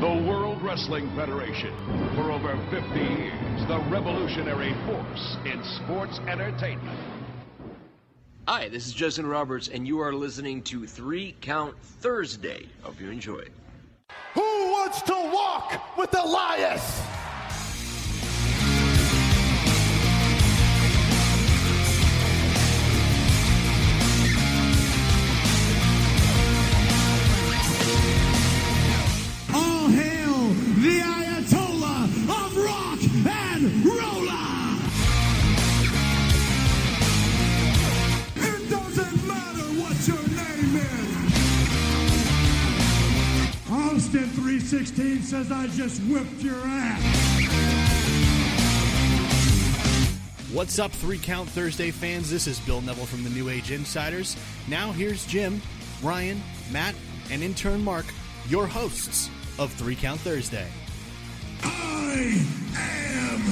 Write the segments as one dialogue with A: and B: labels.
A: The World Wrestling Federation. For over 50 years, the revolutionary force in sports entertainment.
B: Hi, this is Justin Roberts, and you are listening to Three Count Thursday. Hope you enjoy.
C: Who wants to walk with Elias?
D: All hail the Ayatollah of rock and rolla. It doesn't matter what your name is. Austin 316 says I just whipped your ass.
E: What's up, Three Count Thursday fans? This is Bill Neville from the New Age Insiders. Now, here's Jim, Ryan, Matt, and intern Mark, your hosts of Three Count Thursday.
D: I am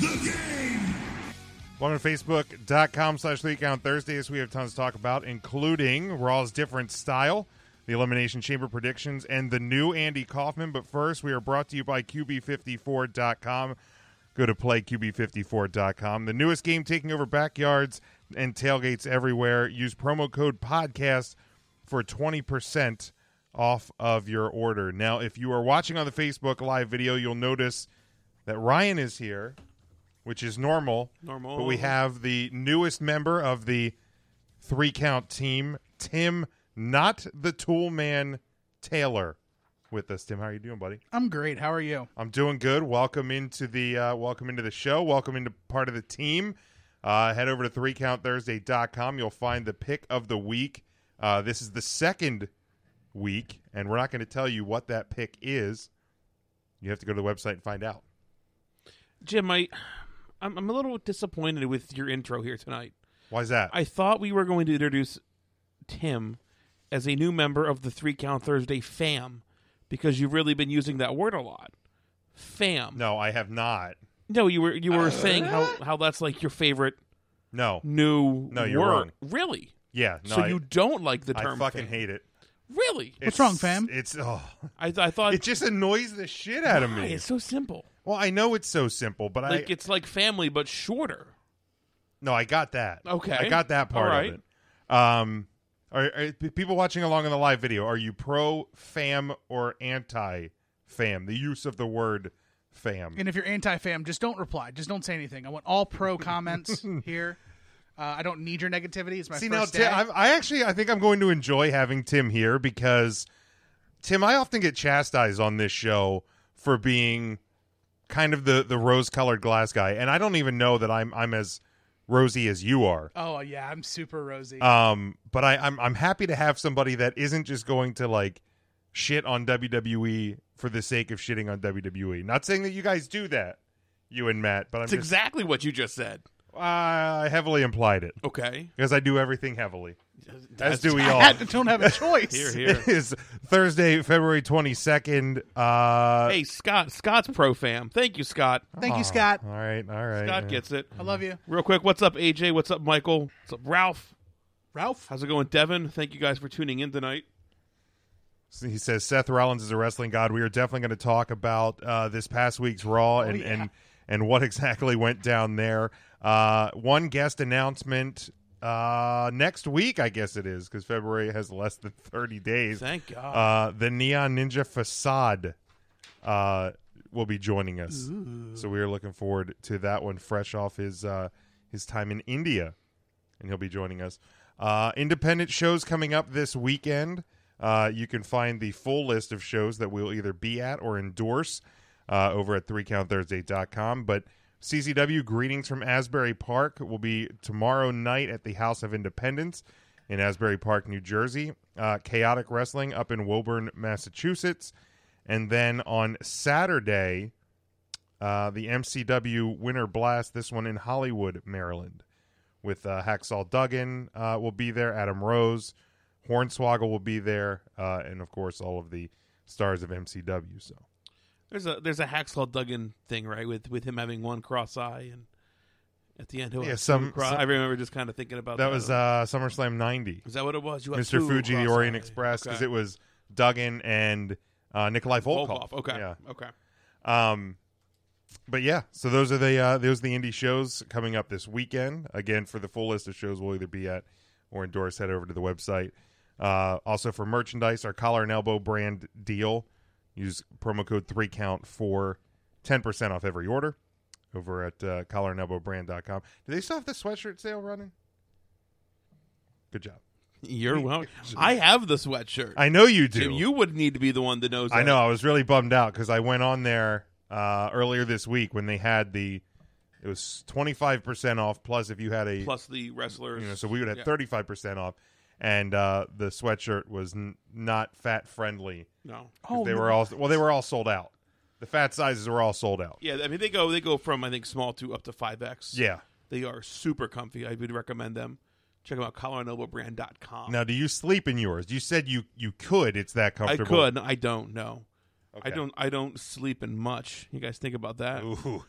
D: the game.
F: Well, on Facebook.com slash League Count Thursdays, we have tons to talk about, including Raw's different style, the Elimination Chamber predictions, and the new Andy Kaufman. But first, we are brought to you by QB54.com. Go to playqb54.com. The newest game taking over backyards and tailgates everywhere. Use promo code podcast for 20% off of your order. Now, if you are watching on the Facebook live video, you'll notice that Ryan is here, which is normal. Normal. But we have the newest member of the three count team, Tim, not the tool man Taylor, with us. Tim, how are you doing, buddy?
G: I'm great. How are you?
F: I'm doing good. Welcome into the uh, welcome into the show. Welcome into part of the team. Uh, head over to threecountthursday.com. You'll find the pick of the week. Uh, this is the second week, and we're not going to tell you what that pick is. You have to go to the website and find out.
H: Jim, I, I'm, I'm a little disappointed with your intro here tonight.
F: Why is that?
H: I thought we were going to introduce Tim as a new member of the Three Count Thursday fam because you've really been using that word a lot. Fam.
F: no, Uh, I have not.
H: No, you were you were saying how, how that's like your favorite
F: No.
H: new
F: No, you're
H: word.
F: wrong.
H: Really?
F: Yeah. No,
H: so
F: I,
H: you don't like the
F: I
H: term
F: fucking
H: fam.
F: hate it.
H: Really?
F: It's-
G: wrong, fam?
F: It's oh,
H: I, I thought
F: it just annoys the shit out of
H: Uh, Why?
F: me.
H: It's so simple.
F: Well, I know it's so simple, but
H: Like
F: I
H: it's like family but shorter.
F: no, I got that.
H: Okay.
F: I got that part
H: All right.
F: of it. Um, are, are p- people watching along in the live video? Are you pro fam or anti fam? The use of the word fam.
G: And if you're anti-fam, just don't reply. Just don't say anything. I want all pro comments here. Uh, I don't need your negativity. It's my
F: See now,
G: first
F: Tim,
G: day.
F: I'm, I actually I think I'm going to enjoy having Tim here because Tim, I often get chastised on this show for being kind of the the rose colored glass guy, and I don't even know that I'm I'm as rosy as you are.
G: oh yeah, I'm super rosy.
F: Um, but I, I'm I'm happy to have somebody that isn't just going to like shit on WWE for the sake of shitting on WWE. Not saying that you guys do that, you and Matt, but I'm
H: That's
F: just
H: exactly what you just said.
F: I heavily implied it
H: Okay.
F: because I do everything heavily, as
H: That's-
F: do we all.
G: I don't have a choice.
H: Here, here.
F: It is Thursday, February twenty second. Uh,
H: hey, Scott. Scott's pro fam. Thank you, Scott.
G: Thank you, Scott.
F: all right, all right.
H: Scott gets it.
G: I love you,
H: Real quick, what's up, AJ? What's up, Michael? What's up, Ralph?
G: Ralph.
H: How's it going, Devin? Thank you guys for tuning in tonight.
F: He says Seth Rollins is a wrestling god. We are definitely going to talk about uh, this past week's Raw and,
G: Oh, yeah.
F: and and what exactly went down there. Uh, one guest announcement uh, next week, I guess it is, because February has less than thirty days.
H: Thank God.
F: Uh, the Neon Ninja Facade uh, will be joining us, so we are looking forward to that one. Fresh off his uh, his time in India, and he'll be joining us. Uh, independent shows coming up this weekend. Uh, you can find the full list of shows that we'll either be at or endorse uh, over at 3countthursday.com. But CCW Greetings from Asbury Park will be tomorrow night at the House of Independence in Asbury Park, New Jersey. Uh, Chaotic Wrestling up in Woburn, Massachusetts. And then on Saturday, uh, the MCW Winter Blast, this one in Hollywood, Maryland, with uh, Hacksaw Duggan uh, will be there, Adam Rose, Hornswoggle will be there, uh, and of course, all of the stars of MCW. So
H: there's a there's a Hacksaw Duggan thing, right? With with him having one cross eye and at the end he'll
F: Yeah,
H: have
F: some-
H: two cross-
F: some-
H: I remember just kind of thinking about that.
F: that was uh, SummerSlam 90.
H: Is that what it was? You have
F: Mr.
H: two
F: Fuji, the
H: cross
F: Orient
H: eye.
F: Express, because
H: Okay.
F: it was Duggan and uh, Nikolai Volkov.
H: Volkov. Okay.
F: Yeah.
H: Okay.
F: Um, but yeah, so those are the uh, those are the indie shows coming up this weekend. Again, for the full list of shows, we'll either be at or endorse. Head over to the website. Uh, also for merchandise, our collar and elbow brand deal. Use promo code three count for ten percent off every order over at uh, collarandelbowbrand.com. Do they still have the sweatshirt sale running? Good job.
H: You're welcome. I have the sweatshirt.
F: I know you do.
H: Jim, you would need to be the one that knows.
F: I
H: that.
F: know. I was really bummed out because I went on there uh, earlier this week when they had the. It was twenty five percent off plus if you had a
H: Plus the wrestlers.
F: you know, so we would have
H: yeah.
F: thirty five percent off, and uh, the sweatshirt was n- not fat friendly.
H: Oh, No.
F: 'Cause they were all well, they were all sold out. The fat sizes were all sold out.
H: Yeah, I mean they go they go from I think small to up to five X.
F: Yeah.
H: They are super comfy. I would recommend them. Check them out, collarandelbowbrand.com.
F: Now, do you sleep in yours? You said you you could. It's that
H: I
F: comfortable.
H: could. I don't know. I
F: Okay.
H: don't. I don't sleep in much. You guys think about that?
F: Ooh.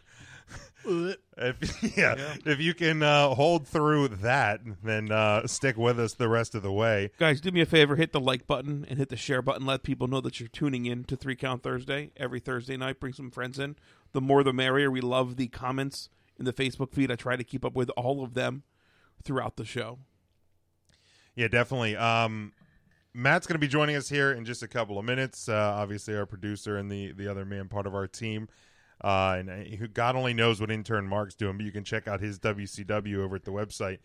F: if, yeah, if you can uh, hold through that, then uh, stick with us the rest of the way.
H: Guys, do me a favor. Hit the like button and hit the share button. Let people know that you're tuning in to Three Count Thursday every Thursday night. Bring some friends in. The more, the merrier. We love the comments in the Facebook feed. I try to keep up with all of them throughout the show.
F: Yeah, definitely. Um, Matt's going to be joining us here in just a couple of minutes. Uh, obviously, our producer and the the other man, part of our team, uh, and uh, who God only knows what intern Mark's doing. But you can check out his WCW over at the website.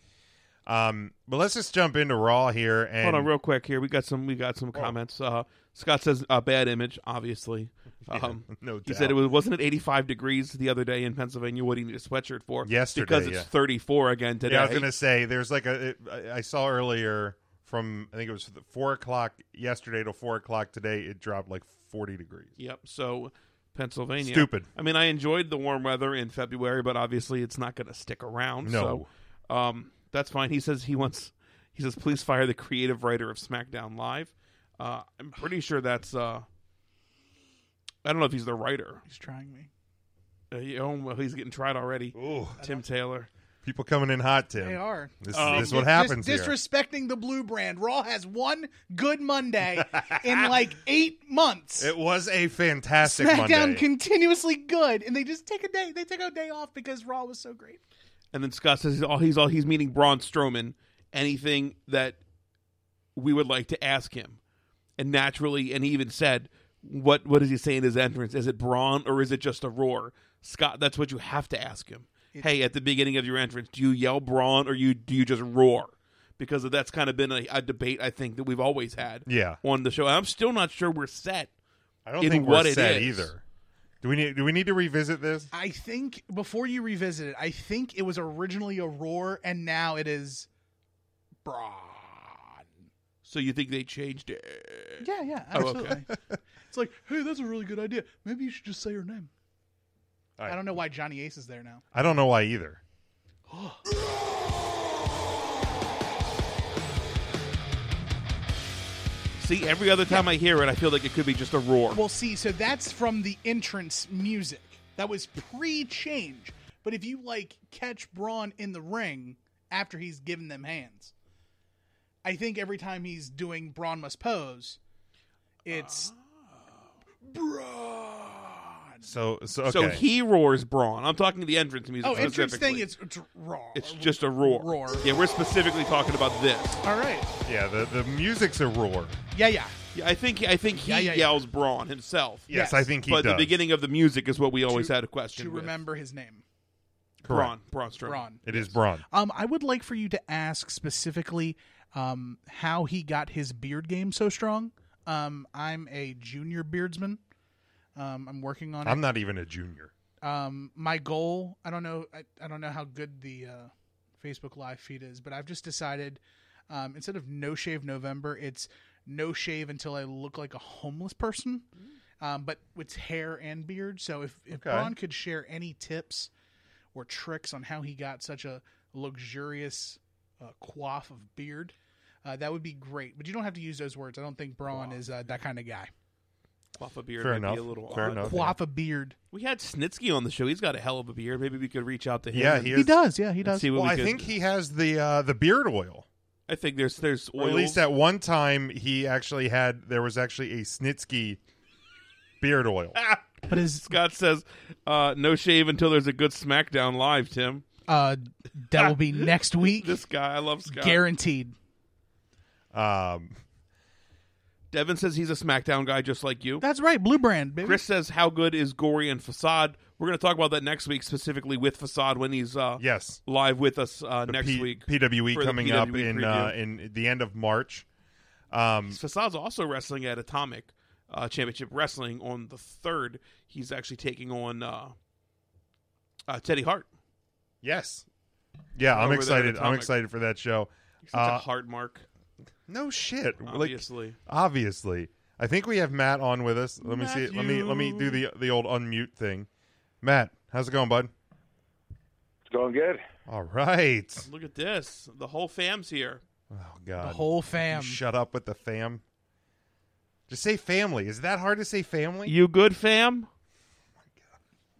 F: Um, but let's just jump into Raw here. And Oh.
H: Hold on, real quick here. We got some. We got some comments. Uh, Scott says uh, bad image, obviously. Um,
F: no
H: He said
F: doubt.
H: it was wasn't it 85 degrees the other day in Pennsylvania. What do you need a sweatshirt for?
F: Yesterday,
H: because it's
F: yeah.
H: 34 again today.
F: Yeah, I was going to say there's like a it- I I saw earlier from I think it was the four o'clock yesterday to four o'clock today. It dropped like forty degrees.
H: Yep. So Pennsylvania.
F: Stupid.
H: I mean, I enjoyed the warm weather in February, but obviously it's not going to stick around.
F: No.
H: So, um, that's fine. He says he wants. He says, please fire the creative writer of SmackDown Live. Uh, I'm pretty sure that's. Uh, I don't know if he's the writer.
G: He's trying me.
H: Uh, he- oh, well, he's getting tried already.
F: Ooh,
H: Tim Taylor.
F: people coming in hot, Tim.
G: They are.
F: This,
H: Um,
F: this is what
G: Dis-
F: happens here.
G: disrespecting the blue brand. Raw has one good Monday in like eight months.
F: It was a fantastic
G: SmackDown
F: Monday.
G: continuously good, and they just take a day. They take a day off because Raw was so great.
H: And then Scott says he's all he's all he's meeting Braun Strowman. Anything that we would like to ask him, and naturally, and he even said, "What what does he say in his entrance? Is it Braun or is it just a roar?" Scott, that's what you have to ask him. hey, at the beginning of your entrance, do you yell Braun or you do you just roar? Because that's kind of been a, a debate I think that we've always had.
F: Yeah.
H: on the show, and I'm still not sure we're set.
F: I don't
H: in
F: think
H: what
F: we're
H: it
F: set
H: is.
F: either. Do we need? Do we need to revisit this?
G: I think before you revisit it, I think it was originally a roar, and now it is Braun.
H: So you think they changed it?
G: Yeah, yeah,
H: Oh,
G: absolutely. it's like, hey, that's a really good idea. Maybe you should just say her name.
F: All right.
G: I don't know why Johnny Ace is there now.
F: I don't know why either.
H: See, every other time I hear it, I feel like it could be just a roar.
G: Well, see, so that's from the entrance music. That was pre-change. But if you like catch Braun in the ring after he's given them hands, I think every time he's doing Braun must pose, it's Braun.
F: So, so okay.
H: So he roars Braun. I'm talking the entrance music.
G: Oh, entrance thing.
H: specifically.
G: It's, it's raw.
H: it's just a roar.
G: Roar.
H: Yeah, we're specifically talking about this.
G: all right.
F: yeah, the the music's a roar.
G: Yeah, yeah.
H: Yeah, I think I think he
G: Yeah, yeah, yeah.
H: yells Braun himself.
F: Yes,
G: Yes.
F: I think he
H: but
F: does.
H: the beginning of the music is what we always
G: To-
H: had a question.
G: To
H: with.
G: remember his name,
H: Braun, Braun Strowman.
G: Braun.
F: it is Braun.
G: Um, I would like for you to ask specifically um, how he got his beard game so strong. Um, I'm a junior beardsman. Um, I'm working on
F: I'm
G: it.
F: not even a junior.
G: Um, my goal. I don't know. I, I don't know how good the uh, Facebook Live feed is, but I've just decided um, instead of No Shave November, it's No Shave until I look like a homeless person.
H: Mm.
G: Um, but with hair and beard. So if if
F: Okay.
G: Braun could share any tips or tricks on how he got such a luxurious uh, quaff of beard. Uh, that would be great, but you don't have to use those words. I don't think Braun is uh, that kind of guy.
H: Off a beard
F: Fair
H: might
F: enough.
H: Be a little
F: Fair
H: odd.
F: enough.
G: Quaff a beard.
H: We had Snitsky on the show. He's got a hell of a beard. Maybe we could reach out to him.
F: Yeah,
H: and
F: he is.
G: He does, yeah, he does.
H: See what
F: Well,
H: we
F: I
H: could-
F: think he has the uh, the beard oil.
H: I think there's there's
F: Or
H: oil.
F: at least at one time, he actually had. There was actually a Snitsky beard oil.
G: But is
H: Scott says, uh, "No shave until there's a good SmackDown live." Tim,
G: uh, that will be next week,
H: this guy, I love Scott.
G: guaranteed.
F: Um,
H: Devin says he's a SmackDown guy, just like you.
G: That's right, Blue Brand, baby.
H: Chris says, "How good is Gory and Facade?" We're going to talk about that next week, specifically with Facade when he's uh,
F: yes,
H: live with us uh,
F: The
H: next
F: P-
H: week. for
F: PWE
H: the
F: coming up
H: PWE
F: in
H: preview.
F: uh, in the end of March. Um,
H: Fasade's also wrestling at Atomic uh, Championship Wrestling on the third. He's actually taking on uh, uh, Teddy Hart.
F: yes, yeah, I'm
H: Over there at
F: excited. I'm
H: Atomic.
F: excited for that show.
H: Such
F: Uh,
H: a hard mark,
F: No shit. Like,
H: obviously.
F: obviously, I think we have Matt on with us. Let me see. Let me let me do the the old unmute thing. Matt, how's it going, bud?
I: It's going good.
F: All right.
H: Look at this. The whole fam's here.
F: Oh God.
G: the whole fam.
F: Shut up with the fam. Just say family. Is that hard to say family?
H: You good, fam?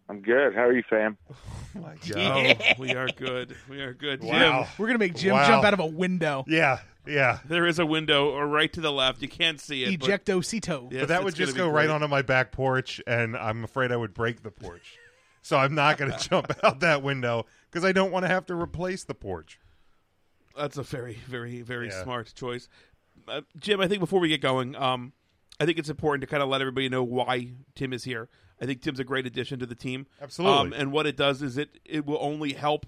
I: I'm good. How are you, fam?
F: Oh my
H: Oh, we are good. We are good.
F: Wow.
H: Jim,
G: We're gonna make Jim
F: Wow.
G: jump out of a window.
F: Yeah, yeah.
H: there is a window or right to the left. You can't see it. but-
G: Ejectocito.
H: Yes,
F: But that
H: it's
F: would just
H: gonna
F: go
H: be
F: right
H: great.
F: onto my back porch, and I'm afraid I would break the porch. so I'm not going to jump out that window because I don't want to have to replace the porch.
H: That's a very, very, very
F: Yeah.
H: smart choice, uh, Jim. I think before we get going, um, I think it's important to kind of let everybody know why Tim is here. I think Tim's a great addition to the team.
F: Absolutely.
H: Um, and what it does is it it will only help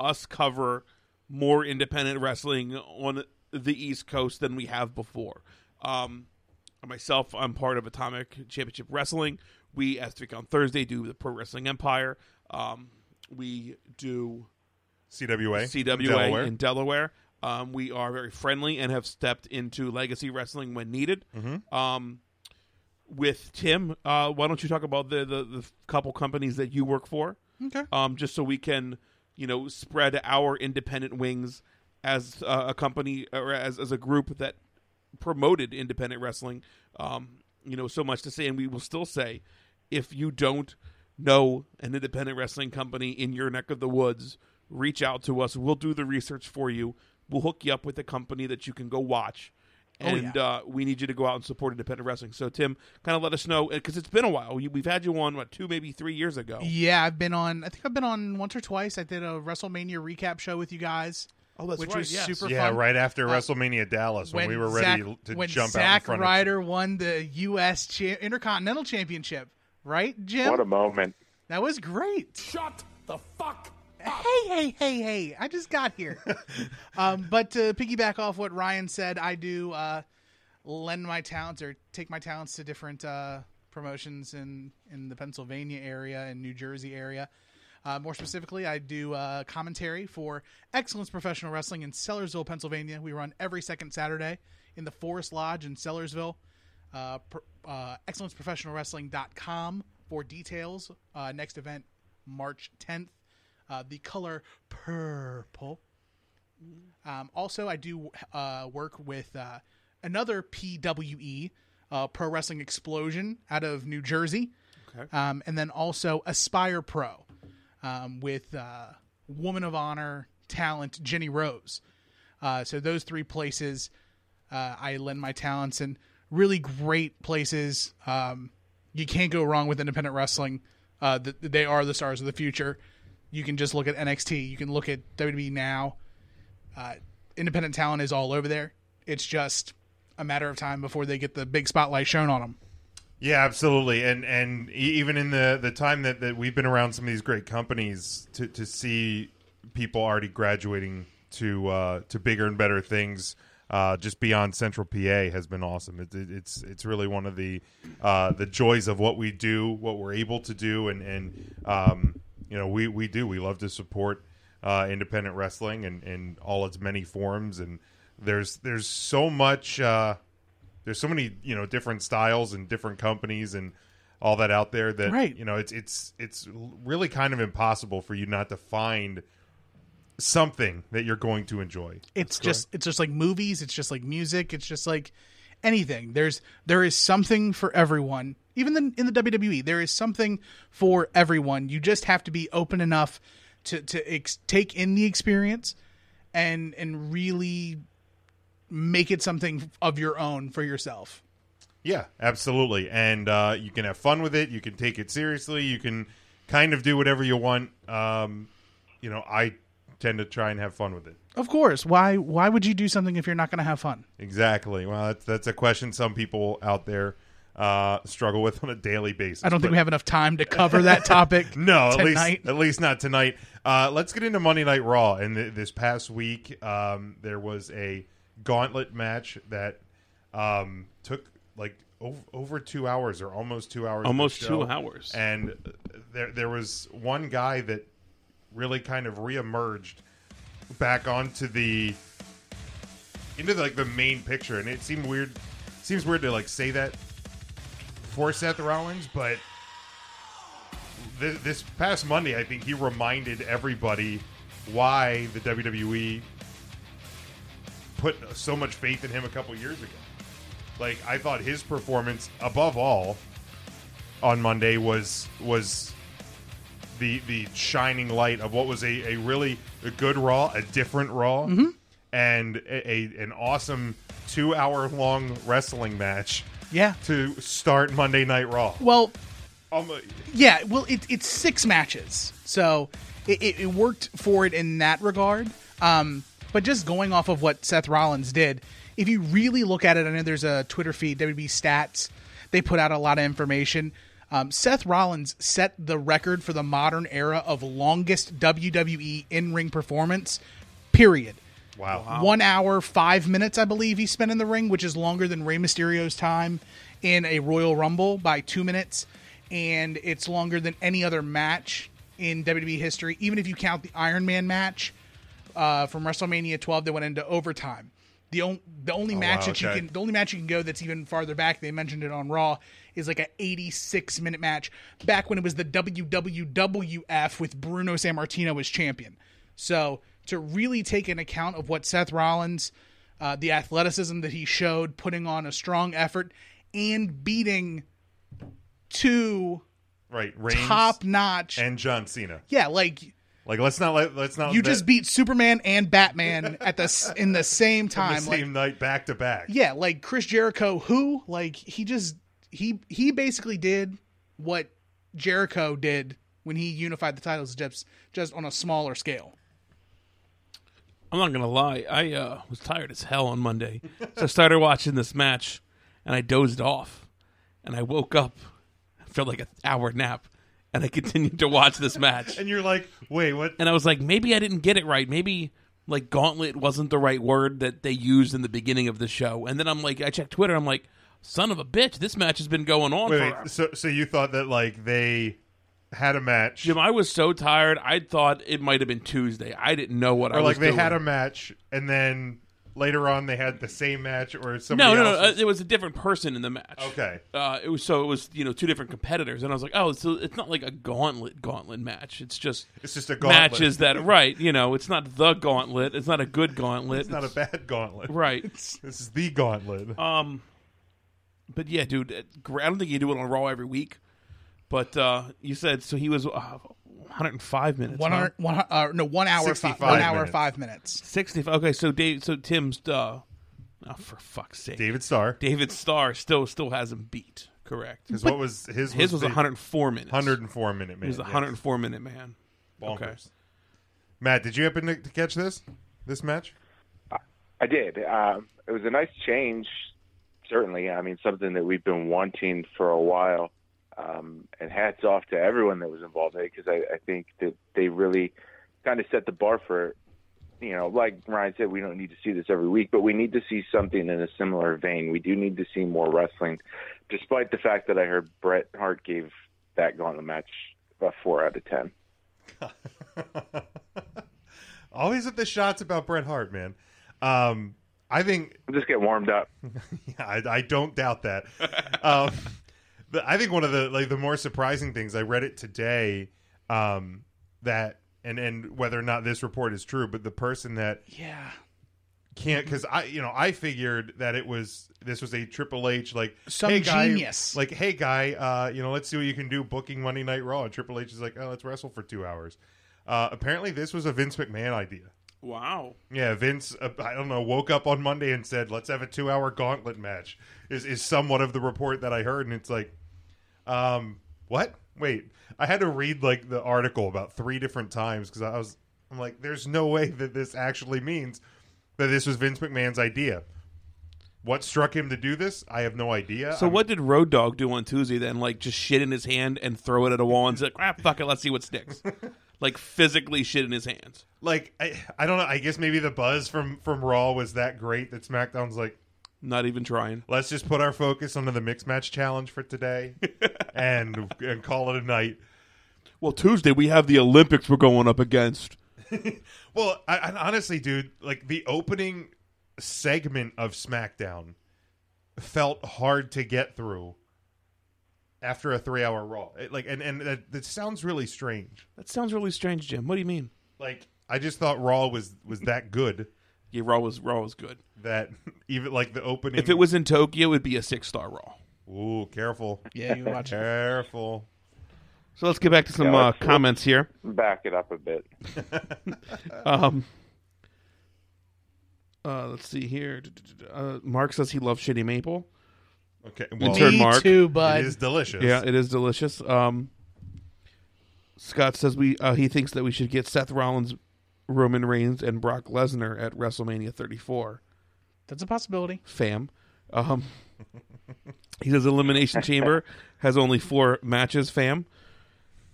H: us cover more independent wrestling on the East Coast than we have before. Um, myself, I'm part of Atomic Championship Wrestling. We as Three on Thursday do the Pro Wrestling Empire. Um, we do
F: CWA,
H: CWA
F: Delaware.
H: in Delaware. Um, we are very friendly and have stepped into legacy wrestling when needed.
F: Mm-hmm.
H: Um, with Tim, uh, why don't you talk about the, the the couple companies that you work for?
G: Okay.
H: Um, just so we can, you know, spread our independent wings as uh, a company or as as a group that promoted independent wrestling. Um, you know, so much to say, and we will still say, if you don't know an independent wrestling company in your neck of the woods, reach out to us. We'll do the research for you. We'll hook you up with a company that you can go watch. And uh, we need you to go out and support independent wrestling. So, Tim, kind of let us know because it's been a while. You- We've had you on what two, maybe three years ago.
G: Yeah, I've been on. I think I've been on once or twice. I did a WrestleMania recap show with you guys.
H: Oh, that's
G: which
H: right,
G: was
H: yes.
G: super
F: Yeah,
G: fun.
F: right
H: uh,
F: after WrestleMania Dallas when, we were ready
G: Zack-
F: to
G: when
F: jump out in
G: Zack
F: front
G: Ryder won the U.S. Cha- Intercontinental Championship, right, Jim?
I: What a moment.
G: that was great. Shut the fuck. Hey, hey, hey, hey! I just got here. um, but to piggyback off what Ryan said, I do uh, lend my talents or take my talents to different uh, promotions in in the Pennsylvania area and New Jersey area. Uh, more specifically, I do uh, commentary for Excellence Professional Wrestling in Sellersville, Pennsylvania. We run every second Saturday in the Forest Lodge in Sellersville. Uh, pr- uh, ExcellenceProfessionalWrestling.com for details. Uh, next event, March 10th. Uh, the color purple. Um, also, I do uh, work with uh, another PWE, uh, Pro Wrestling Explosion, out of New Jersey, um, and then also Aspire Pro um, with uh, Woman of Honor talent Jenny Rose. Uh, so those three places uh, I lend my talents in. Really great places. Um, you can't go wrong with independent wrestling. Uh, th- they are the stars of the future. You can just look at NXT. You can look at WWE now independent talent is all over there. It's just a matter of time before they get the big spotlight shown on them.
F: of you. Yeah, absolutely. And and e- even in the the time that, that we've been around some of these great companies to to see people already graduating to uh, to bigger and better things. Uh, just beyond Central PA has been awesome. It, it, it's it's really one of the uh, the joys of what we do, what we're able to do, and and um, you know we we do we love to support uh, independent wrestling and in all its many forms. And there's there's so much uh, there's so many you know different styles and different companies and all that out there that
G: Right.
F: you know it's it's it's really kind of impossible for you not to find something that you're going to enjoy.
G: It's just it's just like movies, it's just like music, it's just like anything. There's there is something for everyone. Even in, in the WWE, there is something for everyone. You just have to be open enough to to ex- take in the experience and and really make it something of your own for yourself.
F: Yeah, absolutely. And uh, you can have fun with it. You can take it seriously. You can kind of do whatever you want. Um, you know, I tend to try and have fun with it.
G: Of course. Why why would you do something if you're not going to have fun?
F: Exactly. Well, that's, that's a question some people out there uh, struggle with on a daily basis.
G: I don't think
F: But-
G: we have enough time to cover that topic.
F: no, at
G: tonight.
F: least at least not tonight. Uh, let's get into Monday Night Raw. And th- this past week, um, there was a gauntlet match that um, took like over, over two hours or almost two hours. of the
H: Almost two
F: show.
H: hours.
F: And uh, there there was one guy that really kind of reemerged back onto the into like the main picture, and it seemed weird. Seems weird to like say that for Seth Rollins, but th- this past Monday, I think he reminded everybody why the WWE put so much faith in him a couple years ago. Like I thought his performance, above all, on Monday was was the the shining light of what was a, a really a good Raw, a different Raw,
G: Mm-hmm.
F: and a, a an awesome two hour long wrestling match
G: Yeah.
F: to start Monday Night Raw.
G: Well,
F: Almo-
G: yeah, well it, it's six matches. So it, it, it worked for it in that regard. Um, but just going off of what Seth Rollins did, if you really look at it, I know there's a Twitter feed, WB Stats, they put out a lot of information. Um, Seth Rollins set the record for the modern era of longest WWE in ring performance, period.
F: wow.
G: One hour, five minutes, I believe he spent in the ring, which is longer than Rey Mysterio's time in a Royal Rumble by two minutes. And it's longer than any other match in WWE history, even if you count the Iron Man match uh, from WrestleMania 12 that went into overtime. The, on- the only
F: Oh,
G: match
F: wow,
G: that you
F: okay.
G: can the only match you can go that's even farther back they mentioned it on Raw is like a 86 minute match back when it was the WWWF with Bruno Sammartino as champion. So to really take an account of what Seth Rollins, uh, the athleticism that he showed, putting on a strong effort and beating two
F: Right, Reigns
G: top notch,
F: and John Cena.
G: yeah, like
F: Like let's not let let's not
G: you
F: let-
G: just beat Superman and Batman at the s- in the same
F: on the
G: time, like
F: same night back to back.
G: yeah, like Chris Jericho, who like he just he he basically did what Jericho did when he unified the titles just just on a smaller scale.
H: I'm not gonna lie. I uh, was tired as hell on Monday, so I started watching this match, and I dozed off, and I woke up, felt like an hour nap, and I continued to watch this match.
F: And you're like, wait, what?
H: and I was like, maybe I didn't get it right. Maybe like gauntlet wasn't the right word that they used in the beginning of the show. And then I'm like, I checked Twitter. I'm like, son of a bitch, this match has been going on
F: Wait,
H: for.
F: wait, so so you thought that like they had a match,
H: Jim, I was so tired. I thought it might have been Tuesday. I didn't know what I
F: or
H: was
F: like they
H: doing.
F: had a match, and then later on they had the same match, or somebody
H: no, no, no.
F: else.
H: uh, It was a different person in the match.
F: Okay.
H: Uh, it was so it was you know two different competitors, and I was like, oh, so it's not like a gauntlet gauntlet match. It's just
F: It's just a gauntlet.
H: matches that right. You know, it's not the gauntlet. It's not a good gauntlet.
F: it's not a bad gauntlet.
H: right. Um,
F: This is the gauntlet.
H: But yeah, dude, it- gr- I don't think you do it on Raw every week. But uh, you said so he was uh, 105 minutes.
G: One
H: huh?
G: hour, one hu- uh, no, one hour, five,
F: 65
G: one hour,
F: minutes.
G: five minutes.
H: 65. Okay, so Dave, so Tim's. Uh, oh, for fuck's sake,
F: David Starr.
H: David Starr still still has him beat. Correct.
F: Because what was his?
H: His was
F: the
H: 104 minutes.
F: 104 minute man.
H: He was a
F: yes.
H: 104 minute man.
F: Bonkers.
H: Okay.
F: Matt, did you happen to, to catch this? This match?
I: I did. Um, it was a nice change, certainly. I mean, something that we've been wanting for a while. Um, and hats off to everyone that was involved in it because I, I think that they really kind of set the bar for, you know, like Ryan said, we don't need to see this every week, but we need to see something in a similar vein. We do need to see more wrestling, despite the fact that I heard Bret Hart gave that gauntlet match a four out of 10.
F: Always at the shots about Bret Hart, man. Um, I think
I: I'm just getting warmed up.
F: Yeah, I, I don't doubt that. um, but I think one of the like the more surprising things I read it today um, that and and whether or not this report is true, but the person that
G: Yeah,
F: can't because I you know I figured that it was this was a Triple H like
G: Some
F: hey guy,
G: genius.
F: like hey guy uh, you know let's see what you can do booking Monday Night Raw and Triple H is like oh let's wrestle for two hours. Uh, apparently this was a Vince McMahon idea.
H: Wow.
F: Yeah, Vince, uh, I don't know, woke up on Monday and said, "Let's have a two-hour gauntlet match." Is is somewhat of the report that I heard, and it's like, um, what? Wait, I had to read like the article about three different times because I was, I'm like, there's no way that this actually means that this was Vince McMahon's idea. What struck him to do this? I have no idea.
H: So
F: I'm-
H: what did Road Dog do on Tuesday then? Like just shit in his hand and throw it at a wall and say, "Crap, fuck it, let's see what sticks." like physically shit in his hands.
F: Like, I, I don't know. I guess maybe the buzz from from Raw was that great that SmackDown's like,
H: Not even trying.
F: let's just put our focus onto the mixed match challenge for today and and call it a night.
H: Well, Tuesday we have the Olympics we're going up against.
F: Well, I, and honestly, dude, like the opening segment of SmackDown felt hard to get through after a three-hour Raw. It, like, and and that, that sounds really strange.
H: That sounds really strange, Jim. What do you mean?
F: Like, I just thought Raw was was that good
H: Yeah, Raw was Raw was good.
F: that even like the opening.
H: If it was in Tokyo, it would be a six star Raw.
F: ooh, careful,
G: Yeah, you watch.
F: careful.
H: So let's get back to some
I: Yeah,
H: uh,
I: let's-
H: comments here.
I: Back it up a bit.
H: Um, uh, let's see here. Uh, Mark says he loves shitty maple.
F: Okay,
H: In
F: well,
H: turn,
F: it
G: Me
H: Mark.
G: too, bud.
F: is delicious.
H: Yeah, it is delicious. Um, Scott says we uh, he thinks that we should get Seth Rollins, Roman Reigns, and Brock Lesnar at WrestleMania 34.
G: That's a possibility.
H: Fam, um, he says Elimination Chamber has only four matches. Fam,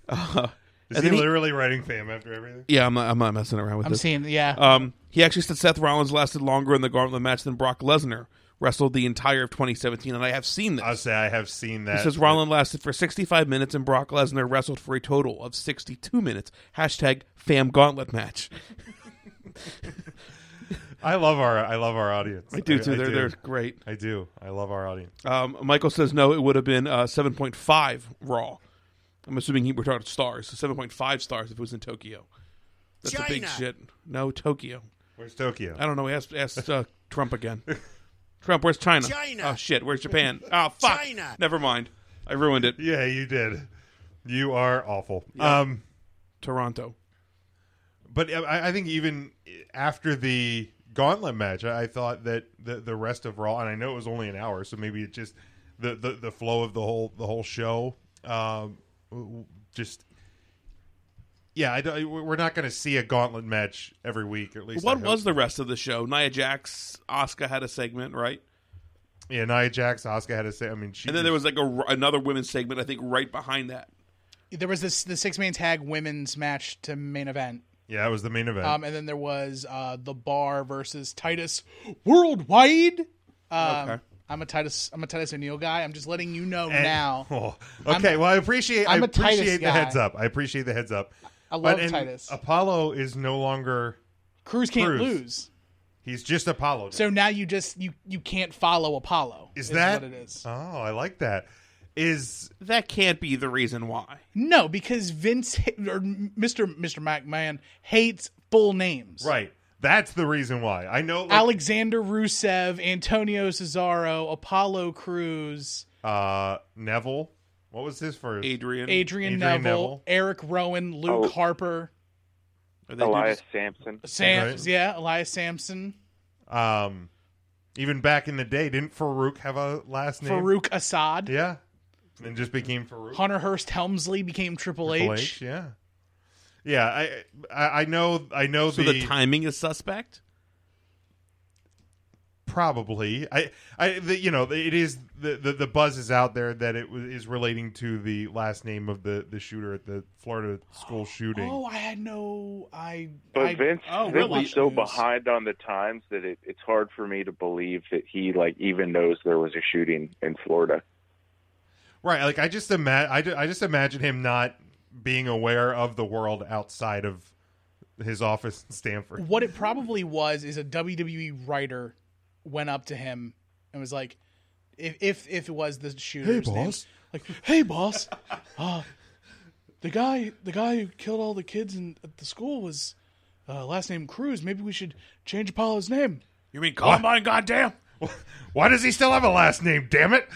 H: uh,
F: is
H: and
F: he
H: then he-
F: literally writing fam after everything?
H: yeah, I'm not, I'm not messing around with
G: I'm
H: this.
G: seeing. Yeah,
H: Um, he actually said Seth Rollins lasted longer in the Gauntlet match than Brock Lesnar wrestled the entire of 2017, and I have seen this.
F: I'll say I have seen that.
H: He says Rollins lasted for 65 minutes and Brock Lesnar wrestled for a total of 62 minutes. Hashtag fam gauntlet match.
F: I love our I love our audience.
H: I do too. They're,
F: do.
H: they're great.
F: I do. I love our audience.
H: Um, Michael says no, it would have been uh, 7.5 Raw. I'm assuming he, we're talking stars. So 7.5 stars if it was in Tokyo. That's a big shit. No, Tokyo.
F: Where's Tokyo?
H: I don't know. Ask, ask uh, Trump again. Trump, where's China? China. Oh, shit. Where's Japan? Oh, fuck. China. Never mind. I ruined it.
F: Yeah, you did. You are awful. Um,
H: Toronto.
F: but uh, I, I think even after the gauntlet match, I, I thought that the the rest of Raw, and I know it was only an hour, so maybe it just the the, the flow of the whole the whole show, um, w- w- just. Yeah, I don't, we're not going to see a gauntlet match every week. At least I
H: What
F: hope.
H: was the rest of the show? Nia Jax, Oscar had a segment, right?
F: yeah Nia Jax, Oscar had to say. I mean, she
H: And then there was like a, another women's segment, I think, right behind that.
G: there was this the six man tag women's match to main event.
F: yeah, it was the main event.
G: Um, and then there was uh, the Bar versus Titus Worldwide. Um,
H: Okay.
G: I'm a Titus. I'm a Titus O'Neil guy. I'm just letting you know now.
F: Oh, okay. well, I appreciate. i
G: I'm a Titus
F: appreciate the
G: guy.
F: heads up. I appreciate the heads up.
G: I
F: But-
G: love
F: and
G: Titus.
F: Apollo is no longer.
G: Cruz can't
F: Cruz.
G: lose,
F: He's just Apollo.
G: so now you just you you can't follow Apollo.
F: is that
G: what it is?
F: Oh, I like that. Is
H: That can't be the reason why.
G: No, because Vince ha- or Mr. Mr. McMahon hates full names.
F: right. That's the reason why. I know. Like,
G: Alexander Rusev, Antonio Cesaro, Apollo Cruz,
F: uh, Neville. What was his first?
H: Adrian.
G: Adrian,
F: Adrian
G: Neville,
F: Neville.
G: Eric Rowan, Luke
I: Oh.
G: Harper,
H: Are they
I: Elias
H: just-
I: Sampson.
G: Sam,
F: Right.
G: yeah, Elias Sampson,
F: Um, even back in the day, didn't Farouk have a last name?
G: Farouk Assad,
F: Yeah. And then just became Farouk.
G: Hunter Hurst Helmsley became Triple,
F: Triple
G: H.
F: H, Yeah. Yeah. I, I I know. I know
H: so the timing is suspect?
F: probably i i the, you know it is the, the the buzz is out there that it was, is relating to the last name of the the shooter at the florida school shooting
G: Oh, I had no, I,
I: But
G: I
I: Vince,
H: oh,
I: Vince
H: really?
I: is so
G: News.
I: behind on the times that it, it's hard for me to believe that he like even knows there was a shooting in Florida.
F: right like i just imagine I, ju- I just imagine him not being aware of the world outside of his office in stanford
G: what it probably was is a WWE writer went up to him and was like, if if, if it was the shooter's name,
F: boss.
G: like, hey boss, uh, the guy the guy who killed all the kids in at the school was uh, last name Cruz. Maybe we should change Apollo's name.
H: You mean Columbine, goddamn?
F: why does he still have a last name damn it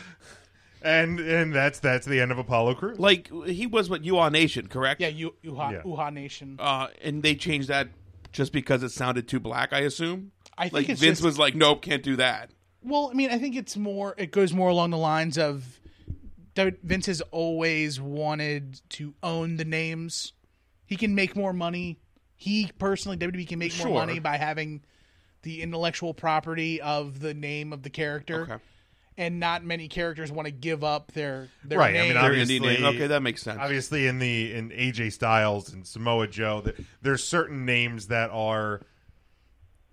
F: and and that's that's the end of apollo crew
H: Like, he was what, UA Nation, correct?
G: Yeah, U- Uha,
F: Yeah.
I: Uh,
G: Uha Nation.
H: Uh, and they changed that just because it sounded too black. I assume.
G: I think
H: like
G: it's
H: Vince
G: just-
H: was like, nope, can't do that.
G: Well, I mean, I think it's more. It goes more along the lines of that Vince has always wanted to own the names. He can make more money. He personally, WWE can make
H: Sure.
G: more money by having the intellectual property of the name of the character.
H: Okay.
G: And not many characters want to give up their their
F: Right, I mean,
G: Name.
H: Their
F: Obviously-
H: indie name. Okay, that makes sense.
F: Obviously, in the in AJ Styles and Samoa Joe, th- there's certain names that are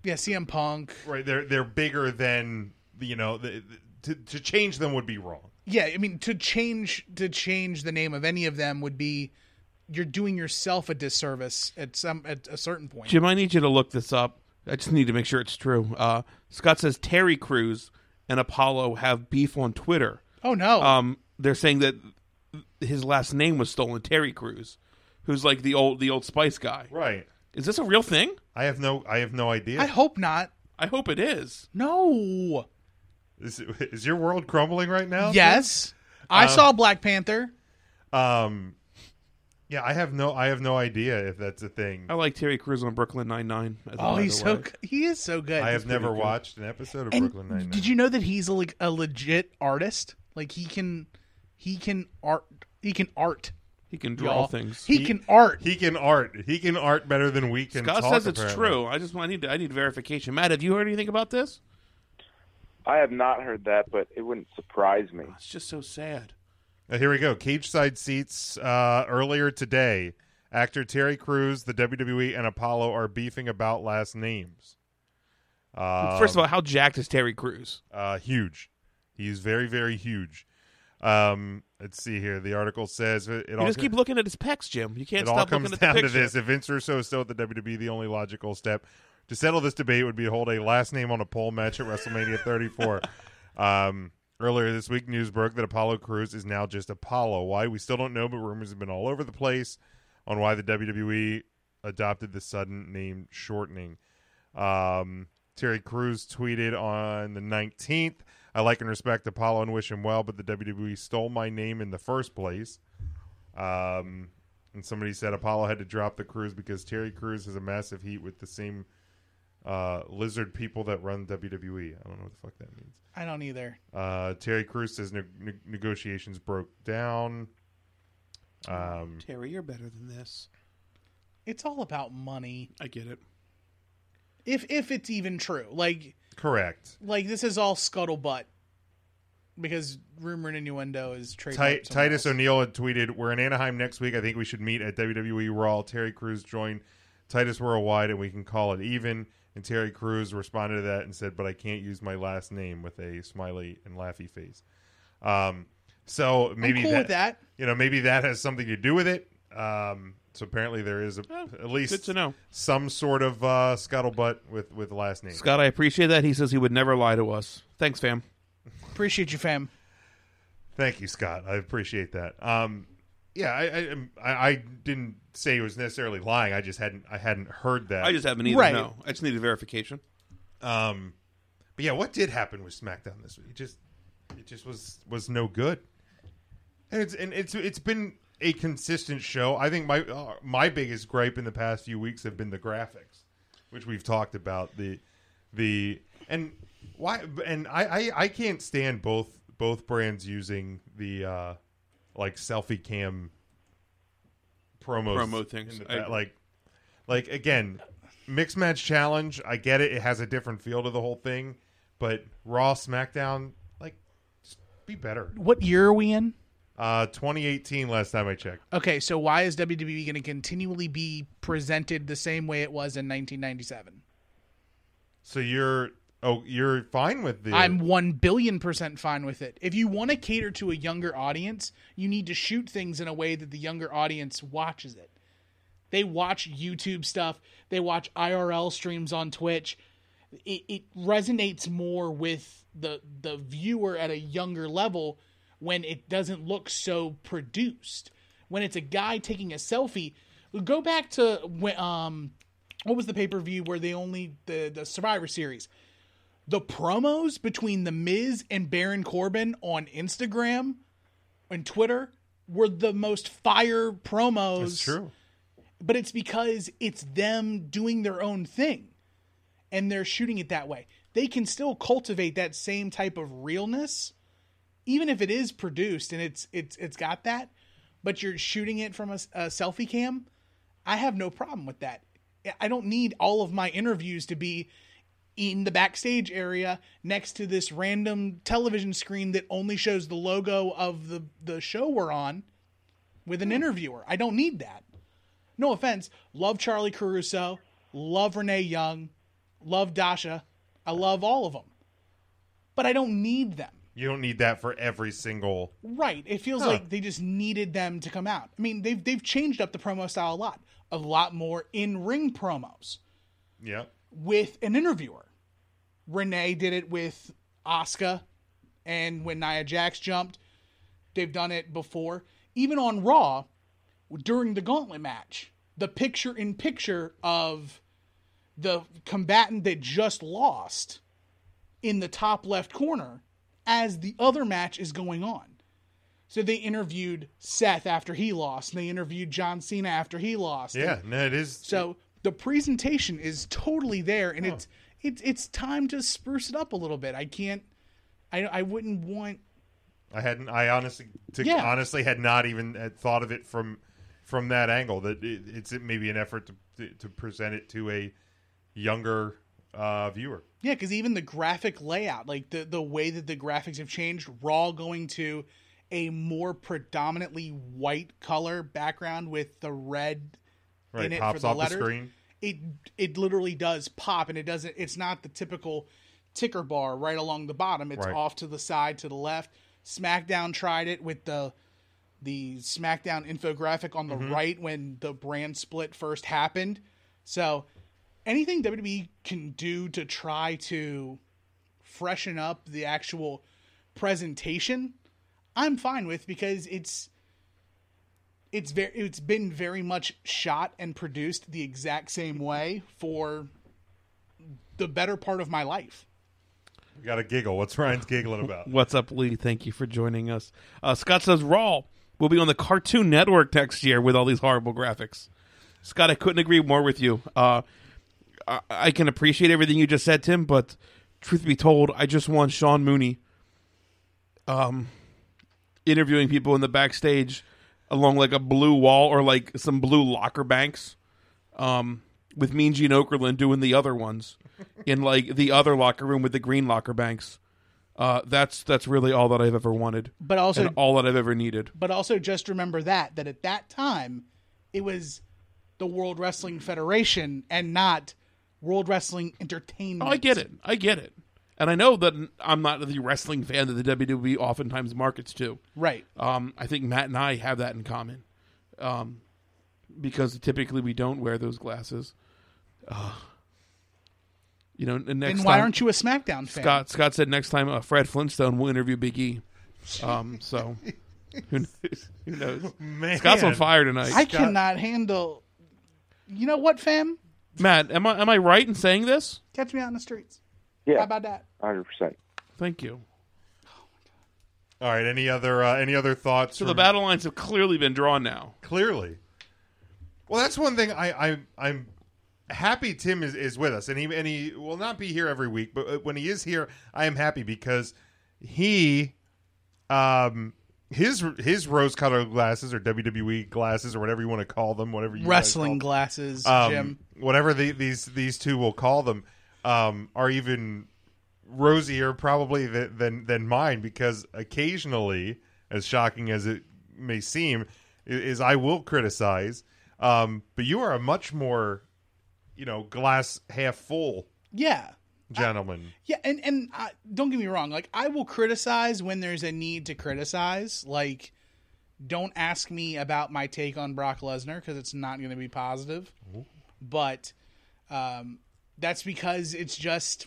G: yeah, CM Punk.
F: right. They're they're bigger than you know. The, the, to to change them would be wrong.
G: Yeah, I mean, to change to change the name of any of them would be you're doing yourself a disservice at some at a certain point.
H: Jim, I need you to look this up. I just need to make sure it's true. Uh, Scott says Terry Crews and Apollo have beef on Twitter.
G: oh no.
H: Um, they're saying that his last name was stolen, Terry Crews, who's like the old the old Spice guy.
F: Right.
H: Is this a real thing?
F: I have no I have no idea.
G: I hope not.
H: I hope it is.
G: No.
F: is, is your world crumbling right now?
G: Yes.
F: Uh,
G: I saw Black Panther.
F: Um. Yeah, I have no I have no idea if that's a thing.
H: I like Terry Crews on Brooklyn Nine Nine.
G: Oh, he's so good. he is so good.
F: I have
H: pretty
F: never
H: good.
F: watched an episode of
G: And
F: Brooklyn Nine Nine.
G: Did you know that he's a, like a legit artist? Like he can he can art he can art.
H: he can draw
G: y'all.
H: things.
G: He, can art.
F: He can art. He can art better than we can.
H: Scott
F: talk,
H: says it's
F: apparently.
H: true. I just I need I need verification. Matt, have you heard anything about this?
I: I have not heard that, but it wouldn't surprise me.
H: It's just so sad.
F: Uh, here we go. Cage side seats uh, earlier today. Actor Terry Crews, the WWE, and Apollo are beefing about last names. Uh,
H: First of all, how jacked is Terry Crews?
F: uh, huge. He's very, very huge. Um, let's see here. The article says it, it
H: You
F: all
H: just
F: co-
H: keep looking at his pecs, Jim. You can't
F: it all
H: stop
F: comes
H: looking at the
F: down to
H: picture.
F: this. If Vince Russo is still at the WWE, the only logical step to settle this debate would be to hold a last name on a pole match at WrestleMania 34. um, earlier this week, news broke that Apollo Crews is now just Apollo. Why we still don't know, but rumors have been all over the place on why the WWE adopted the sudden name shortening. Um, Terry Crews tweeted on the 19th. I like and respect Apollo and wish him well, but the WWE stole my name in the first place. Um, and somebody said Apollo had to drop the Crews because Terry Crews has a massive heat with the same uh, lizard people that run WWE. I don't know what the fuck that means.
G: I don't either.
F: Uh, Terry Crews says ne- ne- negotiations broke down. Um,
H: Terry, you're better than this.
G: It's all about money.
H: I get it.
G: If if it's even true. Like
F: correct.
G: like this is all scuttlebutt. Because rumor and innuendo is trade.
F: Ti- Titus O'Neil had tweeted, "We're in Anaheim next week. I think we should meet at WWE Raw. Terry Crews joined Titus Worldwide, and we can call it even." And Terry Crews responded to that and said, "But I can't use my last name with a smiley and laughy face." Um, so maybe
G: cool
F: that,
G: with that.
F: you know maybe that has something to do with it. Um, so apparently there is a, at least
H: Good to know.
F: some sort of uh, scuttlebutt with with last name.
H: Scott, I appreciate that. He says he would never lie to us. Thanks, fam.
G: Appreciate you, fam.
F: Thank you, Scott. I appreciate that. Um, yeah, I, I, um, I, I didn't say it was necessarily lying. I just hadn't, I hadn't heard that.
H: I just haven't either.
G: Right.
H: No, I just needed verification.
F: um, but yeah, what did happen with SmackDown this week? It just, it just was was no good. And it's and it's it's been a consistent show. I think my uh, my biggest gripe in the past few weeks have been the graphics, which we've talked about the the and why and I I, I can't stand both both brands using the uh like selfie cam promos
H: Promo things.
F: in the
H: I
F: ba-
H: agree.
F: like like again mixed match challenge I get it it has a different feel to the whole thing but Raw SmackDown like just be better
G: What year are we in?
F: uh 2018 last time I checked
G: Okay, so why is WWE going to continually be presented the same way it was in 1997?
F: so you're oh you're fine with the
G: I'm 1 billion percent fine with it. If you want to cater to a younger audience, you need to shoot things in a way that the younger audience watches it. They watch YouTube stuff, they watch IRL streams on Twitch. It, it resonates more with the the viewer at a younger level when it doesn't look so produced. When it's a guy taking a selfie, go back to when, um what was the pay-per-view where they only the the Survivor series the promos between the Miz and Baron Corbin on Instagram and Twitter were the most fire promos
F: it's true
G: but it's because it's them doing their own thing and they're shooting it that way. They can still cultivate that same type of realness even if it is produced and it's it's it's got that, but you're shooting it from a, s- a selfie cam, I have no problem with that. I don't need all of my interviews to be in the backstage area next to this random television screen that only shows the logo of the the show we're on with an interviewer. I don't need that. No offense, love Charlie Caruso, love Renee Young, love Dasha. I love all of them. But I don't need them.
F: You don't need that for every single.
G: Right. It feels like they just needed them to come out. I mean, they've they've changed up the promo style a lot. A lot more in ring promos
F: Yeah.
G: with an interviewer. Renee did it with Asuka and when Nia Jax jumped. They've done it before. Even on Raw, during the gauntlet match, the picture in picture of the combatant that just lost in the top left corner as the other match is going on. So they interviewed Seth after he lost, and they interviewed John Cena after he lost. and
F: Yeah. No, it is.
G: so the presentation is totally there, and it's it's it's time to spruce it up a little bit. I can't, I I wouldn't want
F: I hadn't. I honestly, to
G: Yeah.
F: honestly, had not even had thought of it from from that angle. That it, it's maybe an effort to to present it to a younger uh, viewer.
G: yeah, because even the graphic layout, like the the way that the graphics have changed, Raw going to a more predominantly white color background with the red
F: Right,
G: in it for
F: pops
G: the
F: off
G: letters.
F: the screen.
G: it it literally does pop and it doesn't it's not the typical ticker bar right along the bottom it's
F: Right.
G: off to the side to the left smackdown tried it with the the smackdown infographic on the right when the brand split first happened so anything WWE can do to try to freshen up the actual presentation I'm fine with because it's it's very it's been very much shot and produced the exact same way for the better part of my life.
F: We got to giggle. What's Ryan's giggling about?
H: What's up, Lee? Thank you for joining us. Uh, Scott says Raw will be on the Cartoon Network next year with all these horrible graphics. Scott, I couldn't agree more with you. Uh, I-, I can appreciate everything you just said, Tim, but truth be told, I just want Sean Mooney um, interviewing people in the backstage along like a blue wall or like some blue locker banks um, with Mean Gene Okerlund doing the other ones in like the other locker room with the green locker banks. Uh, that's that's really all that I've ever wanted,
G: But also
H: and all that I've ever needed.
G: but also just remember that that at that time it was the World Wrestling Federation and not World Wrestling Entertainment.
H: Oh, I get it. I get it. And I know that I'm not the wrestling fan that the WWE oftentimes markets to.
G: Right.
H: Um, I think Matt and I have that in common, um, because typically we don't wear those glasses. Ugh. you know, and next
G: And why
H: time,
G: aren't you a SmackDown fan?
H: Scott Scott said next time uh, Fred Flintstone will interview Big E. Um, so who knows? Who knows?
F: Man.
H: Scott's on fire tonight.
G: Oh, I cannot handle You know what, fam?
H: Matt, am I am I right in saying this?
G: Catch me out in the streets. How
I: Yeah,
G: about that?
I: hundred percent.
H: Thank you.
F: All right. Any other uh, any other thoughts?
H: So the
F: from-
H: battle lines have clearly been drawn now.
F: clearly. Well, that's one thing I, I I'm happy Tim is, is with us, and he and he will not be here every week, but uh, when he is here, I am happy because he, um, his his rose colored glasses or WWE glasses or whatever you want to call them, whatever you guys
G: Wrestling
F: call
G: glasses, Jim.
F: them, um, whatever the, these these two will call them, um, are even rosier probably th- than than mine because occasionally, as shocking as it may seem, i- is I will criticize. Um, but you are a much more, you know, glass half full
G: Yeah.
F: gentleman.
G: Yeah, and and I, don't get me wrong. Like I will criticize when there's a need to criticize. Like, don't ask me about my take on Brock Lesnar because it's not going to be positive. But um, that's because it's just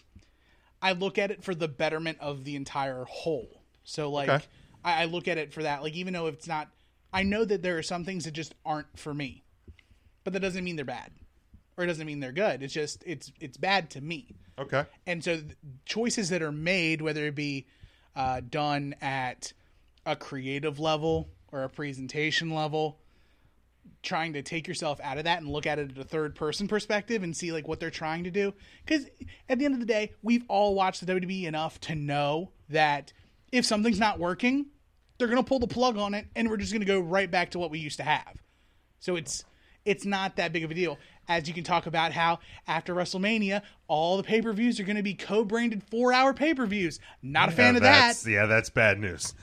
G: I look at it for the betterment of the entire whole. So like
F: Okay.
G: I, I look at it for that. Like even though it's not, I know that there are some things that just aren't for me, but that doesn't mean they're bad, or it doesn't mean they're good. It's just it's it's bad to me
F: okay,
G: and so th- choices that are made, whether it be uh, done at a creative level or a presentation level, trying to take yourself out of that and look at it at a third person perspective and see like what they're trying to do because at the end of the day we've all watched the wwe enough to know that if something's not working they're going to pull the plug on it and we're just going to go right back to what we used to have so it's it's not that big of a deal as you can talk about how after wrestlemania all the pay-per-views are going to be co-branded four-hour pay-per-views not a fan of that
F: that's, Yeah, that's bad news.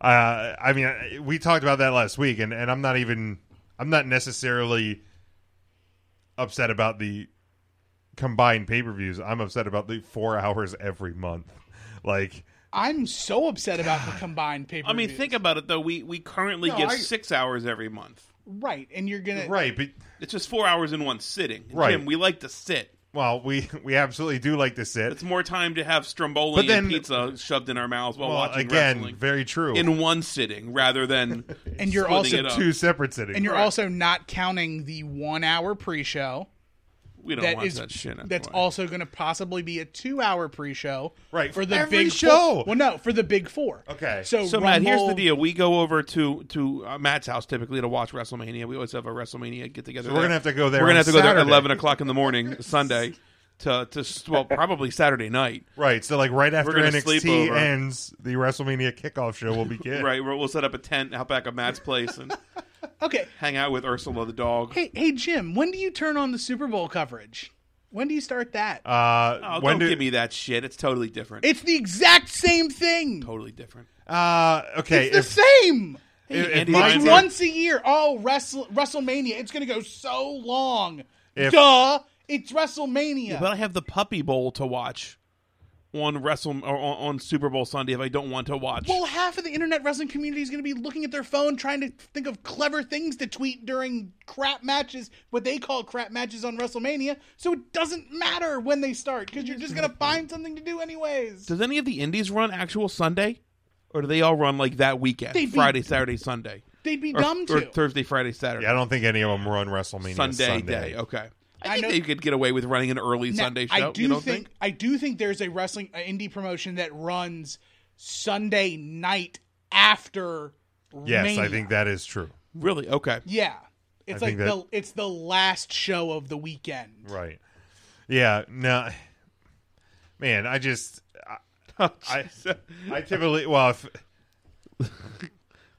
F: Uh, I mean, I- we talked about that last week, and, and I'm not even I'm not necessarily upset about the combined pay per views. I'm upset about the four hours every month. Like,
G: i'm so upset about the combined pay-per-views
H: I mean, think about it though. We we currently get
F: I-
H: six hours every month.
G: right and you're going to
F: right? But
H: It's just four hours in one sitting.
F: Right.
H: Jim, we like to sit.
F: well, we we absolutely do like to sit.
H: It's more time to have stromboli
F: But then-
H: and pizza shoved in our mouths while
F: Well,
H: watching
F: again,
H: wrestling
F: very true.
H: in one sitting rather than
G: and you're
H: splitting
G: also
H: it up.
F: two separate cities.
G: And you're also not counting the one hour pre show.
H: we don't
G: That
H: want
G: is
H: that shit. anyway.
G: that's also going to possibly be a two hour pre show.
F: Right,
G: For the
F: every
G: big
F: show.
G: Four. Well, no, for the big four.
F: Okay.
G: So,
H: So Matt, here's the
G: Rumble-
H: deal: we go over to to uh, Matt's house typically to watch WrestleMania. We always have a WrestleMania get together.
F: So we're gonna have to go there
H: We're
F: on
H: gonna have to go there at
F: Saturday.
H: eleven o'clock in the morning Sunday to to s- well probably Saturday night.
F: right. So like right after
H: gonna sleep
F: NXT
H: over.
F: ends, the WrestleMania kickoff show will begin.
H: Right, where we'll set up a tent out back of Matt's place and
G: Okay.
H: hang out with Ursula the dog.
G: Hey, hey, Jim, when do you turn on the Super Bowl coverage? When do you start that?
F: Uh,
H: Oh,
F: when
H: don't
F: do,
H: give me that shit. It's totally different.
G: it's the exact same thing.
H: totally different.
F: uh, okay.
G: It's the
F: if-
G: same.
F: if- if
H: Andy
F: mine's
G: It's
H: Ryan's
F: on-
G: once a year. Oh, Wrestle, WrestleMania. It's going to go so long.
F: If-
G: Duh. It's WrestleMania.
H: But I have the Puppy Bowl to watch on Wrestle or on, on Super Bowl Sunday if I don't want to watch.
G: Well, half of the internet wrestling community is going to be looking at their phone trying to think of clever things to tweet during crap matches, what they call crap matches on WrestleMania. So it doesn't matter when they start because you're just going to find something to do anyways.
H: Does any of the indies run actual Sunday, or do they all run like that weekend,
G: They'd be-
H: Friday, Saturday, Sunday,
G: They'd be
H: or,
G: dumb
H: or
G: to.
H: Thursday, Friday, Saturday,
F: Yeah, I don't think any of them run WrestleMania
H: Sunday,
F: Sunday.
H: day? Okay, I,
G: I
H: think
G: know-
H: they could get away with running an early
G: Now,
H: Sunday show.
G: I do
H: you don't
G: think,
H: think?
G: I do think there's a wrestling uh, indie promotion that runs Sunday night after.
F: Yes, I
G: Mania.
F: think that is true.
H: Really? Okay.
G: Yeah, it's
F: I
G: like
F: think
G: the it's the last show of the weekend.
F: Right. Yeah. No. Man, I just I I typically well if,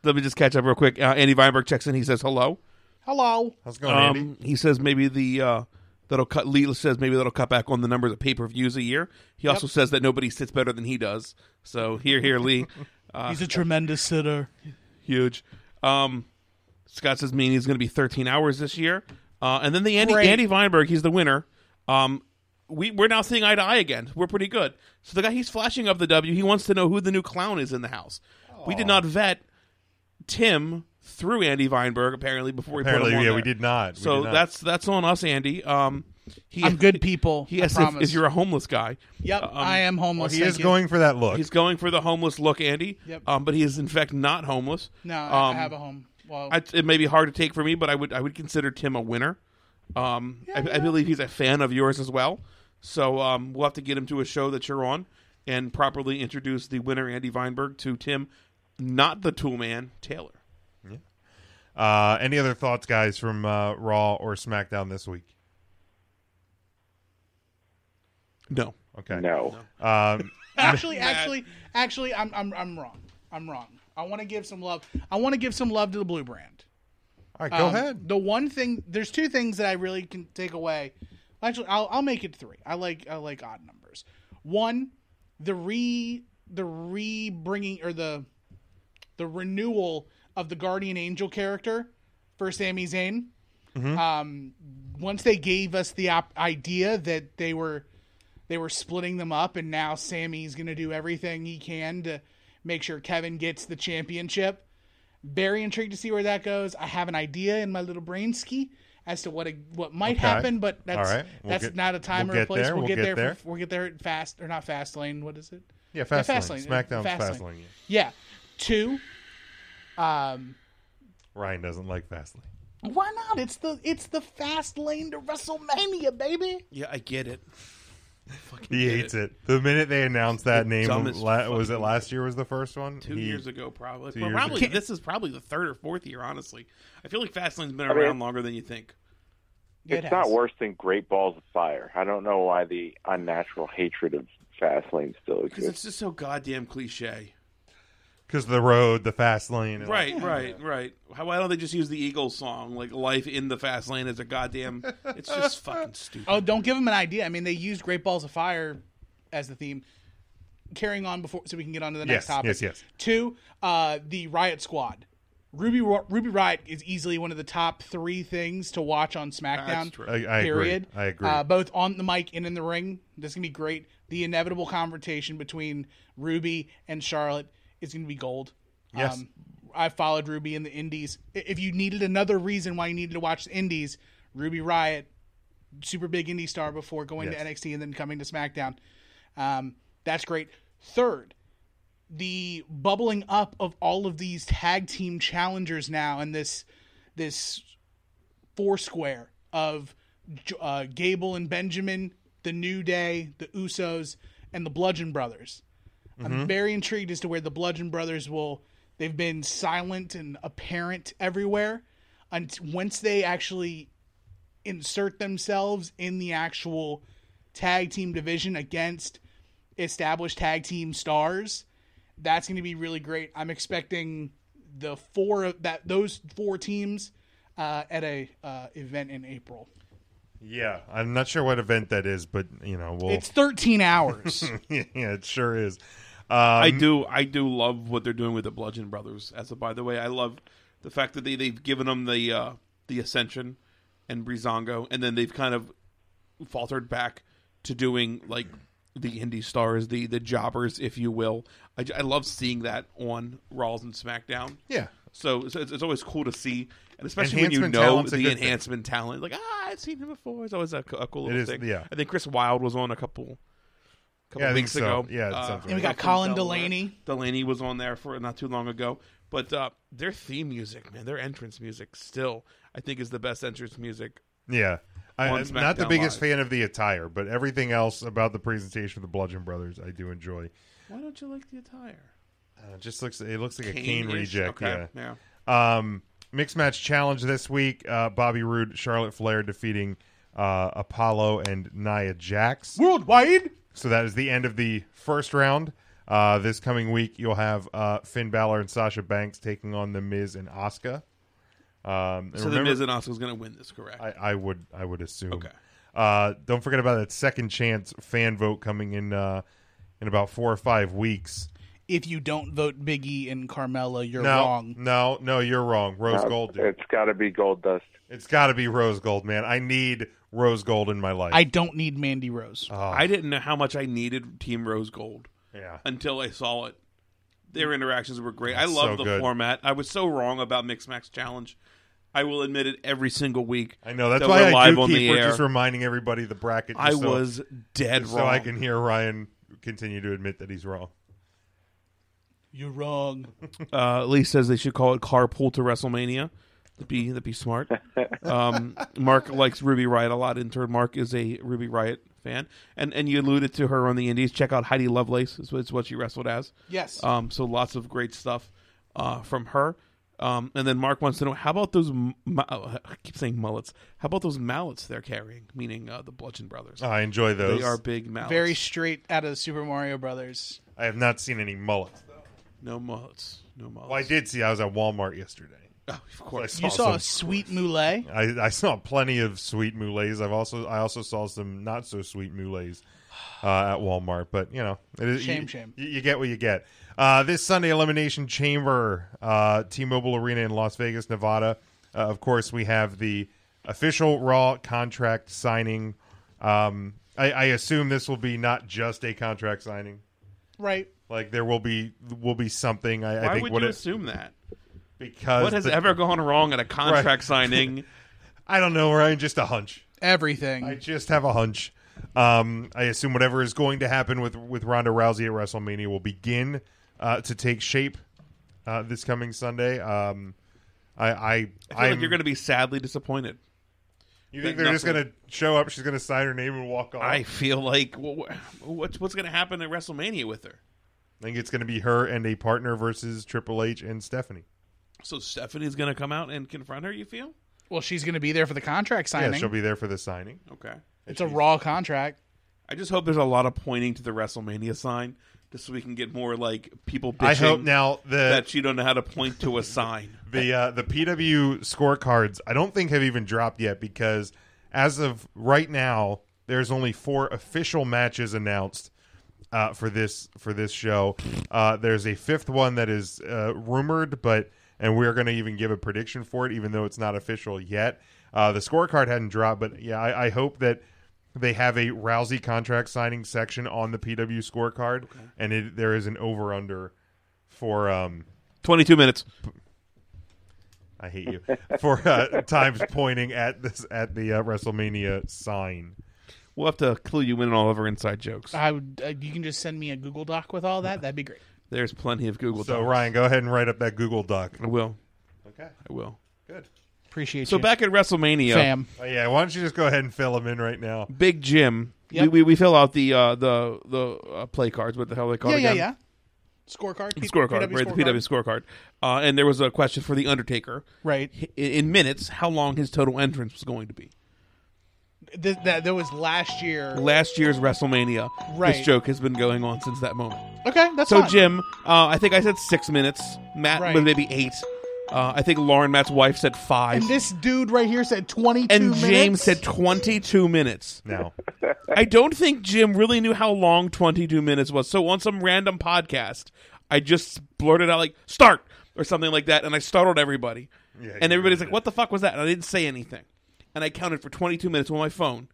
H: Let me just catch up real quick. Uh, Andy Weinberg checks in. He says hello.
G: Hello.
F: how's it going, Andy?
H: Um, he says maybe the uh, that'll cut. Lee says maybe that'll cut back on the number of pay per views a year. He also says that nobody sits better than he does. So here, here, Lee, Uh,
G: He's a tremendous sitter.
H: huge. Um, Scott says meaning is going to be 13 hours this year. Uh, and then the Andy
G: Great.
H: Andy Weinberg, he's the winner. Um, we we're now seeing eye to eye again. We're pretty good. So the guy he's flashing up the W. He wants to know who the new clown is in the house. We did not vet Tim through Andy Weinberg apparently before we
F: Apparently,
H: put him on
F: yeah, we
H: there.
F: did not. We
H: So
F: did not.
H: that's that's on us, Andy. Um, he,
G: I'm good people.
H: He
G: I
H: asked if,
G: promise.
H: if you're a homeless guy.
G: Yep,
H: Um,
G: I am homeless.
F: uh, he
G: thank
F: is
G: you.
F: going for that look.
H: He's going for the homeless look, Andy.
G: Yep.
H: Um, but he is in fact not homeless.
G: No, I-
H: Um,
G: I have a home. Well,
H: I, it may be hard to take for me, but I would I would consider Tim a winner. Um, I, I believe he's a fan of yours as well. So um, we'll have to get him to a show that you're on and properly introduce the winner, Andy Weinberg, to Tim, not the tool man, Taylor.
F: uh, any other thoughts, guys, from uh, Raw or SmackDown this week?
H: No.
F: Okay.
I: No.
F: Um,
G: actually, actually, actually, I'm, I'm, I'm wrong. I'm wrong. I want to give some love. I want to give some love to the blue brand.
F: all right, go
G: Um,
F: ahead.
G: The one thing, there's two things that I really can take away. Actually, I'll, I'll make it three. I like I like odd numbers. One, the re the re bringing or the the renewal of the guardian angel character for Sami Zayn. Um, once they gave us the op- idea that they were they were splitting them up, and now Sammy's going to do everything he can to make sure Kevin gets the championship very intrigued to see where that goes. I have an idea in my little brain ski as to what what might
F: Okay.
G: happen, but that's
F: All right. We'll
G: that's
F: get-
G: not a time
F: we'll
G: or a
F: get
G: place.
F: there.
G: We'll,
F: We'll
G: get,
F: get
G: there.
F: there.
G: For, we'll get there fast or not fast lane. What is it?
F: Yeah, Fastlane.
G: Fastlane.
F: SmackDown's
G: Fastlane.
F: Fastlane.
G: Yeah. Two. Um.
F: Ryan doesn't like Fastlane.
G: Why not? It's the it's the fast lane to WrestleMania, baby.
H: Yeah, I get it.
F: He hates it. The minute they announced that
H: the
F: name,
H: dumbest
F: la- was it
H: fucking-
F: last year? Was the first one?
H: two
F: He-
H: years ago, probably.
F: two
H: Well,
F: years
H: probably
F: ago.
H: this is probably the third or fourth year. Honestly, I feel like Fastlane's been
I: I
H: around
I: mean-
H: longer than you think.
I: it's not worse than Great Balls of Fire. I don't know why the unnatural hatred of Fastlane still
H: Because
I: exists.
H: it's just so goddamn cliche.
F: Because the road, the fast lane. and all-
H: Right, right, right. How, why don't they just use the Eagles song, like "Life in the Fast Lane" as a goddamn? It's just fucking stupid.
G: Oh, don't give them an idea. I mean, they used Great Balls of Fire as the theme. Carrying on before, so we can get on to the
F: Yes,
G: next topic.
F: yes, yes.
G: Two, uh, the Riot Squad. Ruby Ro- Ruby Riot is easily one of the top three things to watch on SmackDown.
H: That's true.
F: I, I
G: period.
F: agree. I agree.
G: Uh, both on the mic and in the ring. This is gonna be great. The inevitable confrontation between Ruby and Charlotte is gonna be gold. Um,
F: Yes.
G: I followed Ruby in the Indies. I- If you needed another reason why you needed to watch the Indies, Ruby Riot, super big indie star before going
F: Yes.
G: to NXT and then coming to SmackDown. Um, that's great. Third, the bubbling up of all of these tag team challengers now and this this foursquare of J- uh, Gable and Benjamin, the New Day, the Usos, and the Bludgeon Brothers. I'm very intrigued as to where the Bludgeon Brothers will. They've been silent and apparent everywhere. And once they actually insert themselves in the actual tag team division against established tag team stars, that's going to be really great. I'm expecting the four of that those four teams uh, at a uh, event in April.
F: yeah, I'm not sure what event that is, but you know, we'll.
G: It's 13 hours.
F: yeah, it sure is. Um,
H: I do, I do love what they're doing with the Bludgeon Brothers. As a, by the way, I love the fact that they they've given them the uh, the Ascension and Brizongo, and then they've kind of faltered back to doing like the indie stars, the the jobbers, if you will. I, j- I love seeing that on Raws and SmackDown.
F: Yeah.
H: So, so it's, it's always cool to see, and especially when
F: Enhancement
H: you know
F: talent's a
H: the
F: good thing.
H: enhancement talent. Like, ah, I've seen him before. It's always a, co- a cool
F: It
H: little
F: is,
H: thing.
F: yeah.
H: I think Chris Wilde was on a couple. Couple
F: Yeah, I think
H: weeks
F: so.
H: ago, uh,
F: Yeah, it's something
G: And we got
H: from
G: Colin
H: Delaware.
G: Delaney.
H: Delaney was on there for not too long ago. But uh, their theme music, man, their entrance music, still I think is the best entrance music.
F: Yeah. I,
H: on
F: am not the
H: SmackDown
F: biggest
H: Live.
F: fan of the attire, but everything else about the presentation of the Bludgeon Brothers, I do enjoy.
H: Why don't you like the attire?
F: Uh, it just looks, it looks like a cane
H: Kane-ish?
F: reject.
H: Okay,
F: Yeah.
H: yeah.
F: Um, mixed match challenge this week: uh, Bobby Roode, Charlotte Flair defeating uh, Apollo and Nia Jax.
G: Worldwide.
F: So that is the end of the first round. Uh, this coming week, you'll have uh, Finn Balor and Sasha Banks taking on the Miz and Asuka. Um, and
H: So
F: remember-
H: the Miz and Oscar's going to win this, correct?
F: I, I would I would assume.
H: Okay.
F: Uh, don't forget about that second chance fan vote coming in uh, in about four or five weeks.
G: If you don't vote Biggie and Carmella, you're
F: no,
G: wrong.
F: no, no, you're wrong. Rose
I: Uh,
F: gold. Dude.
I: it's got to be Gold Dust.
F: It's got to be rose gold, man. I need rose gold in my life.
G: I don't need Mandy Rose.
F: Uh-huh. Oh.
H: I didn't know how much I needed Team Rose Gold
F: yeah.
H: until I saw it. Their interactions were great. I
F: That's
H: love
F: so
H: the
F: good.
H: format. I was so wrong about Mix Max Challenge. I will admit it every single week.
F: I know that's
H: that
F: why
H: we're
F: I
H: live
F: do
H: on
F: keep
H: the
F: we're
H: air.
F: just reminding everybody the bracket. just
H: I
F: so,
H: was dead
F: just
H: wrong.
F: so I can hear Ryan continue to admit that he's wrong.
G: You're wrong.
H: Uh, Lee says they should call it carpool to WrestleMania. That'd be that'd be smart. Um, Mark likes Ruby Riot a lot. Intern Mark is a Ruby Riot fan, and and you alluded to her on the Indies. Check out Heidi Lovelace. Is what, is what she wrestled as.
G: Yes.
H: Um, so lots of great stuff uh, from her. Um, and then Mark wants to know how about those? M- mu- uh, I keep saying mullets. How about those mallets they're carrying? Meaning uh, the Bludgeon Brothers.
F: I enjoy those.
H: they are big mallets.
G: Very straight out of Super Mario Brothers.
F: I have not seen any mullets. Though.
H: no mullets. No mullets.
F: Well, I did see. I was at Walmart yesterday.
H: Oh, of course.
G: You saw a sweet moulet.
F: I, I saw plenty of sweet moulets. I've also I also saw some not so sweet moulets uh, at Walmart. But you know, it is,
G: Shame,
F: you,
G: shame.
F: You, you get what you get. Uh, this Sunday, Elimination Chamber, uh, T-Mobile Arena in Las Vegas, Nevada. Uh, of course, we have the official Raw contract signing. Um, I, I assume this will be not just a contract signing.
G: Right.
F: Like there will be will be something. I, I
H: Why
F: think
H: would
F: what
H: you
F: it-
H: assume that?
F: because
H: What has
F: the-
H: ever gone wrong at a contract
F: Right.
H: signing?
F: I don't know, Ryan. Just a hunch.
G: Everything.
F: I just have a hunch. Um, I assume whatever is going to happen with with Ronda Rousey at WrestleMania will begin uh, to take shape uh, this coming Sunday. Um, I, I,
H: I feel
F: I'm-
H: like you're going to be sadly disappointed.
F: You think
H: that
F: they're just
H: nothing-
F: going to show up? She's going to sign her name and walk off.
H: I feel like wh- wh- what's what's going to happen at WrestleMania with her?
F: I think it's going to be her and a partner versus Triple H and Stephanie.
H: So Stephanie's going to come out and confront her. You feel
G: Well, she's going to be there for the contract
F: Yeah,
G: signing.
F: she'll be there for the signing.
H: okay?
G: it's a raw contract.
H: I just hope there's a lot of pointing to the WrestleMania sign, just so we can get more like people. Bitching
F: I hope now the
H: that you don't know how to point to a sign.
F: the uh, the PW scorecards I don't think have even dropped yet because as of right now there's only four official matches announced uh, for this for this show. Uh, there's a fifth one that is uh, rumored, but and we're going to even give a prediction for it, even though it's not official yet. Uh, the scorecard hadn't dropped, but yeah, I, I hope that they have a Rousey contract signing section on the PW scorecard, and it, there is an over under for um,
H: Twenty-two minutes.
F: I hate you for uh, times pointing at this at the uh, WrestleMania sign.
H: We'll have to clue you in on all of our inside jokes.
G: I would. Uh, you can just send me a Google Doc with all that. That'd be great.
H: There's plenty of Google.
F: so
H: Docs.
F: Ryan, go ahead and write up that Google Doc.
H: I will.
F: Okay,
H: I will.
F: good.
G: Appreciate
H: So
G: you,
H: back at WrestleMania,
G: fam.
F: Oh, yeah, why don't you just go ahead and fill them in right now?
H: Big Jim.
G: Yep.
H: We, we we fill out the uh, the the uh, play cards. What the hell they call
G: Yeah,
H: it
G: yeah,
H: again?
G: yeah. Scorecard. P-
H: Scorecard, right? The PW scorecard. Uh, and there was a question for the Undertaker.
G: Right.
H: I- In minutes, how long his total entrance was going to be?
G: Th- that that was last year.
H: Last year's WrestleMania. This
G: Right.
H: joke has been going on since that moment.
G: okay, that's
H: So
G: fine.
H: Jim, uh, I think I said six minutes. Matt
G: Right.
H: was maybe eight. Uh, I think Lauren, Matt's wife, said five.
G: And this dude right here said twenty-two.
H: And James
G: minutes.
H: said twenty-two minutes.
F: Now,
H: I don't think Jim really knew how long 22 minutes was. So on some random podcast, I just blurted out like "start" or something like that, and I startled everybody.
F: Yeah,
H: and
F: you
H: everybody's
F: really
H: like, "What the fuck was that?" And I didn't say anything, and I counted for 22 minutes on my phone.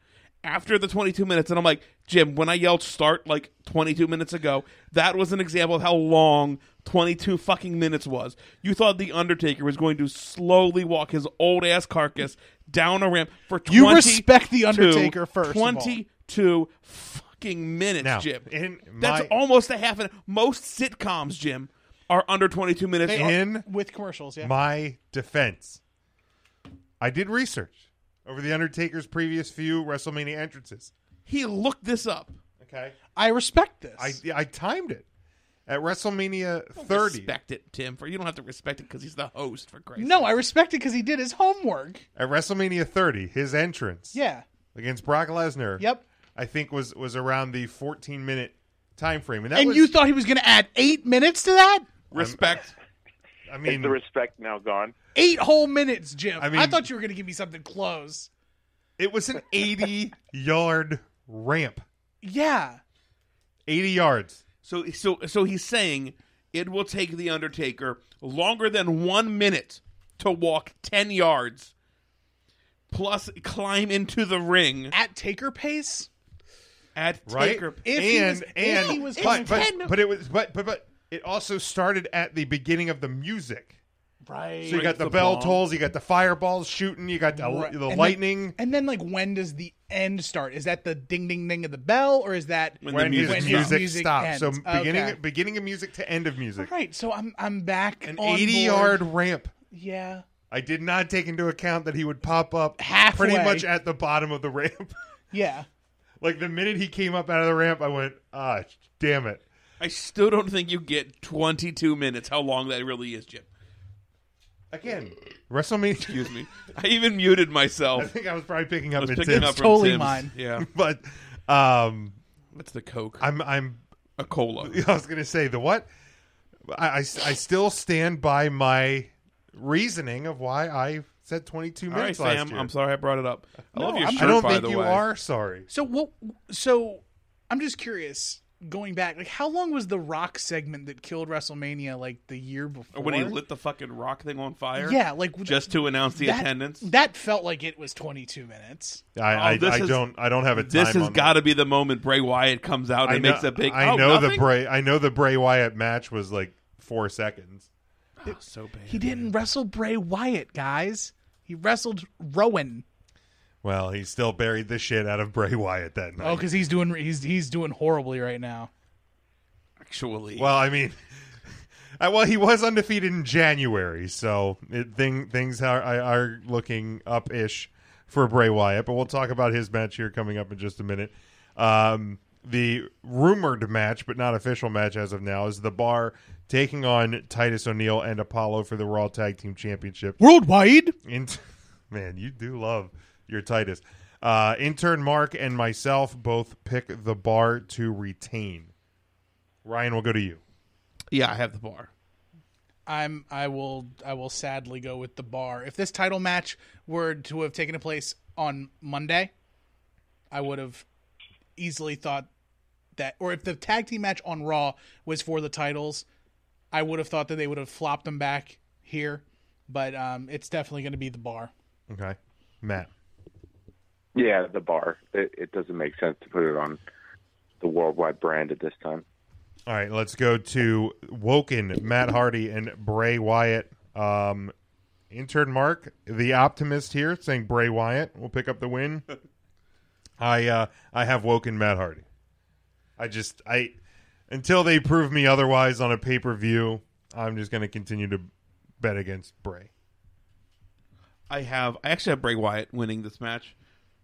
H: After the 22 minutes, and I'm like, Jim, when I yelled "start" like 22 minutes ago, that was an example of how long 22 fucking minutes was. You thought the Undertaker was going to slowly walk his old ass carcass down a ramp for 22,
G: You respect The Undertaker first of all.
H: 22 fucking minutes,
F: Now,
H: Jim.
F: in my-
H: That's almost a half an Most sitcoms, Jim, are under 22 minutes.
G: They
H: long.
G: are-
F: in
G: with commercials. Yeah.
F: my defense, I did research over the Undertaker's previous few WrestleMania entrances.
H: He looked this up.
F: Okay,
G: I respect this.
F: I I timed it at WrestleMania 30.
H: Respect it, Tim. For you don't have to respect it because he's the host. For Christ.
G: no, I respect it because he did his homework.
F: At WrestleMania 30, his entrance
G: Yeah.
F: against Brock Lesnar.
G: Yep.
F: I think was was around the 14 minute time frame, and that
G: And
F: was,
G: you thought he was going to add eight minutes to that?
H: respect.
F: I
I: Is
F: mean,
I: the respect now gone?
G: Eight whole minutes, Jim.
F: I
G: I,
F: mean-
G: thought you were going to give me something close.
F: it was an 80 yard ramp,
G: Yeah.
F: 80 yards.
H: so, so, so he's saying it will take the Undertaker longer than one minute to walk 10 yards, plus climb into the ring
G: At taker pace?
H: at
F: right?
H: Taker.
G: If
F: and
G: he was- if
F: and
G: he was
F: but, but,
H: 10
F: but it was but but but it also started at the beginning of the music.
G: Right.
F: So you got the, bell tolls, you got the fireballs shooting, you got the, the lightning.
G: and then, like, when does the end start? Is that the ding ding ding of the bell, or is that
H: When the
F: when
H: music
F: does
H: stops.
F: music,
G: Music
F: stop? So
G: ends.
F: beginning
G: Okay.
F: beginning of music to end of music.
G: right? So I'm I'm back.
F: An
G: on
F: 80
G: board.
F: yard ramp.
G: Yeah.
F: I did not take into account that he would pop up pretty
G: Halfway.
F: much at the bottom of the ramp.
G: Yeah.
F: like the minute he came up out of the ramp, I went, ah, damn it.
H: I still don't think you get 22 minutes how long that really is, Jim.
F: Again, WrestleMania.
H: Excuse me. I even muted myself.
F: I think I was probably picking up
H: I was
F: at
H: picking
F: Tim's.
H: up from
G: totally
H: Tim's.
G: mine.
H: Yeah.
F: but um,
H: What's the Coke?
F: I'm I'm
H: a cola.
F: I was gonna say the what I, I, I still stand by my reasoning of why I said 22
H: All right,
F: minutes last
H: Sam.
F: year.
H: I'm sorry I brought it up. I love
G: No,
H: your
G: I'm-
H: shirt,
F: I don't
H: by
F: think
H: the
F: you
H: way.
F: are sorry.
G: So what? So I'm just curious. Going back, like, how long was the Rock segment that killed WrestleMania? Like the year before.
H: When he lit the fucking rock thing on fire?
G: Yeah, like
H: Just to announce the
G: that,
H: attendance?
G: That felt like it was 22 minutes.
F: I, I,
H: Oh, this
F: I
H: is-
F: don't I don't have a time.
H: this has
F: on
H: got to be the moment Bray Wyatt comes out
F: I
H: and
F: know,
H: makes a big.
F: I
H: oh,
F: know the
H: nothing?
F: Bray I know the Bray Wyatt match was like four seconds.
H: Oh, so bad.
G: He didn't wrestle Bray Wyatt, guys. He wrestled Rowan.
F: Well, he still buried the shit out of Bray Wyatt that night.
G: Oh, because he's doing he's he's doing horribly right now.
H: Actually.
F: Well, I mean, I, well, he was undefeated in January, so it, thing things are are- are looking up ish for Bray Wyatt, but we'll talk about his match here coming up in just a minute. Um, the rumored match, but not official match as of now, is the Bar taking on Titus O'Neil and Apollo for the Raw Tag Team Championship.
G: Worldwide.
F: In- man, you do love your Titus. Uh, intern Mark and myself both pick the Bar to retain. Ryan, we'll go to you.
H: Yeah, I have the bar.
G: I'm I will I will sadly go with the bar. If this title match were to have taken place on Monday, I would have easily thought that or if the tag team match on Raw was for the titles, I would have thought that they would have flopped them back here, but um, it's definitely going to be the bar.
F: Okay, Matt.
I: Yeah, the bar. It, it doesn't make sense to put it on the worldwide brand at this time.
F: All right, let's go to Woken, Matt Hardy, and Bray Wyatt. Um, intern Mark, the optimist here, saying Bray Wyatt will pick up the win. I uh, I have Woken Matt Hardy. I just I until they prove me otherwise on a pay per view, I'm just going to continue to bet against Bray.
H: I have. I actually have Bray Wyatt winning this match,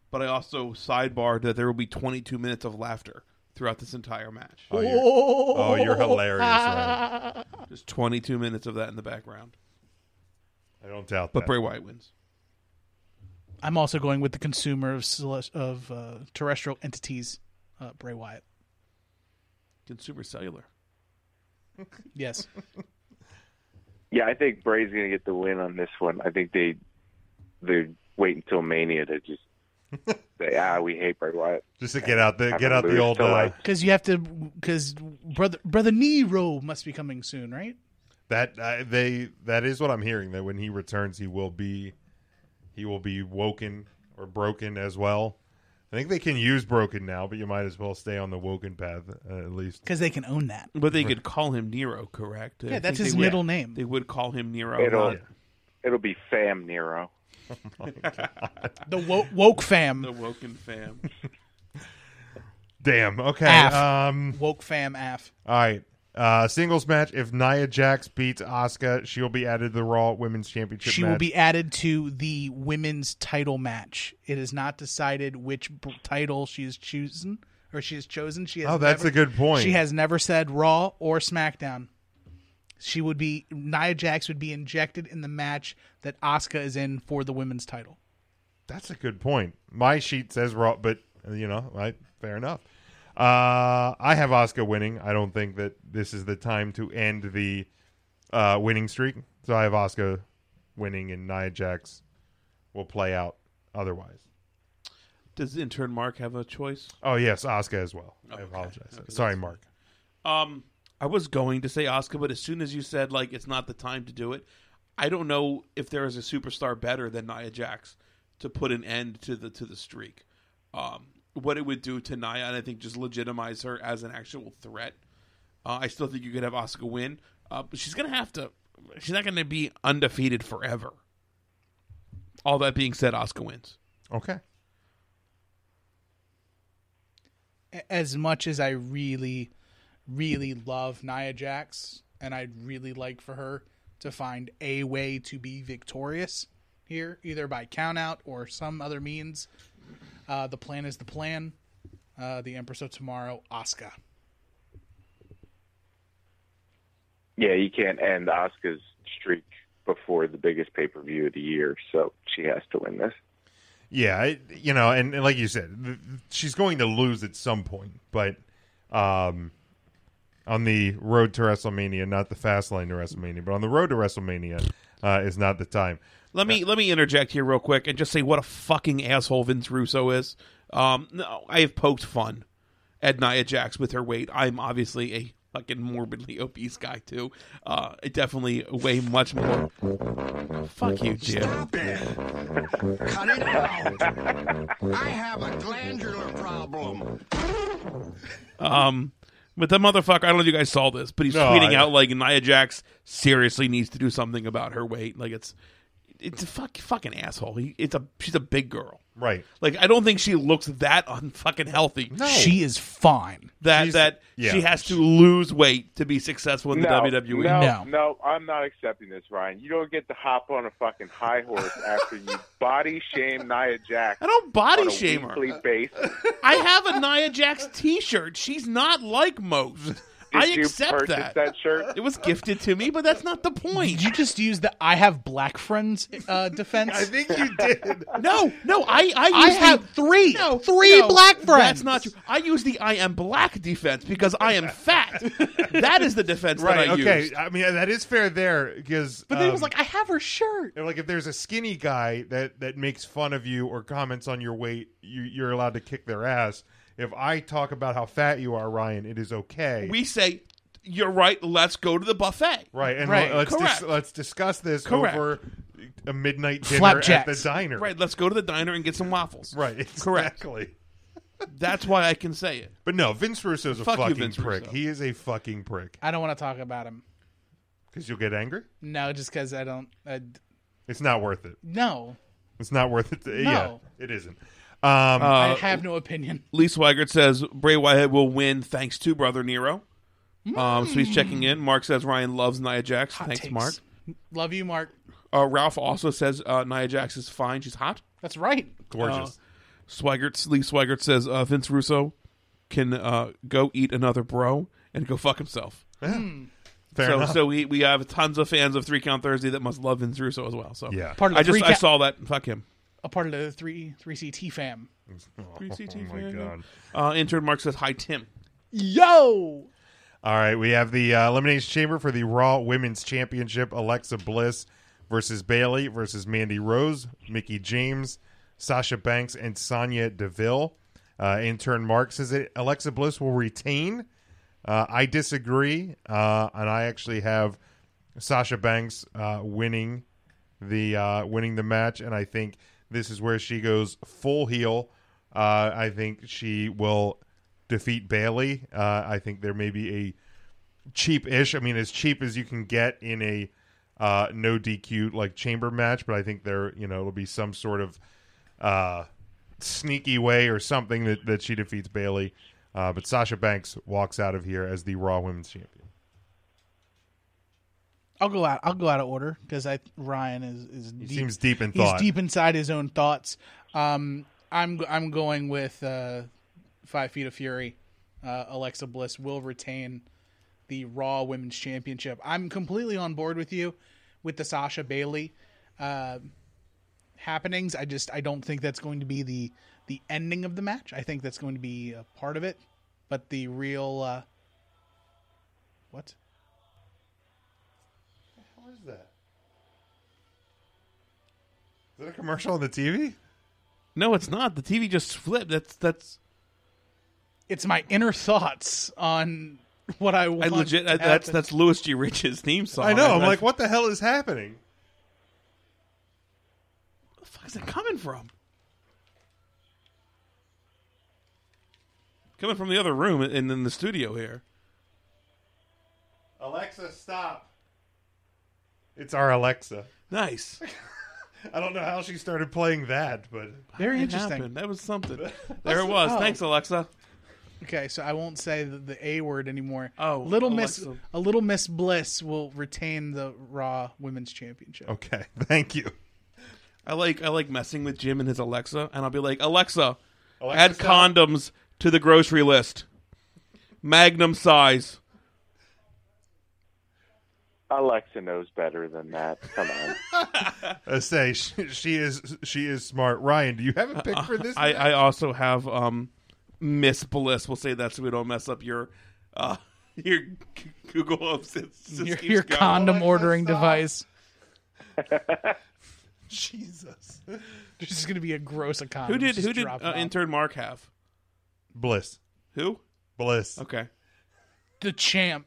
H: but I also sidebar that there will be 22 minutes of laughter throughout this entire match.
F: Oh, you're, oh, you're hilarious! Ryan.
H: Just 22 minutes of that in the background.
F: I don't doubt
H: But
F: that.
H: Bray Wyatt wins.
G: I'm also going with the consumer of celest- of uh, terrestrial entities, uh, Bray Wyatt.
H: Consumer cellular.
G: Yes.
I: Yeah, I think Bray's going to get the win on this one. I think they they wait until Mania to just say, ah, we hate Bray Wyatt.
F: Just to get out the
I: Have
F: get
I: him
F: out the
I: lose
F: old
I: to,
F: uh,
I: like-
G: Because you have to, because brother brother Nero must be coming soon, right?
F: That uh, they that is what I'm hearing that when he returns he will be he will be woken or broken as well. I think they can use broken now, but you might as well stay on the woken path uh, at least.
G: Because they can own that.
H: But they could call him Nero, correct?
G: Yeah, that's his
H: middle
G: middle
H: name.
G: name.
H: They would call him Nero.
I: It'll
H: not
I: it'll be Fam Nero.
G: The woke, woke fam,
H: the Woken fam.
F: Damn. Okay.
G: Af.
F: Um.
G: woke fam af.
F: All right. Uh, singles match. If Nia Jax beats Asuka, she'll be added to the Raw Women's Championship.
G: She
F: match.
G: will be added to the women's title match. It is not decided which b- title she is choosing or she is chosen. She has
F: Oh, that's
G: never-
F: a good point.
G: She has never said Raw or SmackDown. She would be Nia Jax would be injected in the match that Asuka is in for the women's title.
F: That's a good point. My sheet says Raw, but uh, you know, right? Fair enough. Uh, I have Oscar winning. I don't think that this is the time to end the uh, winning streak. So I have Oscar winning, and Nia Jax will play out otherwise.
H: Does intern Mark have a choice?
F: Oh yes, Oscar as well. I apologize. Sorry, Mark.
H: Um, I was going to say Oscar, but as soon as you said like it's not the time to do it, I don't know if there is a superstar better than Nia Jax to put an end to the to the streak. Um, what it would do to Nia, and I think just legitimize her as an actual threat. Uh, I still think you could have Oscar win, uh, but she's gonna have to. She's not gonna be undefeated forever. All that being said, Oscar wins.
F: Okay.
G: A- As much as I really, really love Nia Jax, and I'd really like for her to find a way to be victorious here, either by countout or some other means. Uh, the plan is the plan. Uh, the Empress of Tomorrow, Asuka.
I: Yeah, you can't end Oscar's streak before the biggest pay per view of the year, so she has to win this.
F: Yeah, I, you know, and, and like you said, th- she's going to lose at some point, but um, on the road to WrestleMania, not the fast lane to WrestleMania, but on the road to WrestleMania uh, is not the time.
H: Let me let me interject here real quick and just say what a fucking asshole Vince Russo is. Um, no, I have poked fun at Nia Jax with her weight. I'm obviously a fucking morbidly obese guy too. Uh, I definitely weigh much more. Fuck you, Jim.
A: Cut it out. I have a glandular problem.
H: Um, but that motherfucker. I don't know if you guys saw this, but he's
F: No,
H: tweeting
F: I-
H: out like Nia Jax seriously needs to do something about her weight. Like it's it's a fuck, fucking asshole. He, it's a she's a big girl.
F: Right.
H: Like I don't think she looks that unfucking healthy.
G: She is fine.
H: that that
F: yeah.
H: she has to lose weight to be successful in the E.
I: no,
H: WWE.
I: No,
G: No.
I: no, I'm not accepting this, Ryan. You don't get to hop on a fucking high horse after you body shame Nia Jax.
H: I don't body
I: on a
H: shame her.
I: weekly basis.
H: I have a Nia Jax T-shirt. She's not like most.
I: Did
H: I
I: you
H: accept
I: purchase
H: that.
I: shirt?
H: It was gifted to me, but that's not the point.
G: Did you just use the "I have black friends" uh, defense?
C: I think you did.
H: No, no, I I,
G: I
H: use the-
G: have three,
H: No,
G: three
H: no,
G: black
H: That's
G: friends.
H: not true. I use the I am black defense because I am fat. that is the defense
F: Right.
H: that I
F: okay.
H: use.
F: I mean, that is fair there because.
G: But then he was like, "I have her shirt."
F: like if there's a skinny guy that that makes fun of you or comments on your weight, you, you're allowed to kick their ass. If I talk about how fat you are, Ryan, it is okay.
H: We say, "You're right. Let's go to the buffet."
F: right. And
G: Right,
F: let's dis-
H: correct.
F: let's discuss this
H: Correct.
F: over a midnight dinner at
G: Flapjacks.
F: the diner.
H: Right. Let's go to the diner and get some waffles.
F: Right.
H: Correct.
F: Exactly.
H: That's why I can say it.
F: But no, Vince Russo's a
H: Fuck you,
F: fucking
H: Vince
F: prick.
H: Russo.
F: He is a fucking prick.
G: I don't want to talk about him.
F: Because you'll get angry.
G: No, just because I don't. I,
F: It's not worth it.
G: no,
F: It's not worth it. To,
G: No.
F: Yeah, it isn't.
C: Uh,
F: Um,
G: I have no opinion.
H: Lee Swaggart says Bray Wyatt will win thanks to Brother Nero. Um, so he's checking in. Mark says Ryan loves Nia Jax. thanks,
G: takes.
H: Mark.
G: Love you, Mark.
H: Uh, Ralph also says uh, Nia Jax is fine. She's hot.
G: That's right.
F: Gorgeous.
H: Uh, Swaggart, Lee Swaggart says uh, Vince Russo can uh, go eat another bro and go fuck himself.
F: Fair
H: so
F: enough.
H: so we, we have tons of fans of Three Count Thursday that must love Vince Russo as well. So
F: yeah.
G: Part of the
H: I just
G: three
H: I
G: ca-
H: saw that. Fuck him.
G: A part of the three three CT fam.
F: oh my god.
H: Uh, intern Mark says hi Tim.
G: Yo,
F: All right, we have the uh, elimination chamber for the Raw Women's Championship: Alexa Bliss versus Bailey versus Mandy Rose, Mickey James, Sasha Banks, and Sonya Deville. Uh, intern Mark says that Alexa Bliss will retain. Uh, I disagree, uh, and I actually have Sasha Banks uh, winning the uh, winning the match, and I think this is where she goes full heel. Uh, I think she will defeat Bailey. Uh, I think there may be a cheap-ish. I mean, as cheap as you can get in a uh, no DQ like chamber match, but I think there, you know, it'll be some sort of uh, sneaky way or something that that she defeats Bailey. Uh, but Sasha Banks walks out of here as the Raw Women's Champion.
G: I'll go out. I'll go out of order because I Ryan is is deep,
F: seems deep in
G: he's
F: thought.
G: deep inside his own thoughts. Um, I'm I'm going with uh, Five Feet of Fury. Uh, Alexa Bliss will retain the Raw Women's Championship. I'm completely on board with you with the Sasha Bailey uh, happenings. I just I don't think that's going to be the the ending of the match. I think that's going to be a part of it, but the real uh, what
F: What is that? Is that a commercial on the TV?
H: No, it's not. The TV just flipped. That's that's
G: it's my inner thoughts on what I
H: I
G: want.
H: legit. I,
G: to
H: that's
G: happen.
H: that's Louis G. Rich's theme song.
F: I know. I'm like, what the hell is happening?
H: the fuck is it coming from? Coming from the other room and in the studio here.
F: Alexa, stop. It's our Alexa.
H: Nice.
F: I don't know how she started playing that, but
G: very
H: It
G: interesting.
H: happened. That was something. There it
F: Oh.
H: was. Thanks, Alexa.
G: Okay, so I won't say the, the A word anymore.
H: Oh,
G: little Miss,
H: Alexa.
G: a little Miss Bliss will retain the Raw Women's Championship.
H: Oh,
F: okay. Thank you.
H: I like I like messing with Jim and his Alexa, and I'll be like, Alexa,
F: Alexa,
H: add
F: stop.
H: condoms to the grocery list. Magnum size.
I: Alexa knows better than that. Come on.
F: I Uh, say she, she is she is smart. Ryan, do you have a pick for this?
H: I,
F: match?
H: I also have um, Miss Bliss. We'll say that so we don't mess up your uh, your g- Google system.
G: Your, your condom ordering device.
F: Jesus.
G: This is going to be a gross economy.
H: Who did who did uh, intern Mark have?
F: Bliss.
H: Who?
F: Bliss.
H: Okay.
G: the champ?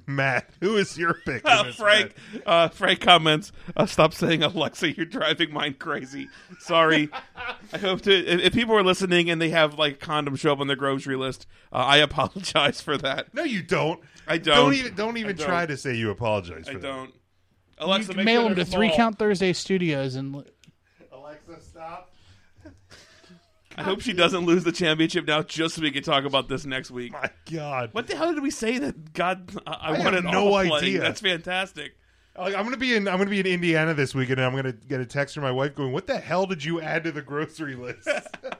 F: Matt, who is your pick? in
H: Uh,
F: this
H: Frank,
F: match?
H: uh, Frank comments. Uh, Stop saying Alexa. You're driving mine crazy. Sorry. I hope to. If, if people are listening and they have like condom show up on their grocery list, uh, I apologize for that.
F: No, you don't.
H: I don't.
F: Don't even don't even
H: I don't.
F: try to say you apologize for
H: I
F: that.
H: don't. Alexa, make
G: you can mail
H: sure
G: them to
H: they're
G: Three
H: small.
G: Count Thursday Studios and
F: Alexa, stop.
H: I hope she doesn't lose the championship now, just so we can talk about this next week.
F: My God.
H: What the hell did we say that God? I, I,
F: have
H: wanted
F: no
H: all playing.
F: idea.
H: That's fantastic.
F: Like, I'm gonna be in. I'm gonna be in Indiana this weekend, and I'm gonna get a text from my wife going, "What the hell did you add to the grocery list?" and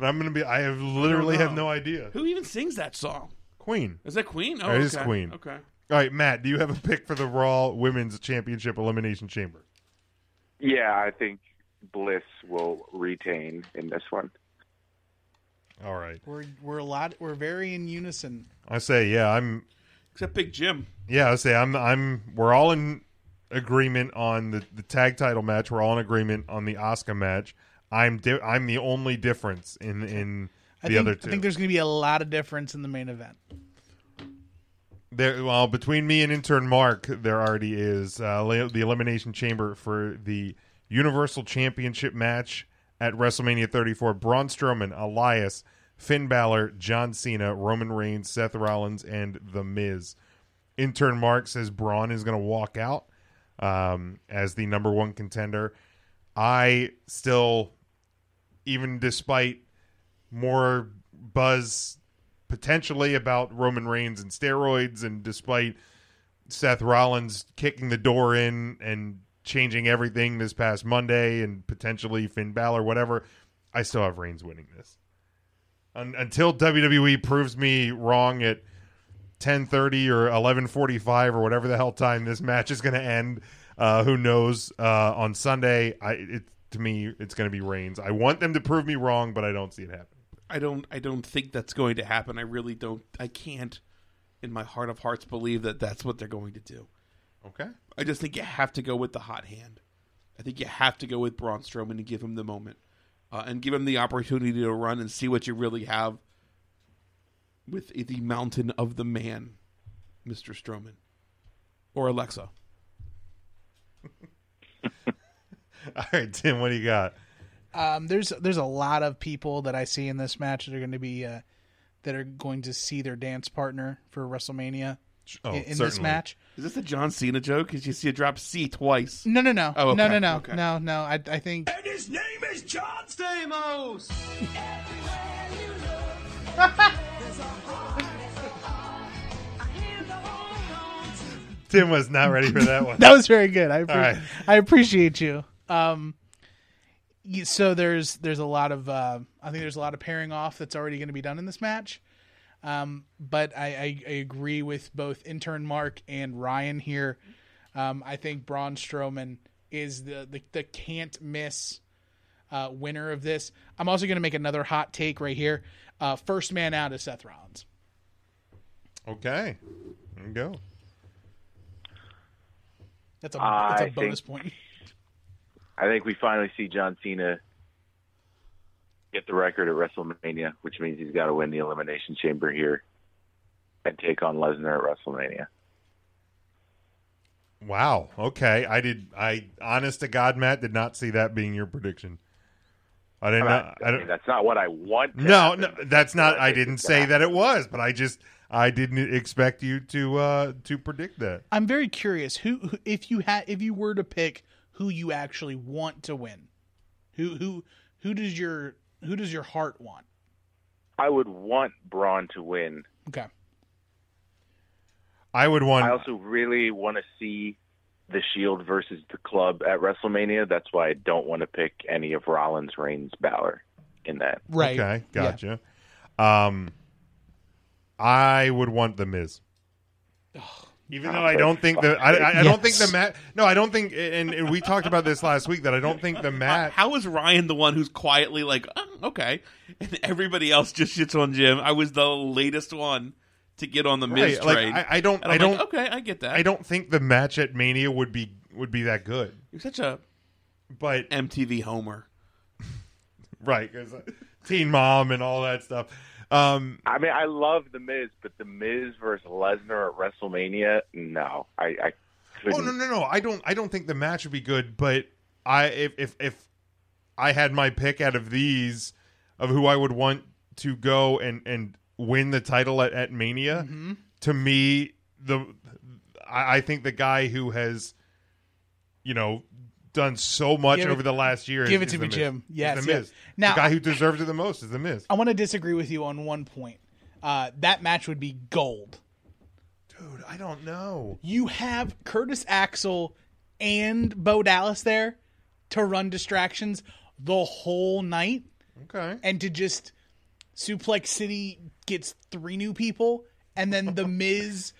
F: I'm gonna be. I have literally have
H: know.
F: no idea.
H: Who even sings that song?
F: Queen.
H: Is that Queen? Oh,
F: It is
H: okay.
F: Queen.
H: Okay.
F: All right, Matt. Do you have a pick for the Raw Women's Championship Elimination Chamber?
I: Yeah, I think Bliss will retain in this one.
F: All right.
G: we're we're a lot we're very in unison.
F: I say, yeah. I'm.
H: Except Big Jim.
F: Yeah. I say, I'm. I'm. We're all in agreement on the, the tag title match. We're all in agreement on the Oscar match. I'm. Di- I'm the only difference in in the
G: I think,
F: other two.
G: I think there's going to be a lot of difference in the main event.
F: There, well, between me and intern Mark, there already is uh, la- the elimination chamber for the Universal Championship match at WrestleMania 34. Braun Strowman, Elias, Finn Balor, John Cena, Roman Reigns, Seth Rollins, and The Miz. Intern Mark says Braun is going to walk out um, as the number one contender. I still, even despite more buzz potentially about Roman Reigns and steroids, and despite Seth Rollins kicking the door in and changing everything this past Monday, and potentially Finn Balor, whatever, I still have Reigns winning this. Un- until WWE proves me wrong at 10:30 or 11:45 or whatever the hell time this match is going to end, uh, who knows? Uh, on Sunday, I it to me it's going to be Reigns. I want them to prove me wrong, but I don't see it happening.
H: I don't. I don't think that's going to happen. I really don't. I can't, in my heart of hearts, believe that that's what they're going to do.
F: Okay.
H: I just think you have to go with the hot hand. I think you have to go with Braun Strowman and give him the moment, uh, and give him the opportunity to run and see what you really have with the mountain of the man, Mister Strowman, or Alexa.
F: All right, Tim, what do you got?
G: Um, there's there's a lot of people that I see in this match that are going to be uh, that are going to see their dance partner for WrestleMania
F: Oh,
G: i- in, this
F: certainly.
G: match.
H: Is this a John Cena joke? Because you see a drop C twice.
G: No, no, no,
H: Oh, okay,
G: no, no, no,
H: okay.
G: no, no. I I think
F: Tim was not ready for that one.
G: that was very good. I appre-
F: right.
G: I appreciate you. Um, you- so there's there's a lot of uh, I think there's a lot of pairing off that's already going to be done in this match. Um, but I, I, I agree with both intern Mark and Ryan here. Um, I think Braun Strowman is the the, the can't miss uh, winner of this. I'm also going to make another hot take right here. Uh, first man out is Seth Rollins.
F: Okay, there you go.
G: That's a, that's a
I: I think-
G: bonus point.
I: I think we finally see John Cena get the record at WrestleMania, which means he's got to win the Elimination Chamber here and take on Lesnar at WrestleMania.
F: Wow. Okay, I did. I honest to God, Matt did not see that being your prediction. I didn't. know- I
I: I mean,
F: don't.
I: that's not what I want. to
F: No,
I: happen,
F: no,
I: but
F: that's not.
I: what
F: I
I: think
F: didn't
I: is
F: say
I: gonna
F: that it was, but I just. I didn't expect you to uh to predict that.
G: I'm very curious who, who if you had if you were to pick who you actually want to win. Who who who does your who does your heart want?
I: happen. I would want Braun to win.
G: Okay.
F: I would want.
I: I also really want to see the Shield versus the Club at WrestleMania. That's why I don't want to pick any of Rollins, Reigns, Balor in that.
G: Right.
F: Okay,
G: Yeah.
F: gotcha. Um, I would want the Miz. Even though I don't think the I, I, I don't think the
G: Yes.
F: Matt no I don't think and, and we talked about this last week that I don't think the Matt
H: How is Ryan the one who's quietly like, "Um, okay, and everybody else just shits on Jim? I was the latest one to get on the Miz
F: Right, like,
H: train.
F: I- I don't-
H: And I'm
F: I
H: like,
F: don't-
H: okay, I get that.
F: I don't think the match at Mania would be would be that good.
H: You're such a
F: But
H: MTV Homer.
F: right, 'cause, uh, Teen Mom and all that stuff. Um,
I: I mean, I love The Miz, but The Miz versus Lesnar at WrestleMania, no. I, I couldn't.
F: oh no, no, no! I don't. I don't think the match would be good. But I if if if I had my pick out of these of who I would want to go and and win the title at, at
G: Mm-hmm.
F: Mania, to me the I, I think the guy who has you know, done so much
G: Give it-
F: over the last year.
G: give it
F: is
G: to
F: The
G: me,
F: Miz.
G: Jim.
F: Is
G: Yes,
F: the
G: yes.
F: Miz.
G: Now-
F: the guy who deserves it the most is the Miz.
G: I want to disagree with you on one point. Uh, that match would be gold.
F: Dude, I don't know.
G: You have Curtis Axel and Bo Dallas there to run distractions the whole night.
F: Okay,
G: and to just suplex city gets three new people and then the miz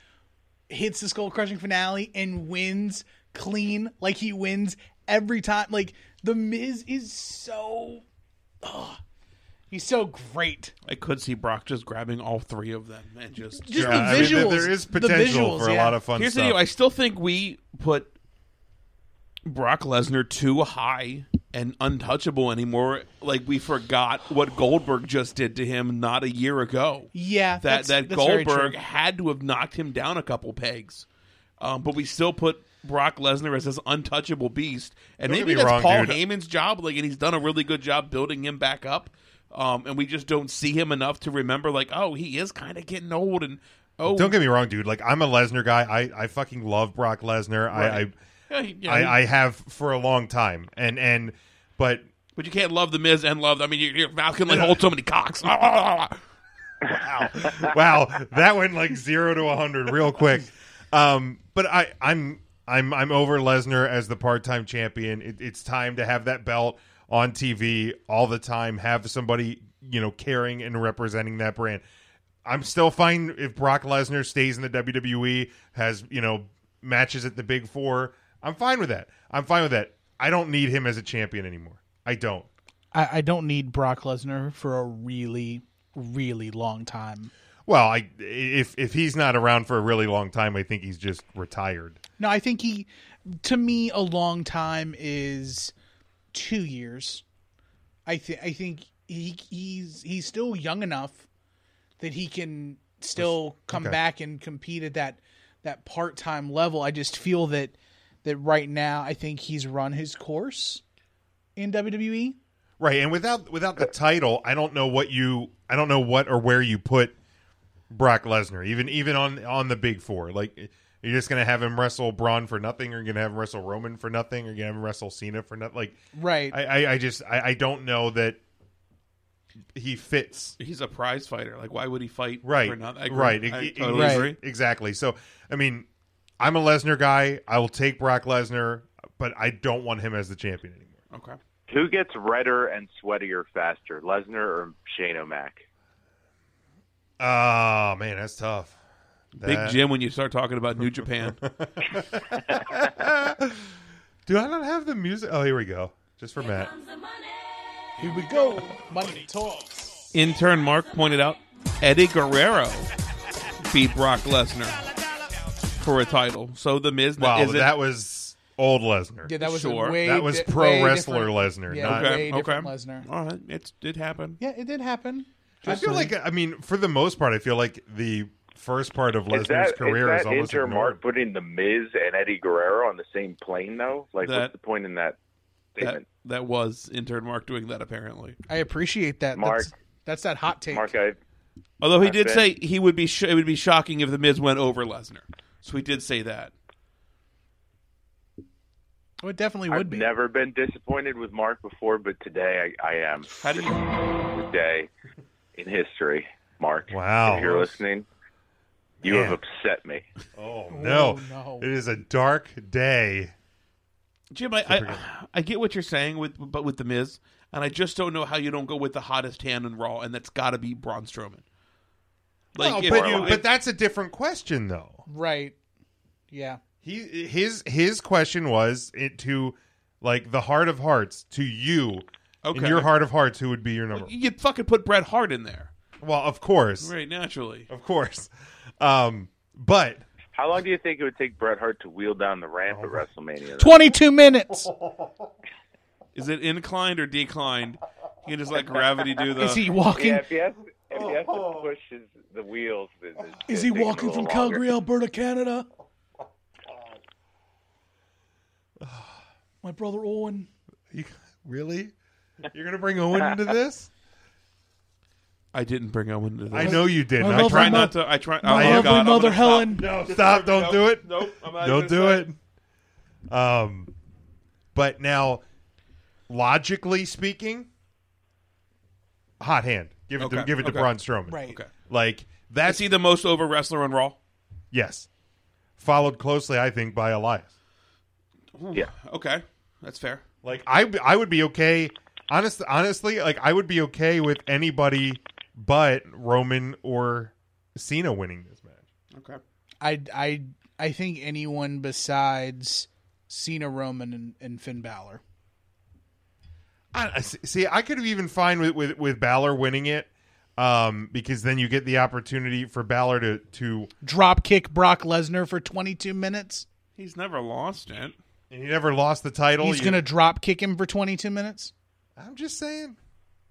G: hits the skull crushing finale and wins clean like he wins every time like the miz is so ugh. he's so great
H: I could see Brock just grabbing all three of them and just.
G: just
F: Yeah, I
G: the
F: mean,
G: visuals
F: there- there is
G: the
F: potential
G: visuals,
F: for a
G: yeah.
F: lot of fun
H: Here's the
F: stuff.
H: deal. I still think we put Brock Lesnar too high and untouchable anymore. Like we forgot what Goldberg just did to him not a year ago.
G: yeah
H: that
G: that's,
H: that
G: that's very true.
H: Goldberg had to have knocked him down a couple pegs. Um, but we still put Brock Lesnar as this untouchable beast, and
F: Don't get
H: maybe
F: me
H: that's
F: wrong,
H: Paul
F: dude.
H: Heyman's job. Like, and he's done a really good job building him back up. Um, and we just don't see him enough to remember, like, oh, he is kind of getting old, and oh,
F: don't get me wrong, dude. Like I'm a Lesnar guy. I I fucking love Brock Lesnar.
H: Right.
F: I I,
H: Yeah, yeah,
F: I I have for a long time, and and but
H: but you can't love the Miz and love. I mean, your, your mouth can only hold so many cocks. Brock
F: wow, that went like zero to hundred real quick. Um, but I, I'm I'm I'm over Lesnar as the part time champion. It, it's time to have that belt on TV all the time. Have somebody you know caring and representing that brand. I'm still fine if Brock Lesnar stays in the WWE, has you know matches at the Big Four. I'm fine with that. I'm fine with that. I don't need him as a champion anymore. I don't.
G: I, I don't need brock lesnar for a really really long time
F: Well, I if if he's not around for a really long time, I think he's just retired.
G: No, I think he, to me, a long time is two years. I think I think he he's he's still young enough that he can still come
F: okay.
G: back and compete at that that part time level. I just feel that that right now, I think he's run his course in E. WWE.
F: Right, and without without the title, I don't know what you I don't know what or where you put Brock Lesnar, even even on on the big four. Like you're just gonna have him wrestle Braun for nothing, or you're gonna have him wrestle Roman for nothing, or you're gonna have him wrestle Cena for nothing. Like
G: Right.
F: I, I, I just I, I don't know that he fits
H: he's a prize fighter. Like, why would he fight
F: right
H: for nothing? I agree.
F: right
H: I
F: E-
H: totally
G: Right.
H: agree.
F: exactly so i mean i'm a lesnar guy i will take brock lesnar but i don't want him as the champion anymore
H: Okay.
I: Who gets redder and sweatier faster, Lesnar or Shane O'Mac?
F: oh man that's tough
H: Big
F: That-
H: Jim, when you start talking about New Japan,
F: dude i don't have the music oh here we go just for matt
G: Here we go. Money talks.
H: intern Mark pointed out Eddie Guerrero beat Brock Lesnar for a title. So the Miz
F: wow
H: is
F: that was old lesnar
G: Yeah, that was
H: Sure.
G: a way
F: That was
G: di-
F: pro
G: way
F: wrestler
G: different-
F: Lesnar,
G: Yeah,
F: not-
G: way
H: okay. Okay.
G: different Lesnar.
H: All right, it's it happened.
G: Yeah, it did happen.
F: i feel like i mean for the most part i feel like the first part of lesnar's
I: Is that,
F: career
I: is
F: is,
I: that
F: almost
I: Inter
F: ignored
I: Mark putting the Miz and Eddie Guerrero on the same plane though? Like,
H: That-
I: what's the point in that
H: That
I: statement?
H: that was intern Mark doing that apparently.
G: I appreciate that.
I: Mark.
G: That's, that's that hot take.
I: Mark, I,
H: Although he
I: I
H: did
I: bet.
H: say he would be sh- it would be shocking if the Miz went over Lesnar. So he did say that.
G: Oh, it definitely would
I: I've
G: be.
I: never been disappointed with Mark before, but today I, I am.
H: How do you
I: The day in history, Mark.
F: Wow.
I: If you're listening, you
F: Man.
I: have upset me.
F: oh no.
G: no.
F: it is a dark day
H: Jim, I, I I get what you're saying with but with the Miz, and I just don't know how you don't go with the hottest hand in Raw, and that's got to be Braun Strowman. Like,
F: Well,
H: if
F: but,
H: you-
F: you,
H: if-
F: but that's a different question though
G: Right. Yeah.
F: He his his question was it, to like the heart of hearts to you. In
H: Okay.
F: your heart of hearts, who would be your number?
H: you could fucking put Bret Hart in there,
F: Well, of course,
H: right? Naturally,
F: of course. Um, but
I: How long do you think it would take Bret Hart to wheel down the ramp
F: Oh.
I: at WrestleMania? though?
G: 22 minutes.
H: is it inclined or declined? You can just let gravity do the.
G: Is he walking?
I: Yeah, if he has, if he has to
H: Oh.
I: push his, the wheels, then
F: Oh.
I: it's-
G: is
I: it's
G: he
I: taking a
G: walking
I: little
G: from
I: longer.
G: Calgary, Alberta, Canada? My brother Owen.
F: you, really, you're gonna bring Owen into this?
H: I didn't bring Owen to this.
F: I know you did.
G: I
F: I try
G: love
H: Try
G: him.
F: not.
H: not to. I try. Oh,
G: My
H: my
G: lovely
H: God, I'm
G: mother
H: gonna stop.
G: Helen.
F: No, stop! Don't do it.
H: Nope. I'm not
F: Don't
H: gonna
F: do
H: say
F: it. Um, But now, logically speaking, hot hand. Give it to
H: Okay,
F: give it to
H: okay.
F: Braun Strowman.
G: Right.
H: Okay.
F: Like
H: Is
F: that's
H: he the most over wrestler on Raw?
F: yes. Followed closely, I think, by Elias.
I: Yeah.
H: Okay, that's fair.
F: Like I I would be okay. Honest, honestly, like I would be okay with anybody but Roman or Cena winning this match.
H: Okay.
G: I I I think anyone besides Cena, Roman, and, and Finn Balor.
F: I, I- see, I could have even fine with with with Balor winning it, um, because then you get the opportunity for Balor to to
G: Drop kick Brock Lesnar for 22 minutes.
H: He's never lost it.
F: and he never lost the
I: Oh,
F: title.
G: He's
F: You-
G: gonna drop kick him for 22 minutes.
F: I'm just saying.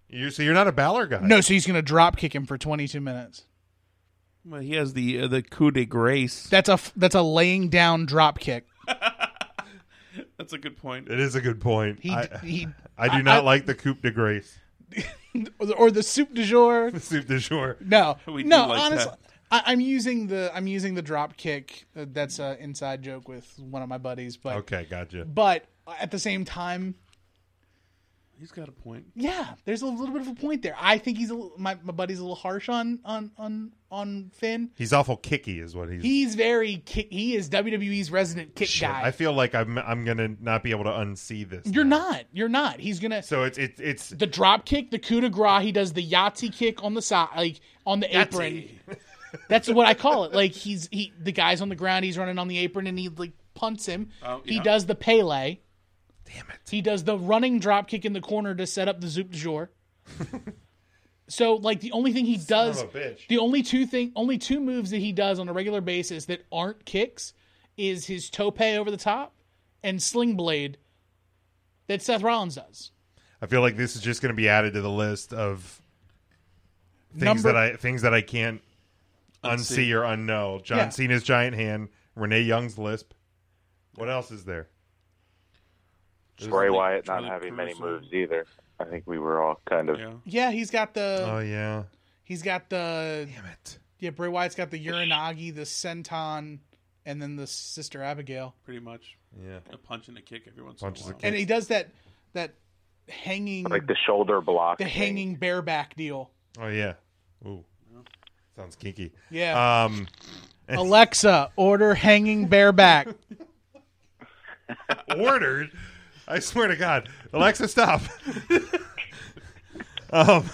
F: You so you're not a Balor guy.
G: No, so he's gonna drop kick him for 22 minutes.
H: Well, he has the uh, the coup de grace.
G: That's a f- that's a laying down drop kick.
H: That's a good point.
F: it is a good point.
G: He
F: I,
G: he
F: I do not like the coupe de grace
G: or the, or the soup du jour.
F: soup de jour.
G: No,
H: We do
G: no.
H: like
G: honestly,
H: that.
G: I, I'm using the I'm using the drop kick. Uh, that's an inside joke with one of my buddies, but
F: Okay, gotcha.
G: but at the same time,
H: He's got a point.
G: yeah, there's a little bit of a point there. I think he's a, little- my my buddy's a little harsh on on on on Finn.
F: He's awful kicky, is what he's.
G: He's very kick. He is WWE's resident kick
F: Shit,
G: guy.
F: I feel like I'm I'm gonna not be able to unsee this.
G: You're
F: now.
G: not. You're not. He's gonna
F: So it's it's it's
G: the drop kick, the coup de grace. He does the Yahtzee kick on the side, like on the apron. That's what I call it. Like he's he the guy's on the ground, he's running on the apron, and he like punts him. He
F: Oh,
H: yeah.
G: does the Pele.
F: damn it.
G: He does the running drop kick in the corner to set up the Zoop du jour. so like the only thing he does,
F: a bitch.
G: the only two thing, only two moves that he does on a regular basis that aren't kicks is his tope over the top and sling blade that Seth Rollins does.
F: I feel like this is just gonna be added to the list of things
G: Number-
F: that I things that I can't unsee or unknow. John
G: Yeah.
F: Cena's giant hand, Renee Young's lisp. What else is there?
I: Bray Wyatt not
H: really
I: having many
H: gruesome.
I: moves either. I think we were all kind of
H: Yeah.
G: Yeah, he's got the
F: Oh yeah,
G: he's got the
F: damn it.
G: yeah Bray Wyatt's got the Uranagi, the Senton, and then the Sister Abigail.
H: Pretty much.
F: Yeah.
H: A punch and a kick every once
F: Punches
H: in a
F: a
H: while.
F: kick.
G: And he does that that hanging
I: like the shoulder block.
G: the
I: thing.
G: hanging bareback deal.
F: Oh yeah. Ooh. Sounds kinky.
G: Yeah.
F: Um
H: Uh,
G: Alexa, order hanging bareback.
F: ordered. I swear to God, Alexa, stop. um,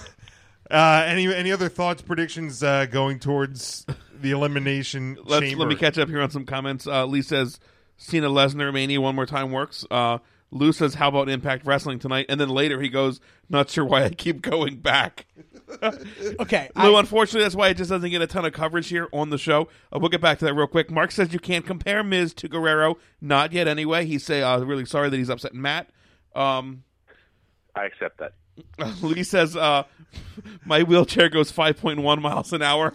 F: uh, any any other thoughts, predictions uh, going towards the elimination
H: Let's,
F: chamber?
H: let me catch up here on some comments. Uh, Lee says Cena Lesnar Mania one more time works. Uh, Lou says how about Impact Wrestling tonight? And then later he goes, not sure why I keep going back.
G: Okay.
H: Lou,
G: I-
H: unfortunately, that's why it just doesn't get a ton of coverage here on the show. Uh, we'll get back to that real quick. Mark says you can't compare Miz to Guerrero. Not yet, anyway. He say, uh, really sorry that he's upsetting Matt. Um,
I: I accept that.
H: Lee says, uh, my wheelchair goes 5.1 miles an hour.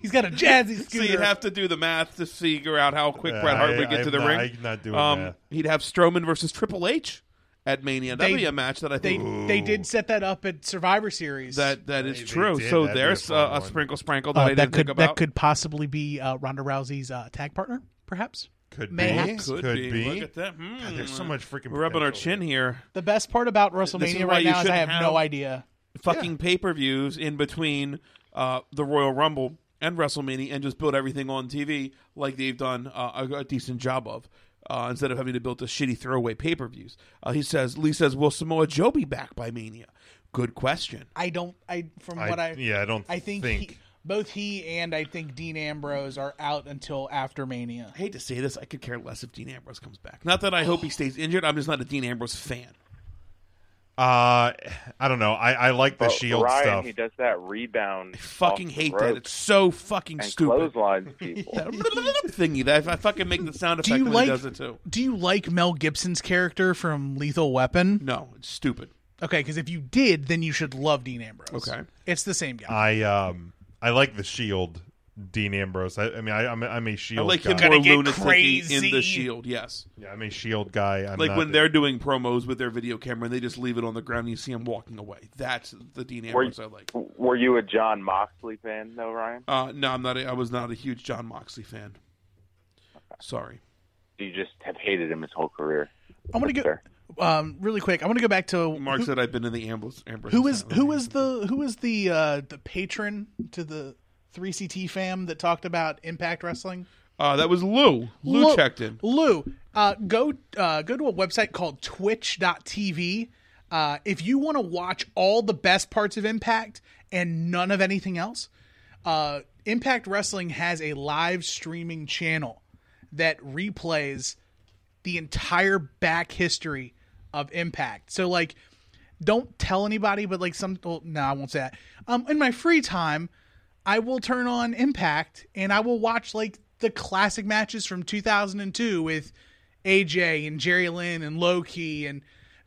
G: he's got a jazzy
H: So
G: scooter.
H: you'd have to do the math to figure out how quick
F: Uh,
H: Bret Hart
F: I-
H: would get
F: I'm
H: to the
F: not-
H: ring. Um,
F: I'm not doing math.
H: He'd have Strowman versus Triple H at Mania. That'd
G: They-
H: be a match that I
G: they
H: think
G: they did set that up at Survivor Series.
H: that that is
F: They- they
H: true.
F: did.
H: so
F: That'd be a
H: there's
F: fun
H: uh, a
F: one.
H: sprinkle sprinkle that
G: Uh,
H: I didn't
G: that could
H: think about.
G: that could possibly be uh, Ronda Rousey's uh, tag partner, perhaps.
F: Could be.
G: Mayhaps.
F: Could, be.
H: Look at that. Hmm.
F: God, there's so much freaking.
H: We're rubbing our
F: potential
H: chin
F: here.
H: here.
G: The best part about
H: This is
G: WrestleMania
H: why
G: right
H: you
G: now is I have,
H: shouldn't
G: no
H: have-
G: idea.
H: Fucking pay per views in between uh, the Royal Rumble and WrestleMania, and just build everything on TV like they've done uh, a, a decent job of. Uh, instead of having to build the shitty throwaway pay per views, uh, he says. Lee says, "Will Samoa Joe be back by Mania?" Good question.
G: I don't. I from what I
F: yeah, I don't.
G: I think, He, both he and I think Dean Ambrose are out until after Mania.
H: I hate to say this, I could care less if Dean Ambrose comes back. Not that I hope he stays injured. I'm just not a Dean Ambrose fan.
F: Uh, I don't know. I, I like the
I: But
F: shield
I: Oh, Ryan,
F: stuff.
I: he does that rebound.
H: Fucking
I: off the
H: hate that.
I: ropes
H: It's so fucking
I: and
H: stupid.
I: clotheslines people.
H: That thingy that if I fucking make the sound
G: Do
H: effect
G: you
H: when
G: like
H: he does it too.
G: Do you like Mel Gibson's character from Lethal Weapon?
H: No, it's stupid.
G: Okay, because if you did, then you should love Dean Ambrose.
H: Okay.
G: it's the same guy.
F: I um, I like the shield. Dean Ambrose. I, I mean, I, I'm, a- I'm a
H: I
F: shield.
H: like him
F: guy.
H: more
G: get
H: lunatic in
G: crazy.
H: the shield, yes.
F: Yeah, I'm a shield guy. I'm
H: like
F: not
H: when
F: the-
H: they're doing promos with their video camera and they just leave it on the ground and you see him walking away. That's the Dean
I: Were
H: Ambrose I
I: you,
H: like.
I: were you a John Moxley fan though, Ryan?
H: Uh, no, I'm not a, I was not a huge John Moxley fan. Sorry.
I: You just have hated him his whole career.
G: I'm gonna go.
I: Fair.
G: Um, really quick, I want to go back to
H: Mark
G: who-
H: said I've been in the ambulance. ambulance
G: who is who is the who is the uh, the patron to the 3CT fam that talked about Impact Wrestling?
H: Uh, that was Lou. Lou checked in.
G: Lou, uh, go uh, go to a website called Twitch.tv. Uh, if you want to watch all the best parts of Impact and none of anything else, uh, Impact Wrestling has a live streaming channel that replays the entire back history of Impact. So like don't tell anybody, but like some, well, no, I won't say that. Um, in my free time, I will turn on Impact and I will watch like the classic matches from 2002 with AJ and Jerry Lynn and Loki and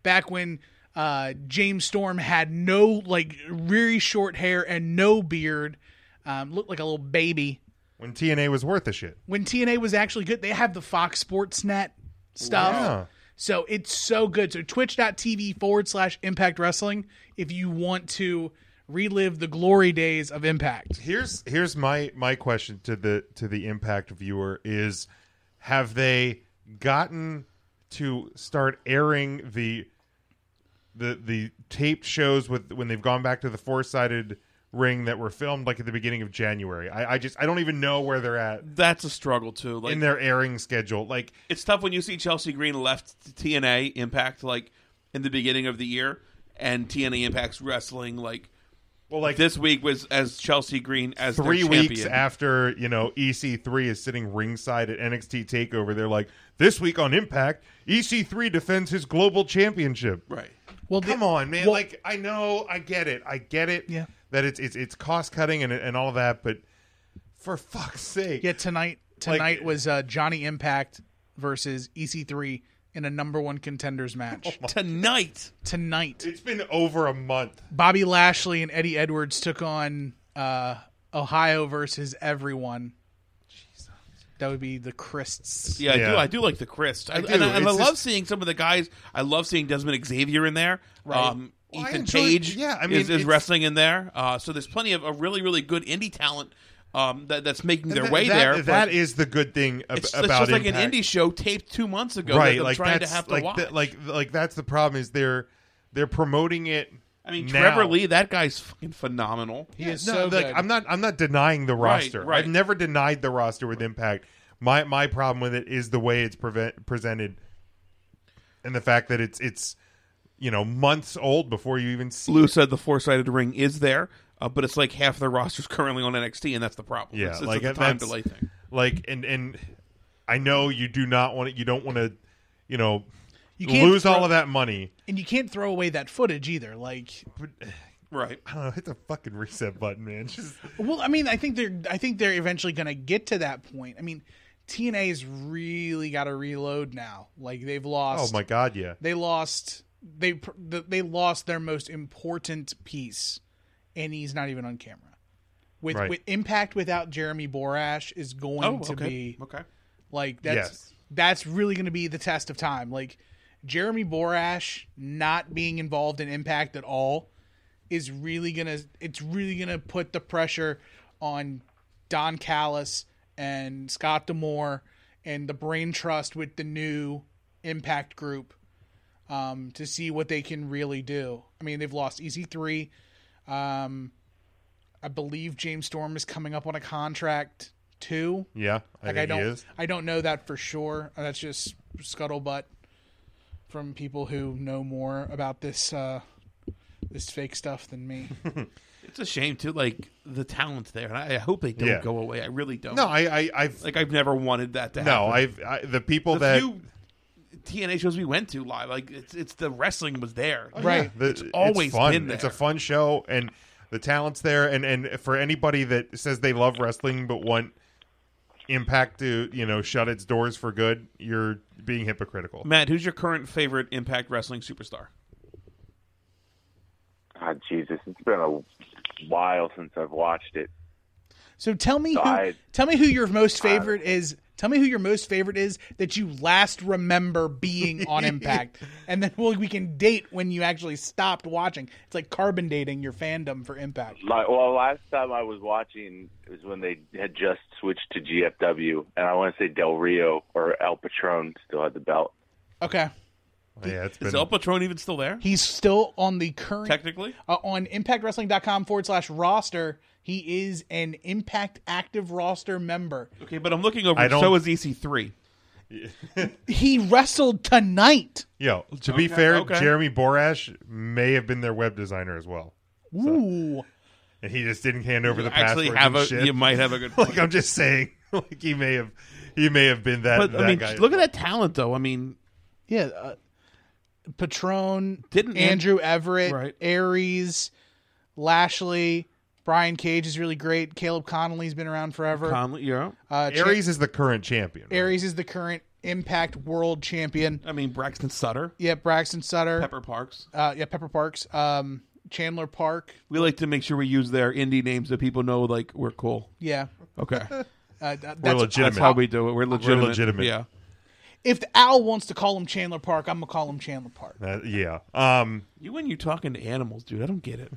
G: back when uh, James Storm had no like really short hair and no beard, um, looked like a little baby.
F: when TNA was worth a shit.
G: When TNA was actually good, they have the Fox Sports Net stuff.
F: Yeah.
G: So it's so good. So twitch.tv forward slash impact wrestling if you want to relive the glory days of impact.
F: Here's here's my my question to the to the impact viewer is have they gotten to start airing the the the taped shows with when they've gone back to the four sided ring that were filmed like at the beginning of January. I, I just I don't even know where they're at
H: That's a struggle too. Like
F: in their airing schedule. Like
H: it's tough when you see Chelsea Green left TNA Impact like in the beginning of the year, and TNA Impact's wrestling like
F: well like
H: this week was as Chelsea Green as their
F: three weeks
H: champion.
F: after you know EC3 is sitting ringside at NXT Takeover, they're like, "This week on Impact, EC3 defends his global championship."
H: right?
G: Well, the-
F: Come on, man!
G: well-
F: like I know, I get it, I get it.
G: Yeah.
F: that it's it's it's cost cutting and and all of that, but for fuck's sake,
G: Yeah, tonight tonight was uh, Johnny Impact versus EC3 in a number one contenders match.
H: Tonight,
G: Tonight,
F: it's been over a month.
G: Bobby Lashley and Eddie Edwards took on uh, Ohio versus everyone. That would be the Christs.
H: yeah, I
F: Yeah.
H: do. I do like the Christ. I,
F: do.
H: And, I, and I
F: It's
H: love
F: just-
H: seeing some of the guys. I love seeing Desmond Xavier in there. Um,
F: I
H: Ethan
F: enjoy-
H: Page,
F: yeah, I mean,
H: is, is
F: it's-
H: wrestling in there. Uh, so there's plenty of a really, really good indie talent um, that, that's making their
F: That-
H: way
F: that-
H: there.
F: That
H: but
F: is the good thing ab-
H: it's, it's
F: about
H: just like an
F: Impact.
H: indie show taped two months ago.
F: right?
H: that I'm
F: like
H: trying to
F: that's-
H: have to
F: like
H: watch.
F: the- like like that's the problem is they're they're promoting it.
H: I mean,
F: now.
H: Trevor Lee, that guy's fucking phenomenal.
G: He is
F: no,
G: so
F: like
G: good.
F: I'm not I'm not denying the
H: Right,
F: roster.
H: right.
F: I've never denied the roster with Impact. My my problem with it is the way it's prevent, presented, and the fact that it's it's you know months old before you even see.
H: Lou said the four sided ring is there, uh, but it's like half the roster's currently on NXT, and that's the problem.
F: Yeah,
H: it's, it's
F: like
H: a
F: that-
H: time
F: that's-
H: delay thing.
F: Like and and I know you do not want it. You don't want to you know
G: You can't
F: lose all
G: throw-
F: of that money.
G: and you can't throw away that footage either. Like,
H: Right.
F: I don't know. Hit the fucking reset button, man. Just
G: Well, I mean, I think they're I think they're eventually going to get to that point. I mean, TNA's really got to reload now. Like they've
F: oh
G: lost.
F: my god, yeah.
G: They lost. They pr- the- they lost their most important piece, and he's not even on camera. With
F: Right.
G: with impact without Jeremy Borash is going
H: Oh,
G: to
H: okay.
G: be
H: okay.
G: like that's
F: Yes.
G: that's really going to be the test of time. Like Jeremy Borash not being involved in Impact at all is really going to it's really going to put the pressure on Don Callis and Scott Demore and the brain trust with the new Impact group um, to see what they can really do. I mean, they've lost EC3. Um, I believe James Storm is coming up on a contract too.
F: Yeah, I
G: Like
F: think
G: I don't,
F: he is.
G: I don't know that for sure. Uh, That's just scuttlebutt from people who know more about this uh, this fake stuff than me.
H: It's a shame too. Like the talent there, and I, I hope they don't
F: Yeah.
H: go away. I really don't.
F: No, I, I I've
H: like I've never wanted that to happen.
F: no, I've I, the people
H: the
F: that
H: few TNA shows we went to live, like it's it's the wrestling was there.
G: right.
F: The-
H: It's always
F: fun.
H: been there.
F: It's a fun show, and the talent's there. And and for anybody that says they love wrestling but want Impact to you know shut its doors for good, you're being hypocritical.
H: Matt, who's your current favorite Impact Wrestling superstar?
I: Ah, Jesus, it's been a while since I've watched it.
G: So tell me who
I: I-
G: tell me who your most favorite is. Tell me who your most favorite is that you last remember being on Impact, and then we'll, we can date when you actually stopped watching. It's like carbon dating your fandom for Impact.
I: Like, well, last time I was watching was when they had just switched to GFW, and I want to say Del Rio or El Patron still had the belt.
G: Okay,
F: yeah, it's
H: Is
F: been
H: El Patron even still there?
G: He's still on the current
H: Technically,
G: uh, on impactwrestling.com forward slash roster. He is an Impact active roster member.
H: okay, but I'm looking over.
F: I don't-
H: So is E EC3.
G: He wrestled tonight.
F: yo. To be
H: Okay,
F: fair,
H: okay.
F: Jeremy Borash may have been their web designer as well,
G: Ooh.
F: and he just didn't hand over the
H: Actually,
F: passwords
H: have
F: and
H: a
F: shit.
H: you might have a good.
F: like I'm just saying, like he may have, he may have been that.
H: but
F: that
H: I mean,
F: guy.
H: look at that talent, though. I mean,
G: Yeah. Uh, Patron,
H: Didn't An-
G: Andrew Everett,
H: Right.
G: Aries, Lashley, Brian Cage is really great. Caleb Connolly's been around forever.
H: Conley, you know,
G: uh, Cha-
F: Aries is the current champion. right?
G: Aries is the current Impact World Champion.
H: I mean Braxton Sutter,
G: Yeah, Braxton Sutter.
H: Pepper Parks.
G: Uh, yeah, Pepper Parks. Um, Chandler Park.
H: We like to make sure we use their indie names so people know like we're cool.
G: Yeah,
H: Okay,
G: uh, th-
F: We're
G: that's
F: legitimate.
H: that's how we do it. We're legitimate.
F: legitimate.
H: Yeah.
G: if the owl wants to call him Chandler Park, I'm gonna call him Chandler Park.
F: Uh, yeah. Um.
H: You and you talking to animals, dude. I don't get it.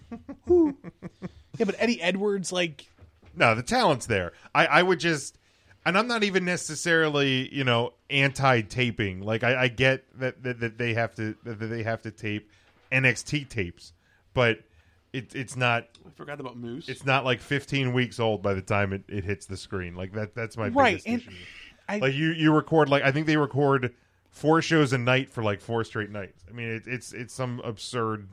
G: Yeah, but Eddie Edwards, like,
F: No, the talent's there. I, I would just, and I'm not even necessarily, you know, anti-taping. Like I, I get that, that that they have to that they have to tape NXT tapes, but it, it's not
H: I forgot about Moose.
F: it's not like 15 weeks old by the time it, it hits the screen. Like that that's my
G: Right,
F: biggest
G: and
F: issue.
G: I-
F: like you you record like I think they record four shows a night for like four straight nights. I mean, it, it's it's some absurd.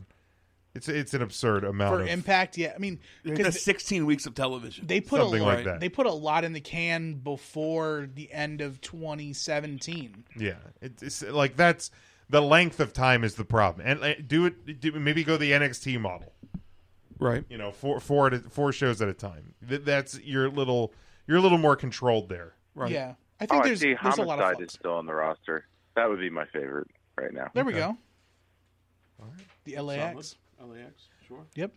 F: It's it's an absurd amount
G: for
F: of
G: Impact, yeah. I mean,
H: That's
G: because
H: 16 weeks of television.
G: they put a lot,
F: something like that.
G: they put a lot in the can before the end of 2017.
F: Yeah, It- it's like that's the length of time is the problem, and like, do it. Do, maybe go the NXT model.
H: right.
F: You know, four four at a, four shows at a time. Th- that's your little you're a little more controlled there.
H: Right.
G: Yeah,
I: Oh,
G: I think
I: I
G: there's
I: see.
G: there's a lot of
I: Homicide is
G: flux.
I: still on the roster. That would be my favorite right now.
G: There we go. The LAX.
H: LAX. Sure.
G: Yep.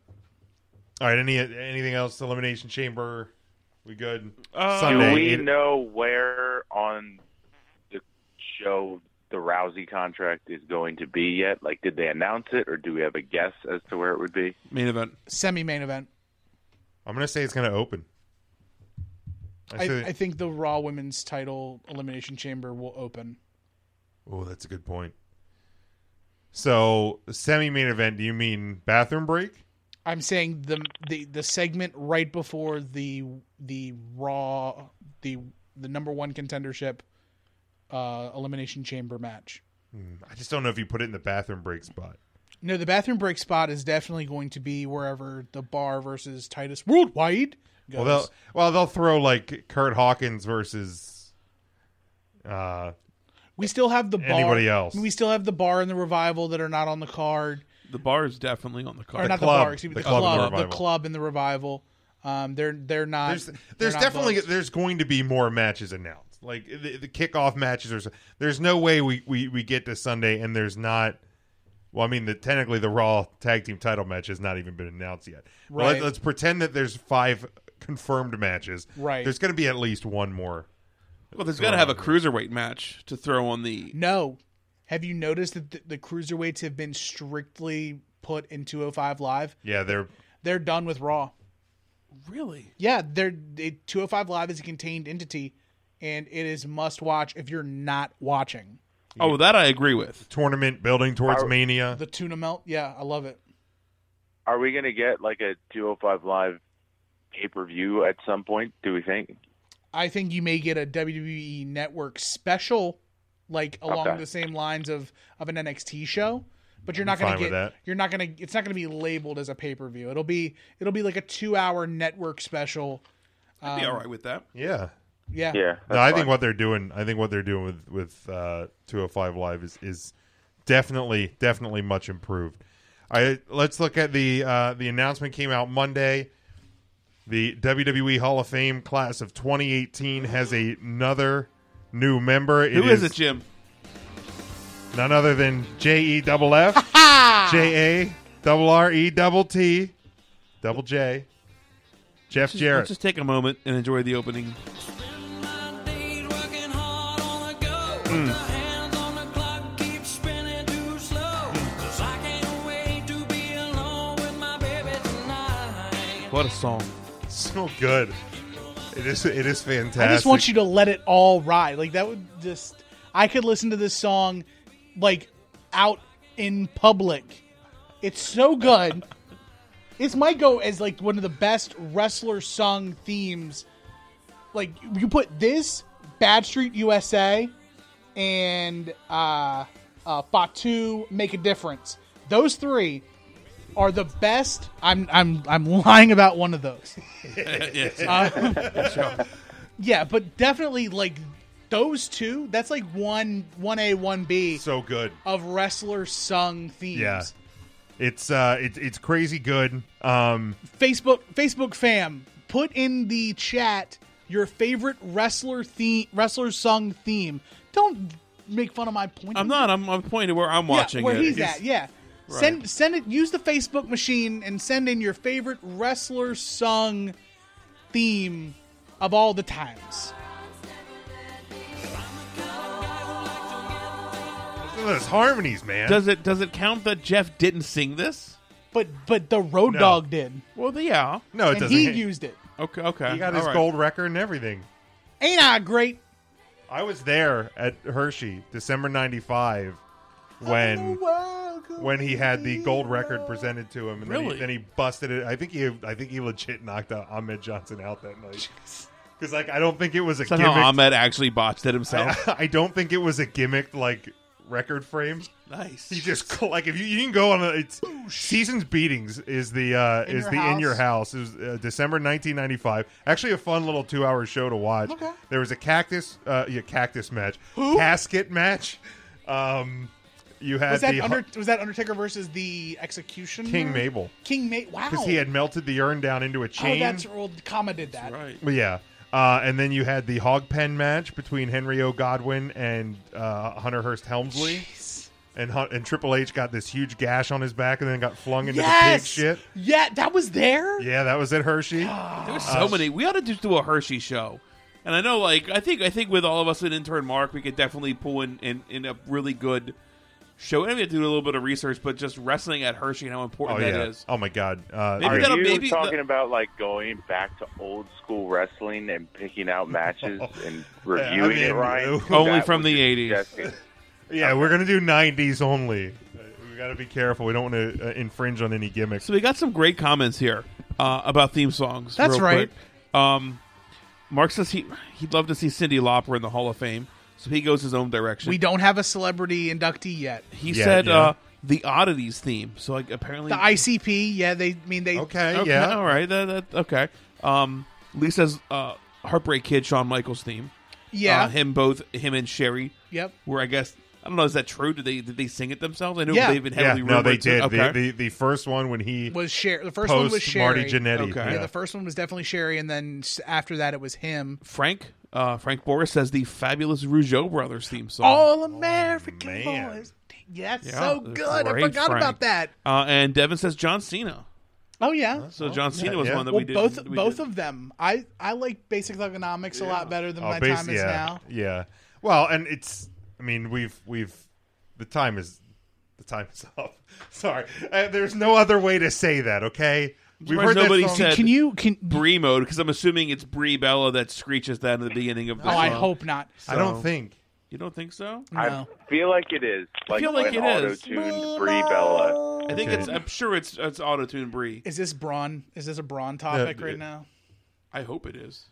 F: All right, any anything else? Elimination Chamber, we good?
H: Uh,
I: Do
F: Sunday.
I: we
F: eight-
I: know where on the show the Rousey contract is going to be yet? Like, did they announce it, or do we have a guess as to where it would be?
H: Main event.
G: Semi main event.
F: I'm gonna say it's gonna open. I,
G: I,
F: say,
G: I think the Raw Women's Title Elimination Chamber will open.
F: oh, that's a good point. So semi main event? Do you mean bathroom break?
G: I'm saying the the the segment right before the the Raw the the number one contendership uh, elimination chamber match.
F: I just don't know if you put it in the bathroom break spot.
G: No, the bathroom break spot is definitely going to be wherever the bar versus Titus Worldwide goes.
F: Well, they'll, well, they'll throw like Kurt Hawkins versus. Uh,
G: we still have the bar.
F: anybody else.
G: We still have the bar and the revival that are not on the card.
H: The bar is definitely on the
G: Or
H: card.
G: not
F: club.
G: the bar, excuse me,
F: The
G: the,
F: club
G: club,
F: and the
G: the,
F: revival.
G: club and the revival. Um, they're they're not.
F: there's
G: they're
F: there's
G: not
F: definitely
G: booked.
F: there's going to be more matches announced. Like the, the kickoff matches or so- there's no way we, we we get to Sunday and there's not. Well, I mean, the technically the Raw tag team title match has not even been announced yet. But
G: Right.
F: Let, let's pretend that there's five confirmed matches.
G: Right.
F: There's going to be at least one more.
H: well, there's got to have a cruiserweight match to throw on the.
G: No. Have you noticed that the, the cruiserweights have been strictly put in 205 Live?
F: Yeah, they're
G: They're done with Raw.
H: Really?
G: Yeah, they're they, 205 Live is a contained entity, and it is must watch if you're not watching
H: Oh, that I agree with.
F: tournament building towards Mania.
G: the tuna melt. Yeah, I love it.
I: Are we going to get like a 205 live pay per view at some point? Do we think?
G: I think you may get a WWE Network special, like along
I: Okay.
G: the same lines of of an NXT show. But you're not
F: I'm
G: going
F: fine
G: to
F: with
G: get
F: that.
G: you're not going to it's not going to be labeled as a pay per view. It'll be it'll be like a two hour network special.
H: I'd be
G: Um,
H: all right with that.
F: yeah.
G: Yeah,
I: Yeah.
F: No, I think what they're doing, I think what they're doing with with uh, 205 Live is is definitely definitely much improved. I let's look at the uh, the announcement came out Monday. The WWE Hall of Fame class of 2018 has a- another new member. It
H: Who is it, Jim?
F: None other than J E double F J A double R E double T double J Jeff
H: Just,
F: Jarrett.
H: Let's just take a moment and enjoy the opening.
F: Hmm.
H: What a song.
F: so good. It is it is fantastic.
G: I just want you to let it all ride. Like that would just I could listen to this song like out in public. It's so good. This might go as like one of the best wrestler sung themes. Like you put this, Bad Street USA, and uh, uh, Fatu make a difference. Those three are the best. I'm I'm I'm lying about one of those. Um, Yeah, but definitely like those two. That's like one one A one B
F: So good.
G: of wrestler sung themes.
F: Yeah. It's uh it's it's crazy good. Um
G: Facebook Facebook fam, put in the chat your favorite wrestler theme wrestler sung theme. Don't make fun of my point.
H: I'm not. I'm, I'm pointing where I'm watching
G: yeah, where
H: it.
G: he's at. Yeah. Send send it. Use the Facebook machine and send in your favorite wrestler sung theme of all the times.
F: look at those harmonies, man.
H: Does it does it count that Jeff didn't sing this?
G: But but the Road
F: No.
G: Dog did,
H: Well, yeah.
F: no, it
G: and
F: doesn't.
G: he
F: He,
G: used it.
H: Okay, okay.
F: got
H: All
F: his
H: right.
F: gold record and everything.
G: Ain't I great?
F: I was there at Hershey, December 95 when when he had the gold record presented to him and then,
H: Really?
F: he, then he busted it. I think he I think he legit knocked out Ahmed Johnson out that night. Cuz like I don't think it was a
H: Somehow
F: gimmick.
H: Ahmed actually botched it himself.
F: I don't think it was a gimmicked like record frame.
H: nice.
F: He just cl- like if you, you can go on a, it's seasons beatings is the uh, is
G: Oh, Your
F: the in your
G: House.
F: house it was uh, December 1995 actually a fun little two hour show to watch
G: Okay.
F: there was a cactus uh, yeah cactus match casket match um you had
G: Was that
F: the
G: under, was that Undertaker versus the Executioner?
F: King Mabel
G: King Mabel. Wow.
F: because he had melted the urn down into a
G: Oh,
F: chain
G: that's well, Kama did that.
H: right.
F: Well, yeah. Uh, and then you had the hog pen match between Henry O. Godwin and uh, Hunter Hurst Helmsley. And, Hun- and Triple H got this huge gash on his back and then got flung into
G: Yes.
F: the pig shit.
G: Yeah, that was there.
F: Yeah, that was at Hershey.
H: There's so many. We ought to just do a Hershey show. And I know, like, I think, I think with all of us in intern Mark, we could definitely pull in in, in a really good show. And we have to do a little bit of research, but just wrestling at Hershey and how
F: oh,
H: important that
F: yeah.
H: is.
F: Oh, my God. Uh,
H: Maybe
F: yeah.
H: we got
I: Are
H: a
I: you
H: baby-
I: talking
H: the-
I: about like going back to old school wrestling and picking out matches and reviewing
F: mean,
I: it, Ryan?
H: Only
I: That
H: from
I: was
H: the
I: your
H: 80s.
I: suggestion.
F: yeah, we're going to do 90s only. Uh, we got to be careful. We don't want to uh, infringe on any gimmicks.
H: So we got some great comments here uh, about theme songs.
G: That's
H: real
G: right.
H: quick. Um, Mark says he he'd love to see Cindy Lauper in the Hall of Fame, so he goes his own direction.
G: We don't have a celebrity inductee yet.
H: he
F: Yeah,
H: said
F: yeah.
H: Uh, the Oddities theme. So like apparently
G: The ICP. Yeah, they I mean they.
F: Okay,
H: Okay,
F: yeah.
H: all right. That, that okay. Um, Lee says uh, Heartbreak Kid, Shawn Michaels theme.
G: Yeah.
H: uh, him both him and Sherry.
G: Yep.
H: Where I guess I don't know. Is that true? Did they did they sing it themselves? I know
G: Yeah.
H: they've been
F: Yeah,
H: heavily
F: no, they
H: rumored to-
F: did.
H: Okay.
F: The, the, the first one when he
G: Was Sher- the first one was
F: post
G: Sherry.
F: Marty Jannetty.
H: Okay.
G: Yeah,
F: Yeah.
G: the first one was definitely Sherry, and then s- after that it was him.
H: Frank uh, Frank Boris says the fabulous Rougeau brothers theme song.
G: All American
F: Oh, man.
G: boys. Yeah, that's
H: Yeah,
G: so
H: that's
G: good. I
H: great,
G: forgot
H: Frank.
G: about that.
H: Uh, and Devin says John Cena.
G: Oh yeah.
H: So John Cena was
F: yeah.
H: one that
G: well,
H: we did.
G: both both of them. I I like basic economics a lot better than
F: Oh,
G: my
F: bas-
G: time
F: yeah,
G: is now.
F: Yeah. Well, and it's. I mean, we've we've the time is the time is up. Sorry, uh, there's no other way to say that. Okay, we've
H: surprised nobody
F: song-
H: said-
G: Can you can?
H: Bree mode because I'm assuming it's Bree Bella that screeches that in the beginning of the
G: Oh, I
H: song.
G: hope not.
F: I don't think.
H: you don't think so.
I: I feel like it is. Like
H: feel like
I: an
H: it is.
I: auto-tuned Brie Bella.
H: I think
F: Okay.
H: it's. I'm sure it's it's auto tune Bree.
G: Is this brawn? Is this a brawn topic
F: Yeah,
G: right
F: it-
G: now?
H: I hope it is.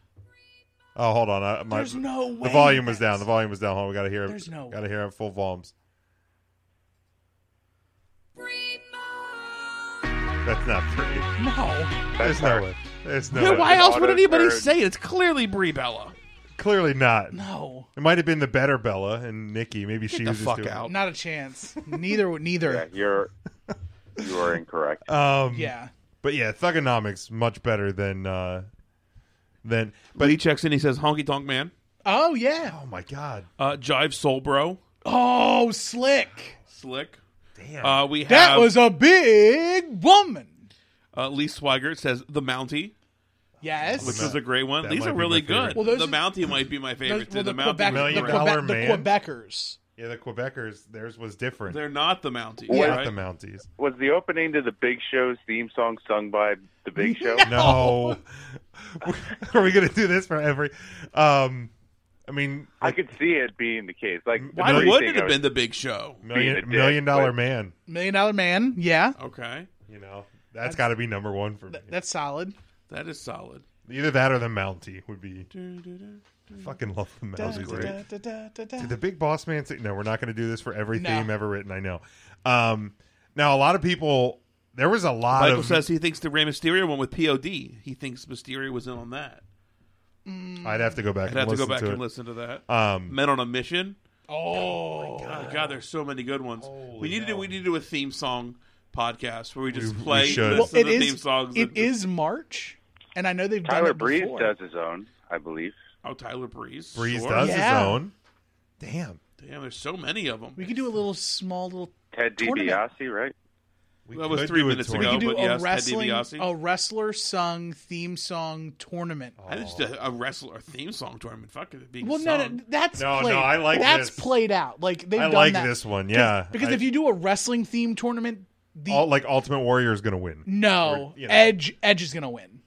F: Oh, hold on. I, my,
G: There's no way
F: The volume was
G: that's-
F: down. The volume was down. Hold on, we gotta hear. it.
G: There's no way.
F: Gotta hear it full volumes. That's not pretty.
G: No.
F: There's no way. There's no.
H: Then
F: way.
H: why
I: an
H: else would anybody
I: auto-tune.
H: say it? It's clearly Brie Bella.
F: Clearly not.
G: No.
F: It might have been the better Bella and Nikki. Maybe she
H: the
F: was just
H: fuck
F: doing-
H: out.
G: Not a chance. Neither.
I: Yeah,
G: Neither.
I: you're you are incorrect.
F: Um,
G: yeah.
F: But yeah, Thugonomics much better than uh than
H: But he checks in. He says Honky Tonk Man,
G: Oh yeah.
F: Oh my god.
H: uh, Jive Soul Bro,
G: Oh, slick.
H: Slick.
F: Damn.
H: Uh, we have
G: That was a big woman.
H: uh, Lee Swigert says the Mountie,
G: Yes.
H: which was a great one.
F: That
H: These
F: might
H: are
F: be
H: really
F: my favorite.
H: good.
G: Well, those
H: the
G: are-
H: Mountie might be my favorite.
G: well,
H: too.
G: the,
H: the Mountie
G: Quebec,
H: was
G: the,
F: Million
H: great.
F: Dollar
G: Quebec, the
F: Man.
G: Quebecers.
F: yeah, the Quebecers theirs was different.
H: They're not the Mounties.
I: Yeah.
F: not
H: right?
F: the Mounties.
I: Was the opening to the Big Show's theme song sung by the Big Show?
F: No. Are we gonna do this for every um I mean,
I: I could see it being the case. Like,
H: Why
I: the
F: Million-
H: would
I: thing
H: it
I: I
H: have
I: was-
H: been the big show?
I: being
F: million
I: a
F: million
I: dick,
F: dollar
I: but-
F: man.
G: Million Dollar Man. Yeah,
H: Okay,
F: You know, that's got to be number one for me.
G: that's solid.
H: that is solid.
F: Either that or the Mountie would be. Fucking love the Mountie.
G: Da, da, da, da, da.
F: Did the big boss man say no we're not going to do this for every
G: No.
F: theme ever written i know um now a lot of people there was a lot
H: Michael
F: of
H: says he thinks the Rey Mysterio one with POD. He thinks Mysterio was in on that.
F: i'd have to go back
H: I'd
F: and
H: have to
F: listen
H: go back
F: to
H: and
F: it.
H: listen to that.
F: um
H: Men on a Mission.
G: Oh,
H: Oh God, there's so many good ones. we need to do we need to do a theme song podcast where we just
F: We- we
H: play
F: should.
H: listen
F: Well,
H: to
G: it
H: the theme
G: is.
H: songs.
G: It
H: and-
G: is March, and I know they've done
I: Tyler
G: it
I: Breeze
G: before.
I: does his own, I believe.
H: oh Tyler Breeze.
F: breeze
H: sure.
F: does
G: Yeah.
F: his own damn
H: Damn, there's so many of them.
G: We could do a little small little.
I: Ted
G: Tournament.
I: DiBiase, right?
F: we
H: that was
F: could
H: three
F: do a
H: minutes
F: tour.
H: ago.
G: We could do
H: but
G: a
H: yes, Ted
G: wrestling,
H: DiBiase.
G: a wrestler sung theme song tournament.
H: I just a, a wrestler a theme song tournament. Fuck it, it'd be
G: Well,
H: sung.
G: no, no, that's
F: No, no,
G: played.
F: I like
G: that's
F: this.
G: played out. Like they've
F: i
G: done
F: like
G: that.
F: this one yeah
G: because
F: I-
G: if you do a wrestling theme tournament, the
F: all, like ultimate warrior is going to win
G: no
F: or, you know.
G: Edge Edge is gonna win.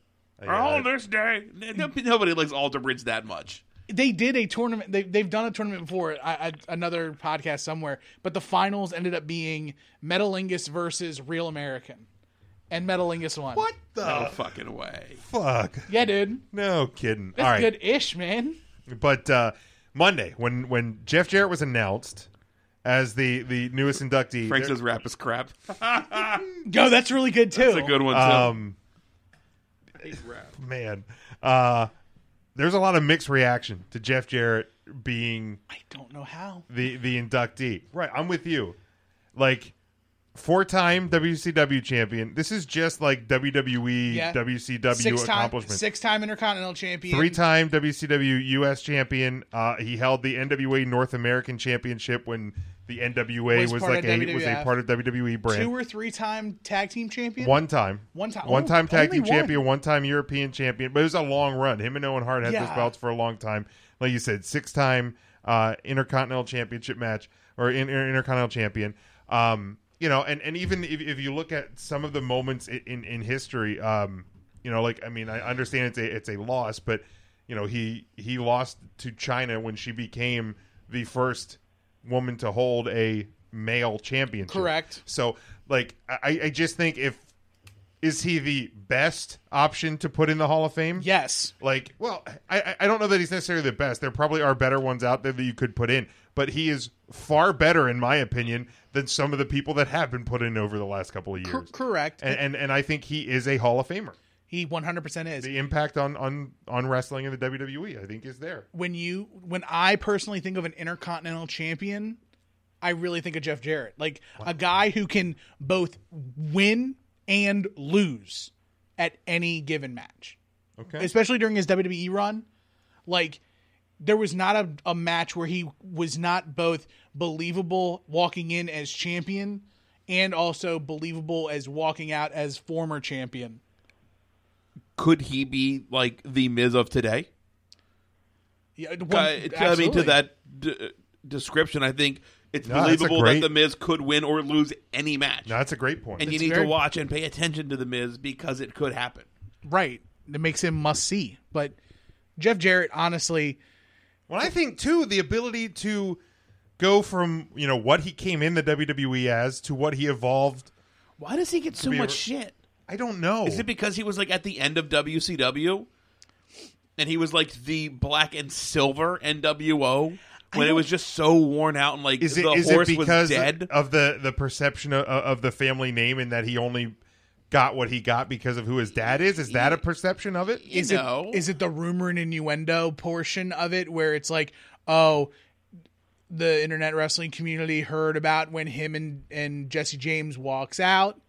H: on this day, N- n- nobody likes Alter Bridge that much.
G: They did a tournament. They they've done a tournament before. I, I, another podcast somewhere, but the finals ended up being Metalingus versus Real American, and Metalingus won.
F: what the
H: No fucking way.
F: Uh, fuck
G: Yeah, dude,
F: no kidding
G: that's
F: all right
G: good ish, man.
F: But uh, Monday, when when Jeff Jarrett was announced as the the newest inductee,
H: Frank
F: there-
H: says rap is crap. That's
G: Yo, that's really good too.
H: a good one too.
F: um, man, uh, there's a lot of mixed reaction to Jeff Jarrett being
G: I don't know how.
F: the the inductee. Right, I'm with you. Like four time WCW champion. This is just like E, WWE
G: Yeah.
F: WCW
G: Six time,
F: accomplishment.
G: six time Intercontinental Champion.
F: Three time WCW US champion. Uh, he held the NWA North American Championship when the NWA was,
G: Was part
F: like
G: of
F: a was a
G: WWF.
F: part of WWE brand.
G: two or three time tag team champion.
F: one time.
G: One time.
F: One
G: Oh,
F: time tag
G: only
F: team
G: one.
F: champion, one time European champion. But it was a long run. Him and Owen Hart had those
G: Yeah.
F: belts for a long time. Like you said, six time uh, Intercontinental Championship match or in, in- Intercontinental Champion. Um, you know, and, and even if, if you look at some of the moments in, in, in history, um, you know, like I mean, I understand it's a it's a loss, but you know, he he lost to China when she became the first woman to hold a male championship.
G: Correct.
F: So, like, I, I just think if is he the best option to put in the Hall of Fame?
G: Yes.
F: Like, well, I- I I don't know that he's necessarily the best. There probably are better ones out there that you could put in, but he is far better, in my opinion, than some of the people that have been put in over the last couple of
G: Cor-
F: years.
G: correct.
F: and, and and I think he is a Hall of Famer.
G: he 100% is.
F: The impact on on on wrestling in the WWE, I think, is there.
G: when you when I personally think of an intercontinental champion, I really think of Jeff Jarrett, like a guy who can both win and lose at any given match,
F: Okay.
G: especially during his WWE run. Like there was not a, a match where he was not both believable walking in as champion and also believable as walking out as former champion.
H: Could he be like the Miz of today?
G: Yeah, one-
H: Uh, I mean, to
G: absolutely.
H: that d- description, I think it's
F: No, that's a
H: believable
F: great-
H: that the Miz could win or lose any match,
F: No, that's a great point.
H: and you
G: It's
H: need
G: very-
H: to watch and pay attention to the Miz because it could happen.
G: Right. That makes him must see. But Jeff Jarrett, honestly,
F: Well, I think too the ability to go from you know what he came in the WWE E as to what he evolved.
H: Why does he get so
F: be a-
H: much shit?
F: I don't know.
H: Is it because he was like at the end of WCW, and he was like the black and silver NWO when it was just so worn out and like
F: is it,
H: the
F: is
H: horse
F: it
H: was
F: because uh,
H: dead?
F: of the the perception of, of the family name and that he only got what he got because of who his dad is? Is that a perception of it?
H: you
G: is
H: know,
F: Oh.
G: it is it the rumor and innuendo portion of it where it's like, oh, the internet wrestling community heard about when him and, and Jesse James walks out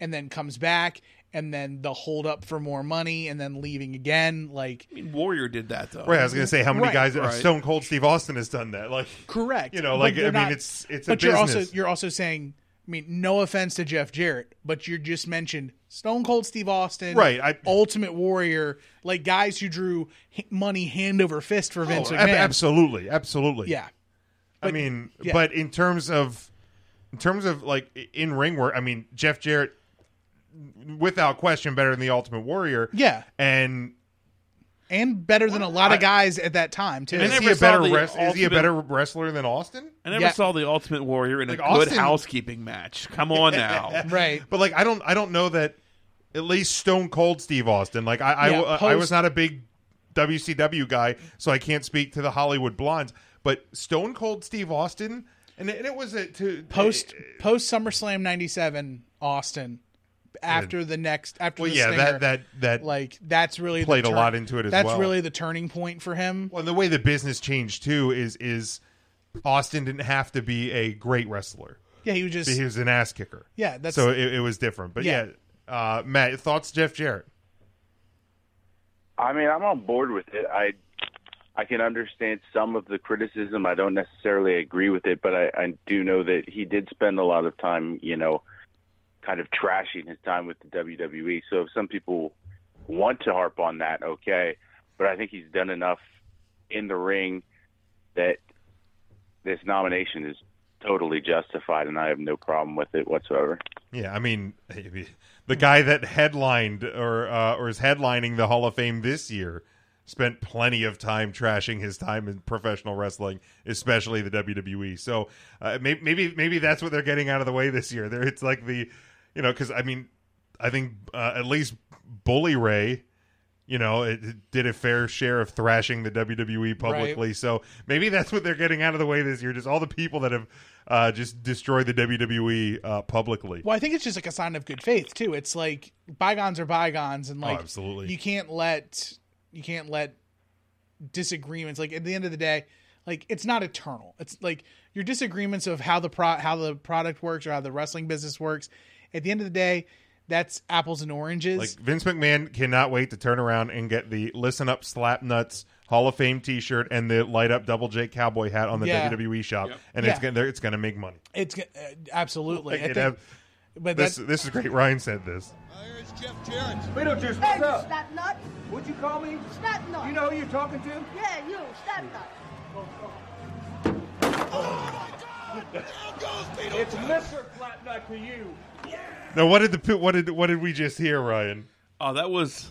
G: and then comes back and then the hold up for more money and then leaving again. Like
H: I mean, Warrior did that though.
F: Right, I was going to say how many
G: Right,
F: guys uh,
H: right.
F: Stone Cold Steve Austin has done that. Like
G: correct.
F: You know,
G: But
F: like,
G: you're
F: I mean, it's- it's a
G: but you're also
F: business.
G: you're also saying I mean, no offense to Jeff Jarrett, but you just mentioned Stone Cold Steve Austin,
F: Right, I-
G: Ultimate Warrior, like guys who drew h- money hand over fist for Vince
F: Oh,
G: McMahon.
F: ab- absolutely, absolutely.
G: Yeah,
F: I mean,
G: yeah.
F: but in terms of in terms of like i- in ring work, I mean, Jeff Jarrett without question better than the Ultimate Warrior.
G: Yeah.
F: And
G: and better than a lot of guys at that time too.
H: And
F: Is
H: I
F: he
H: never
F: a
H: saw
F: better
H: the
F: wrestler? Is he a
H: ultimate-
F: better wrestler than Austin?
H: I never
G: Yeah.
H: saw the Ultimate Warrior in a
F: Like,
H: good
F: Austin-
H: housekeeping match. Come on now.
G: right.
F: But like, I don't, I don't know that. At least Stone Cold Steve Austin. Like, I, I,
G: Yeah,
F: I, was
G: post-
F: not a big WCW guy, so I can't speak to the Hollywood Blondes. But Stone Cold Steve Austin, and, it- and it was a to
G: Post
F: Eh,
G: post SummerSlam '97, Austin. After the next, after
F: Well,
G: the
F: yeah,
G: stinger,
F: that that that
G: like that's really the
F: played a
G: turn-
F: lot into it as
G: that's
F: well.
G: really the turning point for him.
F: Well, and the way the business changed too is is Austin didn't have to be a great wrestler;
G: Yeah, he was just
F: he was an ass kicker.
G: Yeah, that's-
F: so it, it was different. But yeah,
G: Yeah.
F: uh, Matt, thoughts, Jeff Jarrett?
I: I mean, I'm on board with it. I I can understand some of the criticism. I don't necessarily agree with it, but I, I do know that he did spend a lot of time, you know, kind of trashing his time with the WWE. So if some people want to harp on that, okay. But I think he's done enough in the ring that this nomination is totally justified, and I have no problem with it whatsoever.
F: Yeah, I mean, the guy that headlined or uh, or is headlining the Hall of Fame this year spent plenty of time trashing his time in professional wrestling, especially the WWE. So uh, maybe, maybe maybe that's what they're getting out of the way this year. There, it's like the you know because I mean, I think uh, at least Bully Ray. You know, it, it did a fair share of thrashing the WWE publicly, so maybe that's what they're getting out of the way this year. Just all the people that have uh, just destroyed the WWE uh, publicly.
G: Well, I think it's just like a sign of good faith too. It's like bygones are bygones, and like
F: Oh, absolutely.
G: you can't let you can't let disagreements like at the end of the day, like it's not eternal. It's like your disagreements of how the pro how the product works or how the wrestling business works. At the end of the day, that's apples and oranges.
F: Like Vince McMahon cannot wait to turn around and get the "Listen Up Slap Nuts" Hall of Fame T-shirt and the light up Double J cowboy hat on the
G: Yeah.
F: WWE shop, and it's
G: Yeah.
F: gonna it's gonna make money.
G: it's g- uh, absolutely.
F: Like,
G: I
F: it
G: think-
F: have-
G: but
F: this
G: that,
F: this is great. Ryan said this.
J: Here's Jeff Jarrett.
K: Hey, you snap nut.
J: What'd you call me?
K: Snap nut.
J: You know who you're talking to?
K: Yeah, you, snap nut.
J: It's Mr. Flatnut to you.
F: Now, what did the pi- what did what did we just hear, Ryan?
H: Oh, that was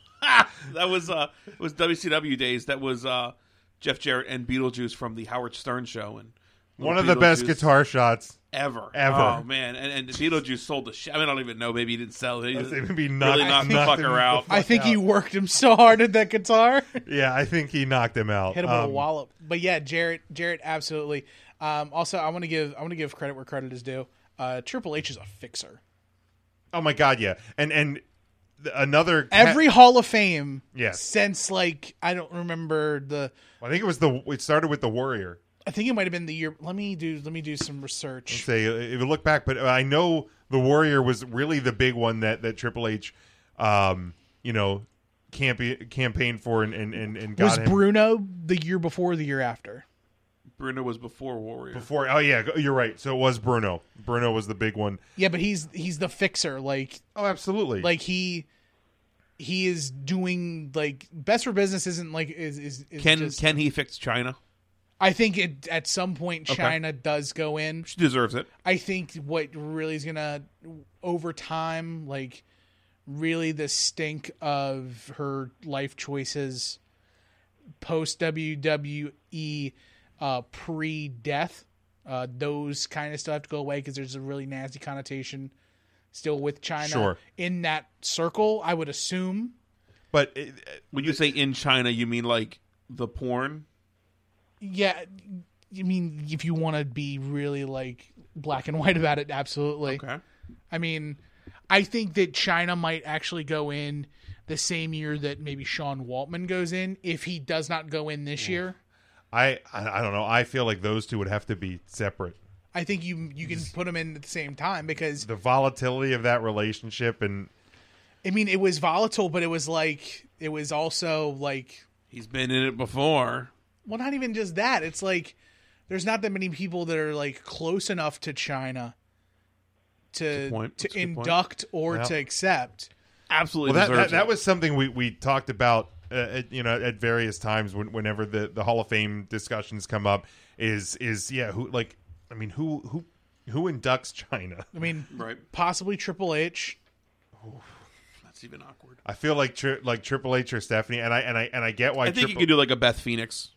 H: that was uh it was WCW days. That was uh Jeff Jarrett and Beetlejuice from the Howard Stern show and
F: One of the best
H: Beetlejuice
F: guitar shots.
H: ever,
F: ever.
H: Oh man, and, and Beetlejuice sold the shit. I mean, I don't even know. Maybe he didn't sell it. He
F: I'd say
H: just
F: maybe
H: really
F: knocked-
H: knocked the
F: knocked him
H: fucker out.
F: the
G: I think
F: out.
G: he worked him so hard at that guitar.
F: Yeah, I think he knocked him out.
G: hit him with
F: Um,
G: a wallop. But yeah, Jarrett, Jarrett, absolutely. Um, also, I want to give I want to give credit where credit is due. Uh, Triple H is a fixer.
F: Oh my god, yeah, and and th- another cat-
G: Every Hall of Fame,
F: Yes.
G: since like I don't remember the.
F: I think it was the it started with the Warrior.
G: I think it might have been the year. Let me do let me do some research.
F: say uh, if you look back, but I know the Warrior was really the big one that that Triple H, um, you know, campe- campaigned for and and and, and got
G: Was
F: him
G: Bruno the year before, or the year after?
H: Bruno was before Warrior.
F: before. Oh yeah, you're right. So it was Bruno. Bruno was the big one.
G: Yeah, but he's he's the fixer. Like
F: Oh, absolutely.
G: like he he is doing like best for business isn't like is is, is
H: Can
G: just-
H: can he fix China?
G: I think it at some point China does go in.
H: She deserves it.
G: I think what really is gonna over time, like really the stink of her life choices post WWE, uh, pre death, uh, those kind of stuff have to go away because there's a really nasty connotation still with China
F: Sure.
G: in that circle. I would assume.
F: but it,
H: When you say in China, you mean like the porn?
G: Yeah, I mean, if you want to be really like black and white about it, absolutely.
H: Okay.
G: I mean, I think that China might actually go in the same year that maybe Sean Waltman goes in if he does not go in this year.
F: I, I I don't know. I feel like those two would have to be separate.
G: I think you you can put him in at the same time because
F: The volatility of that relationship and
G: I mean it was volatile, but it was like it was also like
H: He's been in it before.
G: well, not even just that. It's like there's not that many people that are like close enough to China to
H: point. That's
G: to
H: a good point.
G: induct or
F: Yeah.
G: to accept.
H: Absolutely
F: well, that, that,
H: deserves
F: that
H: it.
F: was something we, we talked about uh, at, you know at various times when, whenever the, the Hall of Fame discussions come up is is yeah who like I mean who who who inducts China
G: I mean,
H: Right.
G: possibly Triple H.
H: It's even awkward.
F: I feel like tri- like Triple H or Stephanie, and I and I and I get why
H: I think you
F: Triple-
H: could do like a Beth Phoenix.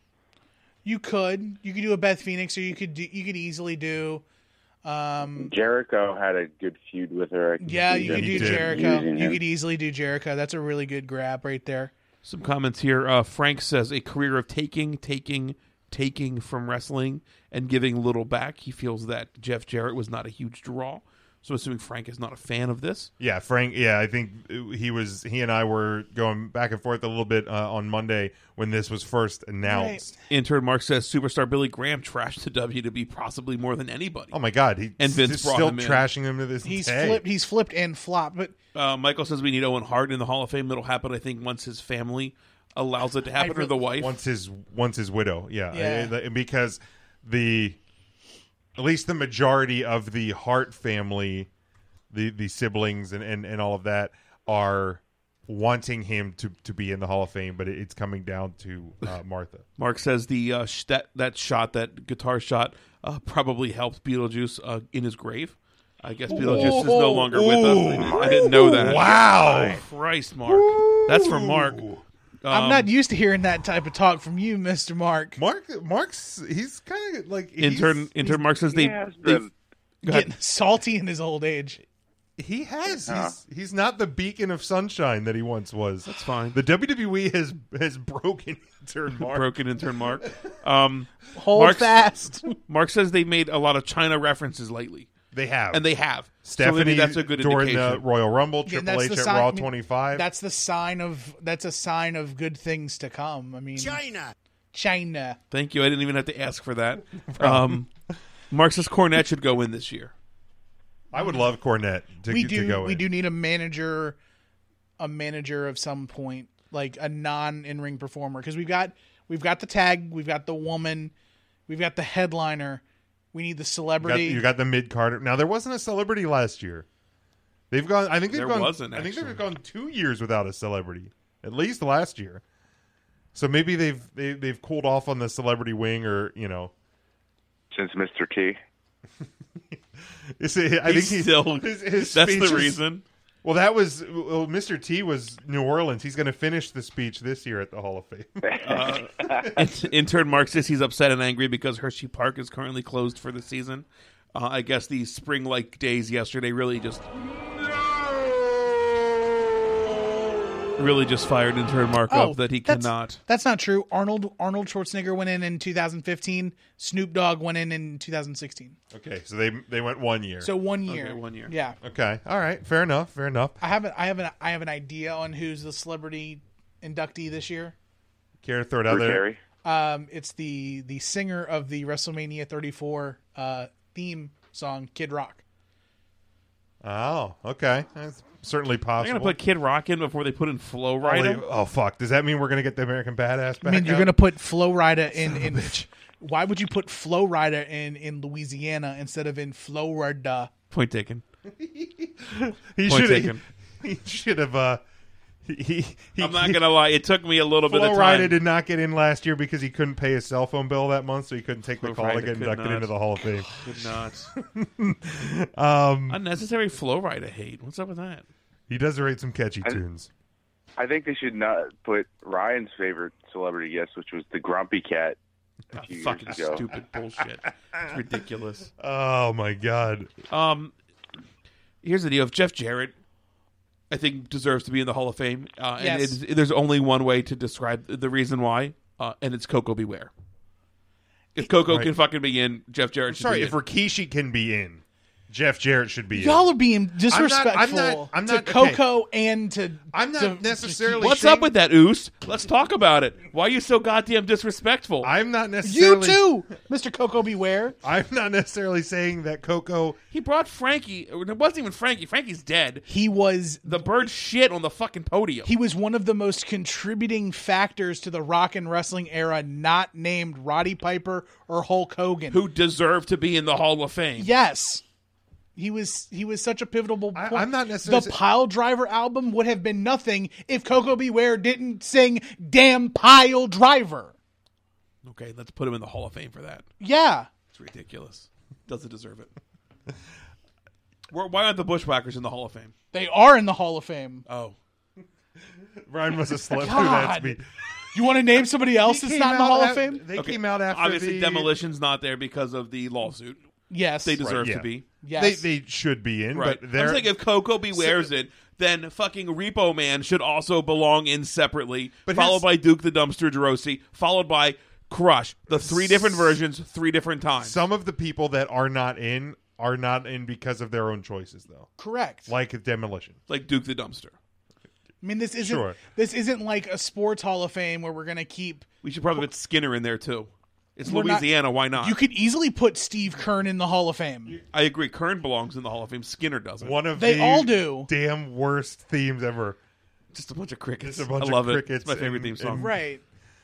G: You could you could do a Beth Phoenix, or you could do, you could easily do. Um,
I: Jericho had a good feud with her. I can
G: yeah,
I: see
G: you could
I: them
G: do
F: did.
G: Jericho.
I: using
G: You
I: him.
G: could easily do Jericho. That's a really good grab right there.
H: Some comments here. Uh, Frank says a career of taking, taking, taking from wrestling and giving little back. He feels that Jeff Jarrett was not a huge draw. So assuming Frank is not a fan of this.
F: Yeah, Frank. Yeah, I think he was. He and I were going back and forth a little bit uh, on Monday when this was first announced.
H: Intern Mark says superstar Billy Graham trashed the WWE possibly more than anybody.
F: Oh my God, he
H: And Vince
F: is
H: brought
F: still
H: him in.
F: trashing him to this
G: He's
F: day.
G: flipped. He's flipped and flopped. But
H: Uh, Michael says we need Owen Hart in the Hall of Fame. It'll happen, I think, once his family allows it to happen, or the wife.
F: once his once his widow. Yeah,
G: Yeah.
F: I- I- because the at least the majority of the Hart family, the the siblings and and, and all of that are wanting him to to be in the Hall of Fame, but it, it's coming down to uh, Martha.
H: Mark says the uh, sh- that that shot, that guitar shot, uh, probably helped Beetlejuice uh, in his grave. I guess Beetlejuice is no longer with us. I didn't, I didn't know that.
F: Wow.
H: Christ, Mark, that's from Mark.
G: I'm not used to hearing that type of talk from you, Mister Mark.
F: Mark, Mark's he's kind of like he's-
H: Intern intern Mark says they,
I: He has
H: they
I: been.
H: go ahead.
G: Getting salty in his old age.
F: He has. He's he's not the beacon of sunshine that he once was. That's
H: fine.
F: The WWE has has broken intern Mark.
H: broken intern Mark. Um,
G: Hold
H: Mark's-
G: fast.
H: Mark says they made a lot of China references lately,
F: They have
H: and they have. So
F: Stephanie.
H: maybe
F: uh,
H: that's a good
F: during
H: indication.
F: the Royal Rumble,
G: Yeah, and
F: Triple
G: that's
F: H
G: the
F: at
G: sign- I
F: Raw
G: mean,
F: twenty five.
G: That's the sign of that's a sign of good things to come. I mean, China, China.
H: Thank you. I didn't even have to ask for that. um, Mark says Cornette should go in this year.
F: I would love Cornette to,
G: We
F: to
G: do
F: go
G: we
F: in.
G: do need a manager, a manager of some point, like a non in ring performer, because we've got we've got the tag, we've got the woman, we've got the headliner. We need the
F: You got,
G: celebrity.
F: you got the mid Carter. Now there wasn't a celebrity last year. They've gone. I think they've
H: There
F: gone.
H: wasn't,
F: I think
H: actually.
F: they've gone two years without a celebrity, at least last year. So maybe they've they, they've cooled off on the celebrity wing, or you know,
I: since Mr. T.
F: Is it- I
H: He's
F: think he-
H: still.
F: his- his
H: that's
F: speech
H: the
F: is-
H: reason.
F: Well, that was well, Mr. T was New Orleans. He's going to finish the speech this year at the Hall of Fame.
H: In- Intern Mark says he's upset and angry because Hershey Park is currently closed for the season. Uh, I guess these spring-like days yesterday really just really just fired Intern Mark up that he
G: Oh, that's-
H: cannot.
G: That's not true. Arnold Arnold Schwarzenegger went in in 2015. Snoop Dogg went in in 2016.
F: okay, so they they went one year.
G: So one year.
H: one year.
G: Yeah.
F: okay, all right, fair enough, fair enough.
G: I have an I have an I have an idea on who's the celebrity inductee this year.
F: Care to throw it out
I: Drew
F: there?
I: Carey.
G: Um, it's the the singer of the WrestleMania 34 uh, theme song, Kid Rock.
F: Oh, okay, that's certainly
H: They're gonna
F: possible.
H: put Kid Rock in before they put in Flow Rider.
F: Probably- oh fuck! Does that mean we're going to get the American Badass back?
G: I mean, you're
F: out?
G: gonna put Flo Rida in in. Why would you put Flo Rida in in Louisiana instead of in Florida?
H: Point taken.
F: He should
H: Point
F: have.
H: taken.
F: He, should have. Uh, he, he, he,
H: I'm not gonna lie. It took me a little bit
F: Flo
H: of time.
F: Rida did not get in last year because he couldn't pay his cell phone bill that month, so he couldn't take the
H: Flo
F: call to
H: Rida
F: get
H: could
F: inducted
H: not.
F: into the Hall of Fame.
H: Good nuts. um, Unnecessary flow rider hate. What's up with that?
F: He does write some catchy tunes.
I: I think they should not put Ryan's favorite celebrity guest, which was the Grumpy Cat.
H: Ah,
I: few years
H: fucking
I: ago.
H: stupid bullshit. It's ridiculous.
F: Oh my god!
H: Um, here's the deal: if Jeff Jarrett, I think, deserves to be in the Hall of Fame, uh, and
G: Yes.
H: it's, there's only one way to describe the reason why, uh, and it's Coco Beware. If Coco
F: Right.
H: can fucking be in, Jeff Jarrett should
F: Sorry,
H: be
F: if
H: in.
F: Rikishi can be in, Jeff Jarrett should be
G: Y'all
F: in.
G: are being disrespectful
F: I'm not- I'm not-
G: to
F: okay.
G: Coco and to.
F: I'm not
G: to-
F: necessarily-
H: What's up with that, Oos? Let's talk about it. Why are you so goddamn disrespectful?
F: I'm not
G: You
F: necessarily.
G: too, Mr. Coco. Beware.
F: I'm not necessarily saying that Coco.
H: he brought Frankie. It wasn't even Frankie. Frankie's dead.
G: He was
H: The bird shit on the fucking podium.
G: he was one of the most contributing factors to the rock and wrestling era, not named Roddy Piper or Hulk Hogan.
H: who deserve to be in the Hall of Fame.
G: Yes. He was he was such a pivotal
F: I-
G: point.
F: I'm not necessarily
G: the
F: sa-
G: Pile Driver album would have been nothing if Coco Beware didn't sing "Damn Pile Driver."
H: Okay, let's put him in the Hall of Fame for that.
G: Yeah,
H: It's ridiculous. Doesn't deserve it. Where- Why aren't the Bushwhackers in the Hall of Fame?
F: Uh,
G: they are in the Hall of Fame.
H: Oh,
F: Brian must have slept through that
G: God.
F: to be.
G: You want to name somebody else
F: He
G: that's
F: came
G: not in the
F: out
G: Hall of
F: af-
G: Fame?
F: They came out after
H: Obviously,
F: the-
H: demolition's not there because of the lawsuit.
G: Yes.
H: they
F: Right,
H: deserve
F: yeah.
H: to be.
F: They, they should be in,
H: Right.
F: but
H: I'm
F: they're
H: saying if Coco Beware's it, then fucking Repo Man should also belong in separately,
F: But
H: followed
F: his-
H: by Duke the Dumpster DeRossi, followed by Crush. The three different versions, three different times.
F: some of the people that are not in are not in because of their own choices, though.
G: Correct.
F: Like demolition.
H: Like Duke the Dumpster.
G: I mean, this isn't
F: Sure.
G: this isn't like a sports Hall of Fame where we're gonna keep.
H: We should probably put Skinner in there too. It's
G: We're not-
H: Louisiana. why not?
G: You could easily put Steve Kern in the Hall of Fame.
H: I agree. Kern belongs in the Hall of Fame. Skinner doesn't.
F: One of
G: They
F: the
G: all do.
F: damn worst themes ever.
H: Just a bunch of crickets.
F: Just a bunch
H: I
F: of
H: love it.
F: crickets
H: It's my favorite
F: and-
H: theme song.
F: and-
G: Right.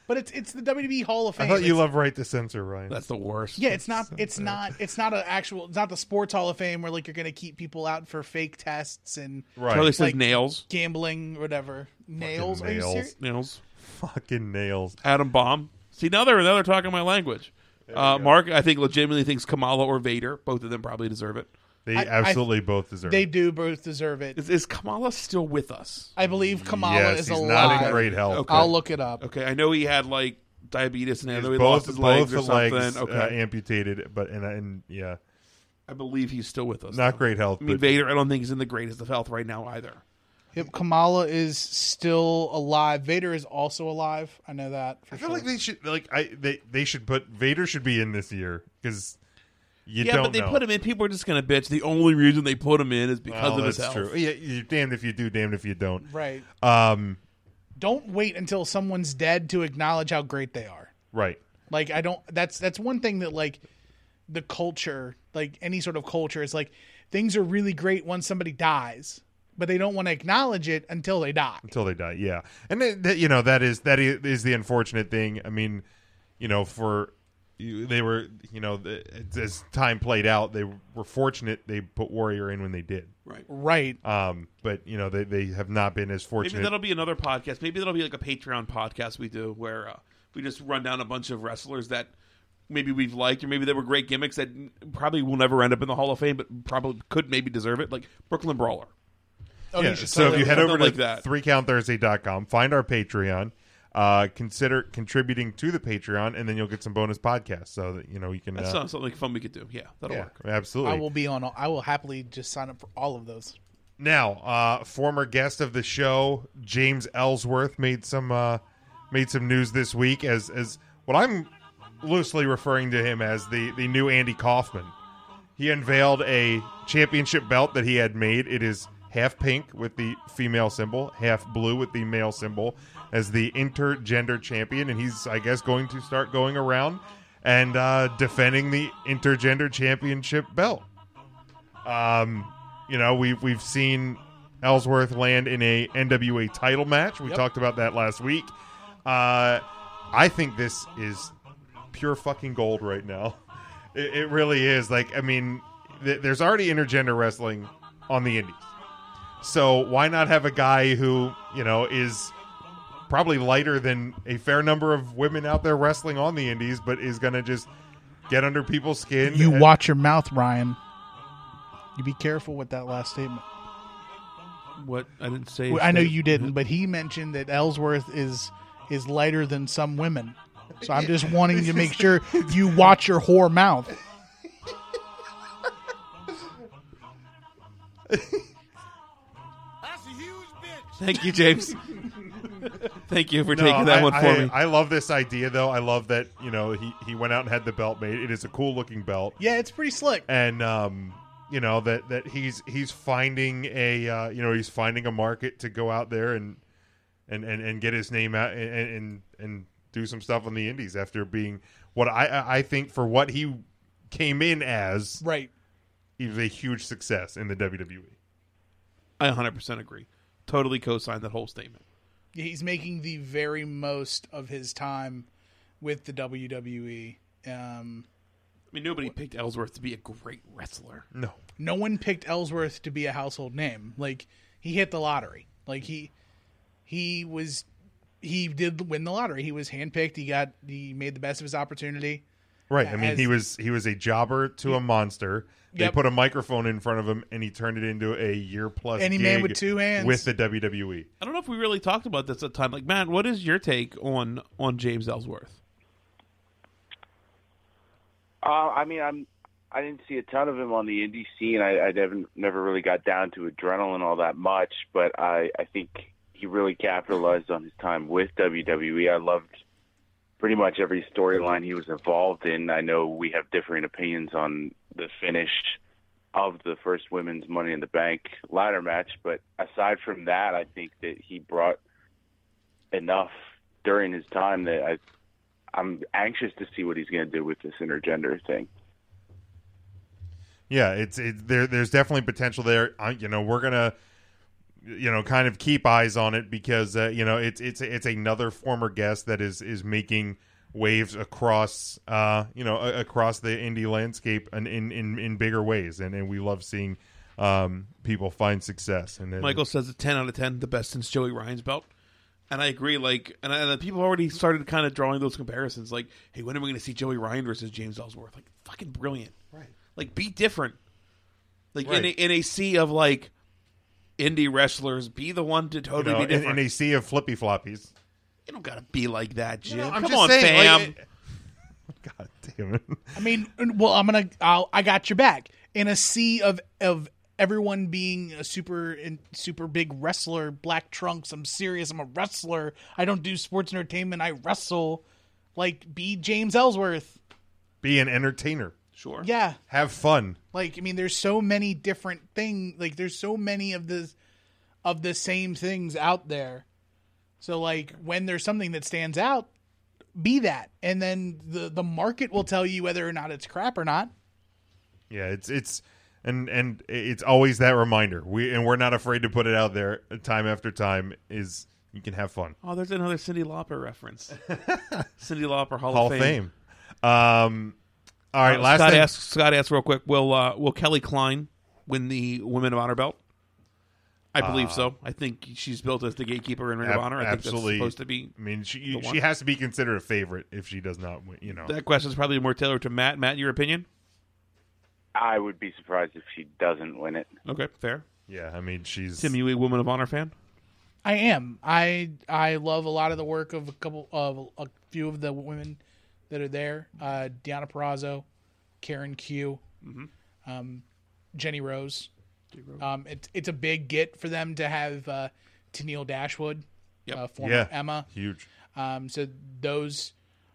G: But it's it's the WWE Hall of
F: I
G: Fame.
F: thought you
G: It's-
F: loved Right to Censor, Ryan.
H: That's the worst.
G: Yeah, it's not. It's not. It's not an actual. It's not the sports Hall of Fame where like you're gonna keep people out for fake tests and
F: right.
H: Charlie says
G: Like-
H: nails.
G: gambling, whatever. Nails. Are you
F: nails.
G: serious?
H: Nails.
F: Fucking nails.
H: Adam Bomb. See now they're now they're talking my language. Uh, Mark, I think legitimately thinks Kamala or Vader. Both of them probably deserve it.
F: They
G: I- I-
F: absolutely both deserve
G: They
F: it.
G: do both deserve it.
H: Is, is Kamala still with us?
G: I believe Kamala
F: yes,
G: is
F: he's
G: alive.
F: not in great health.
H: Okay.
G: I'll look it up.
H: Okay, I know he had like diabetes and I
F: He's
H: know he
F: both
H: lost his legs
F: both
H: or
F: the
H: something.
F: legs,
H: okay,
F: uh, amputated, but and, and yeah,
H: I believe he's still with us.
F: not
H: though.
F: great health.
H: I mean,
F: but
H: Vader. I don't think he's in the greatest of health right now either.
G: Yep, Kamala is still alive. Vader is also alive. I know that. For
F: I feel
G: sure.
F: like they should like I they they should put Vader should be in this year because you
H: yeah,
F: don't
H: but they
F: know.
H: put him in. People are just gonna bitch. The only reason they put him in is because
F: Well,
H: of his
F: Oh, that's
H: health.
F: true. Yeah, you're damned if you do, damned if you don't.
G: right.
F: Um,
G: Don't wait until someone's dead to acknowledge how great they are.
F: right.
G: Like I don't. That's that's one thing that like the culture, like any sort of culture, is like things are really great once somebody dies, but they don't want to acknowledge it until they die.
F: until they die. Yeah, and that, that- you know that is that is, is the unfortunate thing. I mean, you know, for you, they were you know the, as time played out, they were fortunate they put Warrior in when they did.
H: Right.
G: Right.
F: Um, but you know they they have not been as
H: Maybe
F: fortunate.
H: that'll be another podcast. Maybe that'll be like a Patreon podcast we do where uh, we just run down a bunch of wrestlers that maybe we've liked or maybe they were great gimmicks that probably will never end up in the Hall of Fame, but probably could maybe deserve it. Like Brooklyn Brawler.
G: Oh,
F: yeah.
G: you should
F: So
G: totally
F: if you head
H: something
F: over to
H: like that.
F: 3countthursday.com, find our Patreon, uh, consider contributing to the Patreon, and then you'll get some bonus podcasts. So that you know you can.
H: That
F: uh,
H: sounds something fun we could do. Yeah, that'll
F: yeah,
H: work.
F: absolutely.
G: I will be on. I will happily just sign up for all of those.
F: Now, uh, former guest of the show James Ellsworth made some uh, made some news this week as as what I'm loosely referring to him as the the new Andy Kaufman. He unveiled a championship belt that he had made. It is half pink with the female symbol, half blue with the male symbol as the intergender champion, and he's I guess going to start going around and uh, defending the intergender championship belt Um, you know we've we've seen Ellsworth land in a NWA title match. We talked about that last week. Uh, I think this is pure fucking gold right now. It, it really is. Like I mean, th- there's already intergender wrestling on the Indies, so why not have a guy who you know is probably lighter than a fair number of women out there wrestling on the Indies, but is gonna just get under people's skin.
G: You
F: and-
G: watch your mouth, Ryan. You be careful with that last statement.
H: What I didn't say.
G: Well, I know you didn't, but he mentioned that Ellsworth is is lighter than some women. So I'm just wanting to make sure you watch your whore mouth.
H: Thank you, James. Thank you for
F: No,
H: taking that
F: I,
H: one for
F: I-
H: me.
F: I love this idea though. I love that you know he he went out and had the belt made. It is a cool looking belt,
G: Yeah, it's pretty slick.
F: and um, you know that that he's he's finding a uh, you know he's finding a market to go out there and and and, and get his name out and, and and and do some stuff on the indies after being what I- I I think for what he came in as
G: Right.
F: he was a huge success in the E. WWE.
H: I 100% agree. Totally co-signed that whole statement.
G: He's making the very most of his time with the WWE. Um,
H: I mean, nobody picked Ellsworth to be a great wrestler.
F: No,
G: no one picked Ellsworth to be a household name. Like he hit the lottery. Like he he was he did win the lottery. He was handpicked. He got he made the best of his opportunity.
F: Right. I mean,
G: as-
F: he was he was a jobber to a monster, They
G: Yep.
F: put a microphone in front of him, and he turned it into a year plus.
G: Any man
F: gig
G: with two hands.
F: with the E. WWE.
H: I don't know if we really talked about this at the time. Like, Matt, what is your take on on James Ellsworth?
I: Uh, I mean, I'm. I didn't see a ton of him on the indie scene. I, I never never really got down to adrenaline all that much, but I I think he really capitalized on his time with WWE. I loved pretty much every storyline he was involved in. I know we have differing opinions on the finish of the first women's Money in the Bank ladder match, but aside from that, I think that he brought enough during his time that I I'm anxious to see what he's going to do with this intergender thing.
F: Yeah, it's it, there. There's definitely potential there. I, you know, we're gonna, you know, kind of keep eyes on it because uh, you know it's it's it's another former guest that is is making waves across uh you know a- across the indie landscape and in in in bigger ways, and and we love seeing um people find success. And then-
H: Michael says a ten out of ten, the best since Joey Ryan's belt. And I agree. Like, and, I, and people already started kind of drawing those comparisons. Like, hey, when are we going to see Joey Ryan versus James Ellsworth? Like, fucking brilliant. Right. Like, be different. Like in,
F: Right.
H: a, in a sea of like indie wrestlers, be the one to
F: you
H: totally
F: know,
H: be
F: in,
H: different.
F: in a sea of flippy floppies.
H: you don't gotta be like that, Jim.
F: No, I'm
H: Come
F: just
H: on,
F: saying,
H: fam.
F: like, God damn it.
G: I mean, well, I'm gonna. I'll, I got your back in a sea of of everyone being a super in, super big wrestler, black trunks. I'm serious. I'm a wrestler. I don't do sports entertainment. I wrestle. Like, be James Ellsworth.
F: Be an entertainer.
H: Sure.
G: Yeah.
F: Have fun.
G: Like, I mean, there's so many different thing. Like, there's so many of the of the same things out there. So, like, when there's something that stands out, be that, and then the the market will tell you whether or not it's crap or not.
F: Yeah, it's it's and and it's always that reminder. We and we're not afraid to put it out there time after time is you can have fun.
H: Oh, there's another Cindy Lauper reference. Cindy Lauper Hall,
F: Hall
H: of
F: of
H: Fame.
F: Fame. Um all right,
H: Uh,
F: last
H: Scott
F: thing.
H: asks Scott asks real quick. Will uh, Will Kelly Klein win the Women of Honor belt? I believe
F: Uh,
H: so. I think she's built as the gatekeeper in Ring
F: Ab-
H: of Honor. I
F: absolutely.
H: think that's supposed to be.
F: I mean, she
H: the
F: you-
H: one.
F: she has to be considered a favorite if she does not win, you know.
H: That question's probably more tailored to Matt. Matt, your opinion?
I: I would be surprised if she doesn't win it.
H: Okay, fair.
F: yeah, I mean, she's
H: Tim, you a Women of Honor fan?
G: I am. I I love a lot of the work of a couple of a few of the women that are there. Uh, Deanna Perrazzo, Karen Q, um, Jenny Rose. Um, it's it's a big get for them to have uh, Tennille Dashwood, uh, former
F: yeah,
G: Emma.
F: Huge.
G: Um, so those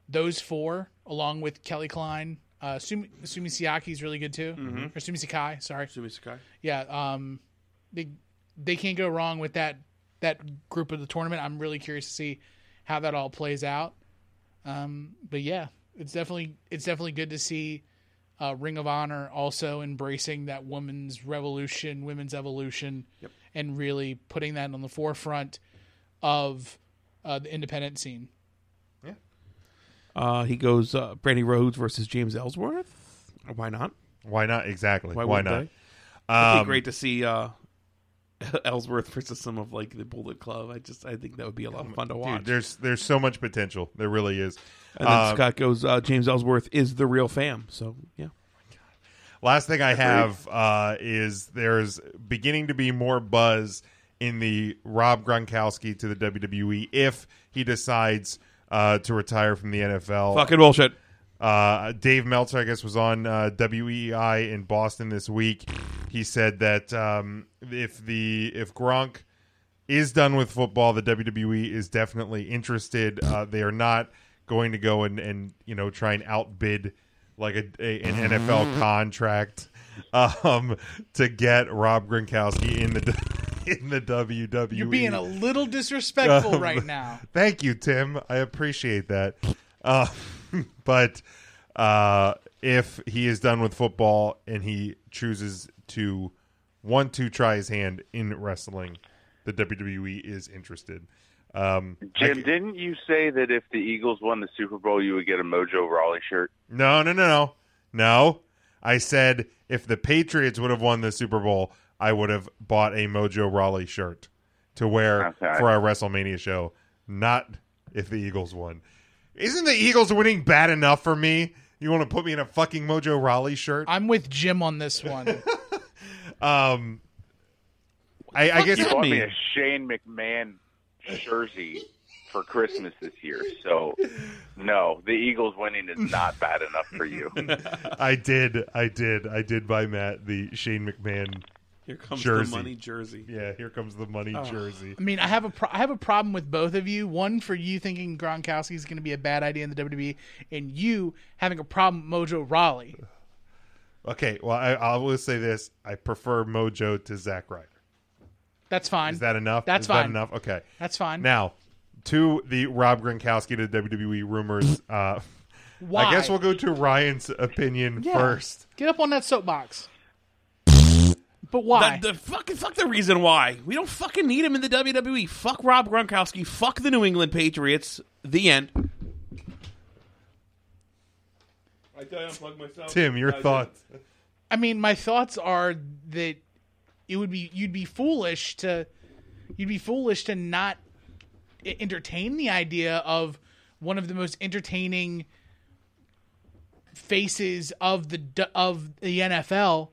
G: those four, along with Kelly Klein, uh, Sumi, Sumi Siaki is really good too, or Sumi Sakai. Sorry,
H: Mm-hmm. Sumi Sakai.
G: Yeah, um, they they can't go wrong with that that group of the tournament. I'm really curious to see how that all plays out. Um, but yeah, it's definitely it's definitely good to see uh, Ring of Honor also embracing that women's revolution, women's evolution, and really putting that on the forefront of uh, the independent scene.
H: Uh, he goes uh, Brandy Rhodes versus James Ellsworth. Why not?
F: Why not exactly?
H: Why
F: Why,
H: wouldn't
F: not?
H: It'd
F: Um,
H: be great to see uh, Ellsworth versus some of like the Bullet Club. I just I think that would be a lot of fun to watch.
F: Dude, there's there's so much potential. There really is.
H: and then
F: Uh,
H: Scott goes, uh, James Ellsworth is the real fam. So yeah,
F: Last thing I have uh, is there's beginning to be more buzz in the Rob Gronkowski to the WWE if he decides uh, to retire from the NFL.
H: fucking bullshit.
F: Uh, Dave Meltzer, I guess, was on uh, WEI in Boston this week. He said that um, if the if Gronk is done with football, the WWE is definitely interested. Uh, they are not going to go and, and you know try and outbid like a, a- an NFL contract um, to get Rob Gronkowski in the in the E. WWE.
G: You're being a little disrespectful
F: Um,
G: right now.
F: Thank you, Tim. I appreciate that. Uh, but uh, if he is done with football and he chooses to one to try his hand in wrestling, the WWE is interested. Um, I
I: Jim,
F: c-
I: didn't you say that if the Eagles won the Super Bowl, you would get a Mojo Raleigh shirt?
F: no, no, no, no, no. I said if the Patriots would have won the Super Bowl, I would have bought a Mojo Raleigh shirt to wear
I: Okay.
F: for our WrestleMania show. Not if the Eagles won. Isn't the Eagles winning bad enough for me? You want to put me in a fucking Mojo Raleigh shirt?
G: I'm with Jim on this one.
F: Um, I, I guess
I: you bought me a Shane McMahon jersey for Christmas this year. So, no, the Eagles winning is not bad enough for you.
F: I did, I did, I did buy Matt the Shane McMahon.
H: Here comes the
F: jersey.
H: money jersey.
F: Yeah, here comes the money jersey.
G: I mean, I have a pro- I have a problem with both of you. One for you thinking Gronkowski is going to be a bad idea in the WWE, and you having a problem with Mojo Raleigh.
F: Okay, well, I, I will say this: I prefer Mojo to Zack Ryder.
G: That's fine.
F: Is that enough?
G: That's
F: Is
G: fine.
F: That enough? Okay.
G: That's fine.
F: Now, to the Rob Gronkowski to WWE rumors. Uh, I
G: Why?
F: guess we'll go to Ryan's opinion
G: Yeah.
F: first.
G: Get up on that soapbox. But why?
H: The, the fucking fuck the reason why we don't fucking need him in the WWE. Fuck Rob Gronkowski. Fuck the New England Patriots. The end. I unplug myself.
F: Tim, your thoughts?
G: I mean, my thoughts are that it would be you'd be foolish to you'd be foolish to not e- entertain the idea of one of the most entertaining faces of the d- of the NFL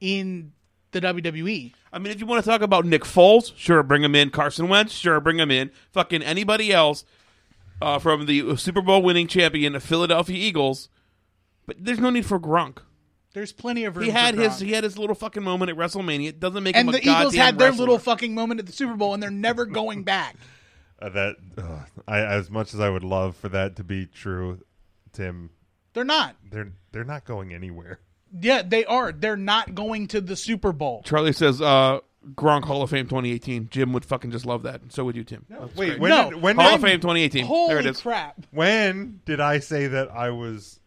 G: in the E. WWE.
H: I mean, if you want to talk about Nick Foles, sure, bring him in. Carson Wentz, sure, bring him in. Fucking anybody else uh, from the Super Bowl winning champion, the Philadelphia Eagles. But there's no need for Gronk.
G: There's plenty of room.
H: He had
G: for
H: his
G: Gronk.
H: he had his little fucking moment at WrestleMania. It doesn't make
G: and
H: him a
G: the Eagles
H: goddamn
G: had their
H: wrestler.
G: little fucking moment at the Super Bowl, and they're never going back.
F: Uh, that uh, I, as much as I would love for that to be true, Tim,
G: They're not.
F: they're they're not going anywhere.
G: Yeah, they are. They're not going to the Super Bowl.
H: Charlie says uh, Gronk Hall of Fame 2018. Jim would fucking just love that. So would you, Tim. That's
F: Wait,
H: great.
F: when
G: No.
F: did, when
H: Hall
F: did,
H: of Fame 2018. there it
G: Holy
H: is.
G: crap!
F: when did I say that I was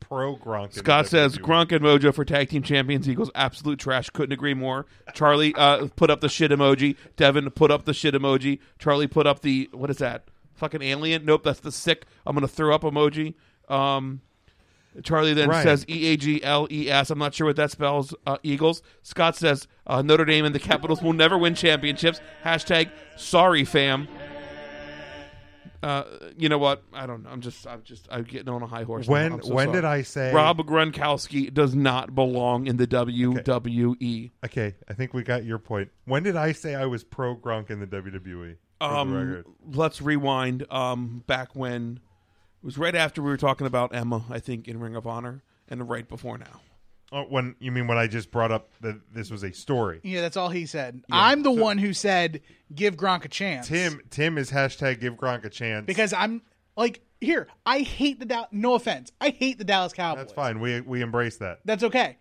F: pro Gronk? in
H: Scott
F: the E?
H: says
F: WWE?
H: Gronk and Mojo for tag team champions equals absolute trash. Couldn't agree more. Charlie uh, put up the shit emoji. Devin put up the shit emoji. Charlie put up the what is that? Fucking alien? Nope, that's the sick. I'm gonna throw up emoji. Um, Charlie then
F: Right.
H: says E A G L E S. I'm not sure what that spells. Uh, Eagles. Scott says uh, Notre Dame and the Capitals will never win championships. Hashtag sorry fam. Uh, you know what? I don't know. I'm just, I'm just, I'm getting on a high horse. now.
F: When-
H: I'm so
F: when did
H: sorry.
F: I say-
H: Rob Gronkowski does not belong in the E. WWE?
F: Okay, I think we got your point. When did I say I was pro Gronk in the WWE? For the
H: Um,
F: record.
H: let's rewind. Um, back when it was right after we were talking about Emma, I think in Ring of Honor, and right before now.
F: Oh, when you mean when I just brought up that this was a story?
G: Yeah, that's all he said. I'm the one who said give Gronk a chance.
F: Tim Tim is hashtag give Gronk a chance
G: because I'm like here. I hate the Dallas. No offense, I hate the Dallas Cowboys.
F: that's fine. We we embrace that.
G: That's okay.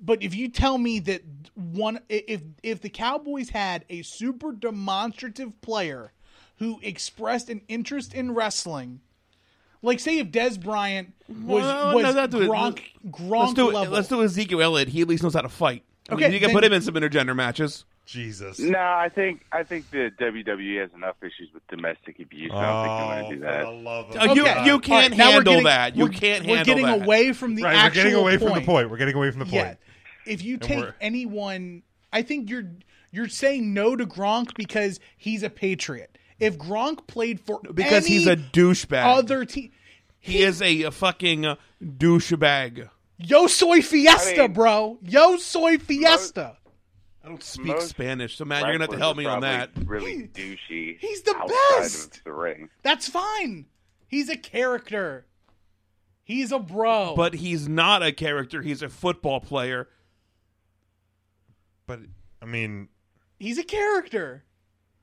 G: But if you tell me that one, i- if if the Cowboys had a super demonstrative player who expressed an interest in wrestling, like say if Des Bryant was
H: Well,
G: was
H: no, that's what it-
G: Gronk Gronk
H: let's do it.
G: level,
H: Let's do Ezekiel Elliott. He at least knows how to fight. I mean,
G: Okay,
H: you can
G: then-
H: put him in some intergender matches.
F: Jesus.
I: No, I think I think the WWE has enough issues with domestic abuse. I don't think they want to do that.
F: Oh, for the love of
G: Oh,
H: Uh, you-
F: God.
H: you
G: all
H: can't
G: now we're
H: handle
G: getting-
H: that. You
G: we're-
H: can't
G: We're
H: handle
G: getting
H: that.
G: away from the
F: right, we're
G: actual
F: getting away
G: point.
F: from the point. We're getting away from the point.
G: Yeah. If you take
F: we're-
G: anyone, I think you're you're saying no to Gronk because he's a patriot. If Gronk played for
H: Because
G: any
H: he's a douchebag.
G: other team,
H: He is a, a fucking uh, douchebag.
G: yo soy fiesta,
I: I mean-
G: bro. Yo soy fiesta.
H: I don't speak
I: Most
H: Spanish, so Matt, you're gonna have to help me on that.
I: Wrestlers are probably Really douchey.
G: he's the
I: outside
G: best!
I: Of the ring.
G: That's fine. He's a character. He's a bro.
H: But he's not a character. He's a football player.
F: But I mean,
G: he's a character.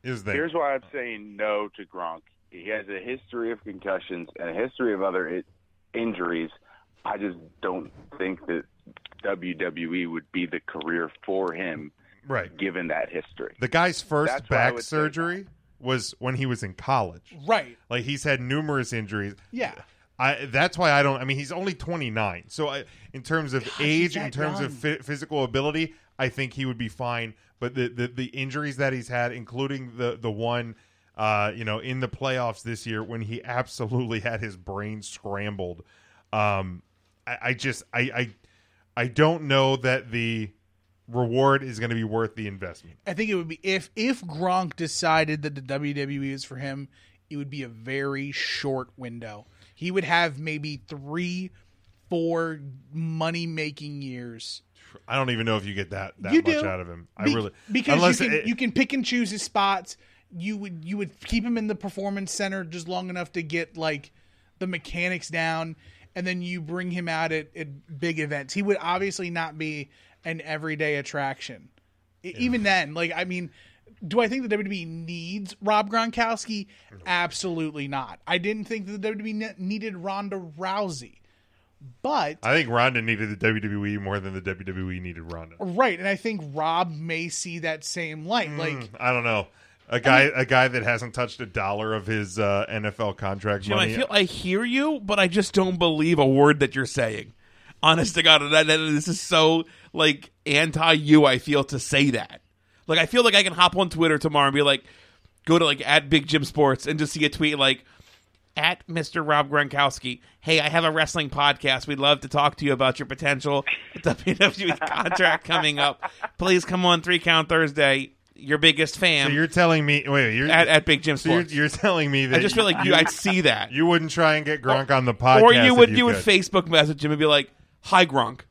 F: is there?
I: Here's why I'm saying no to Gronk. He has a history of concussions and a history of other i- injuries. I just don't think that WWE would be the career for him
F: right.
I: given that history.
F: The guy's first
I: That's what I
F: back
I: would say.
F: surgery was when he was in college.
G: Right.
F: Like he's had numerous injuries.
G: Yeah.
F: I that's why I don't. I mean, he's only 29. So I, in terms of age, in
G: that
F: terms of
G: young.
F: phy- physical ability, I think he would be fine. But the the, the injuries that he's had, including the the one. Uh, you know, in the playoffs this year, when he absolutely had his brain scrambled, um, I, I just, I, I, I don't know that the reward is going to be worth the investment.
G: I think it would be if if Gronk decided that the WWE is for him, it would be a very short window. He would have maybe three four money making years.
F: I don't even know if you get that that
G: you
F: much
G: do.
F: out of him. I
G: Be-
F: really
G: because
F: unless
G: you can
F: it-
G: you can pick and choose his spots. You would you would keep him in the performance center just long enough to get like the mechanics down, and then you bring him out at, at big events. He would obviously not be an everyday attraction. E- Even then, like I mean, do I think the WWE needs Rob Gronkowski? Absolutely not. I didn't think that the WWE ne- needed Ronda Rousey, but
F: I think Ronda needed the WWE more than the WWE needed Ronda.
G: right, and I think Rob may see that same light. like
F: Mm, I don't know. A guy, a guy that hasn't touched a dollar of his uh, NFL contract
H: Jim,
F: money.
H: I feel I hear you, but I just don't believe a word that you're saying. Honest to God, that, that- this is so like anti you. I feel to say that. Like I feel like I can hop on Twitter tomorrow and be like, go to like at Big Jim Sports and just see a tweet like at Mr. Rob Gronkowski. Hey, I have a wrestling podcast. We'd love to talk to you about your potential WWE contract coming up. Please come on Three Count Thursday. Your biggest fan.
F: so you're telling me, wait, wait, you're
H: At- at Big Jim
F: So you're,
H: Sports.
F: you're telling me that
H: I just feel like you, I'd see that.
F: you wouldn't try and get Gronk on the podcast,
H: or you
F: if
H: would you, would
F: could.
H: Facebook message him and be like, "Hi Gronk."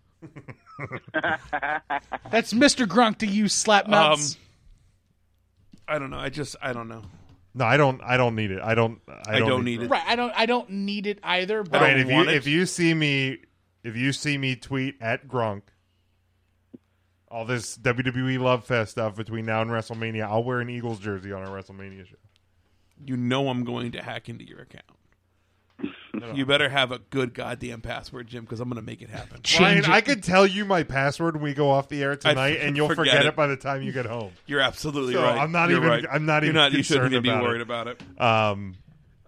G: That's Mr. Grunk to you,
H: Um,
G: slap mouths.
H: I don't know. I just I don't know.
F: No, I don't. I don't need it. I don't. I
H: I
F: don't,
H: don't
F: need,
H: need it.
G: right. I don't. I don't need it either. But
F: I mean, if you
H: want it.
F: if you see me if you see me tweet at Gronk all this WWE Love Fest stuff between now and WrestleMania, I'll wear an Eagles jersey on our WrestleMania show.
H: You know I'm going to hack into your account. You better have a good goddamn password, Jim, because I'm going to make it happen.
F: Ryan, I could tell you my password when we go off the air tonight, and you'll
H: forget
F: forget,
H: it.
F: it. by the time you get home.
H: You're absolutely
F: So,
H: right.
F: I'm not
H: You're
F: even-
H: right.
F: I'm not
H: You're
F: even
H: You shouldn't
F: concerned
H: even be
F: about it.
H: worried about it.
F: Um,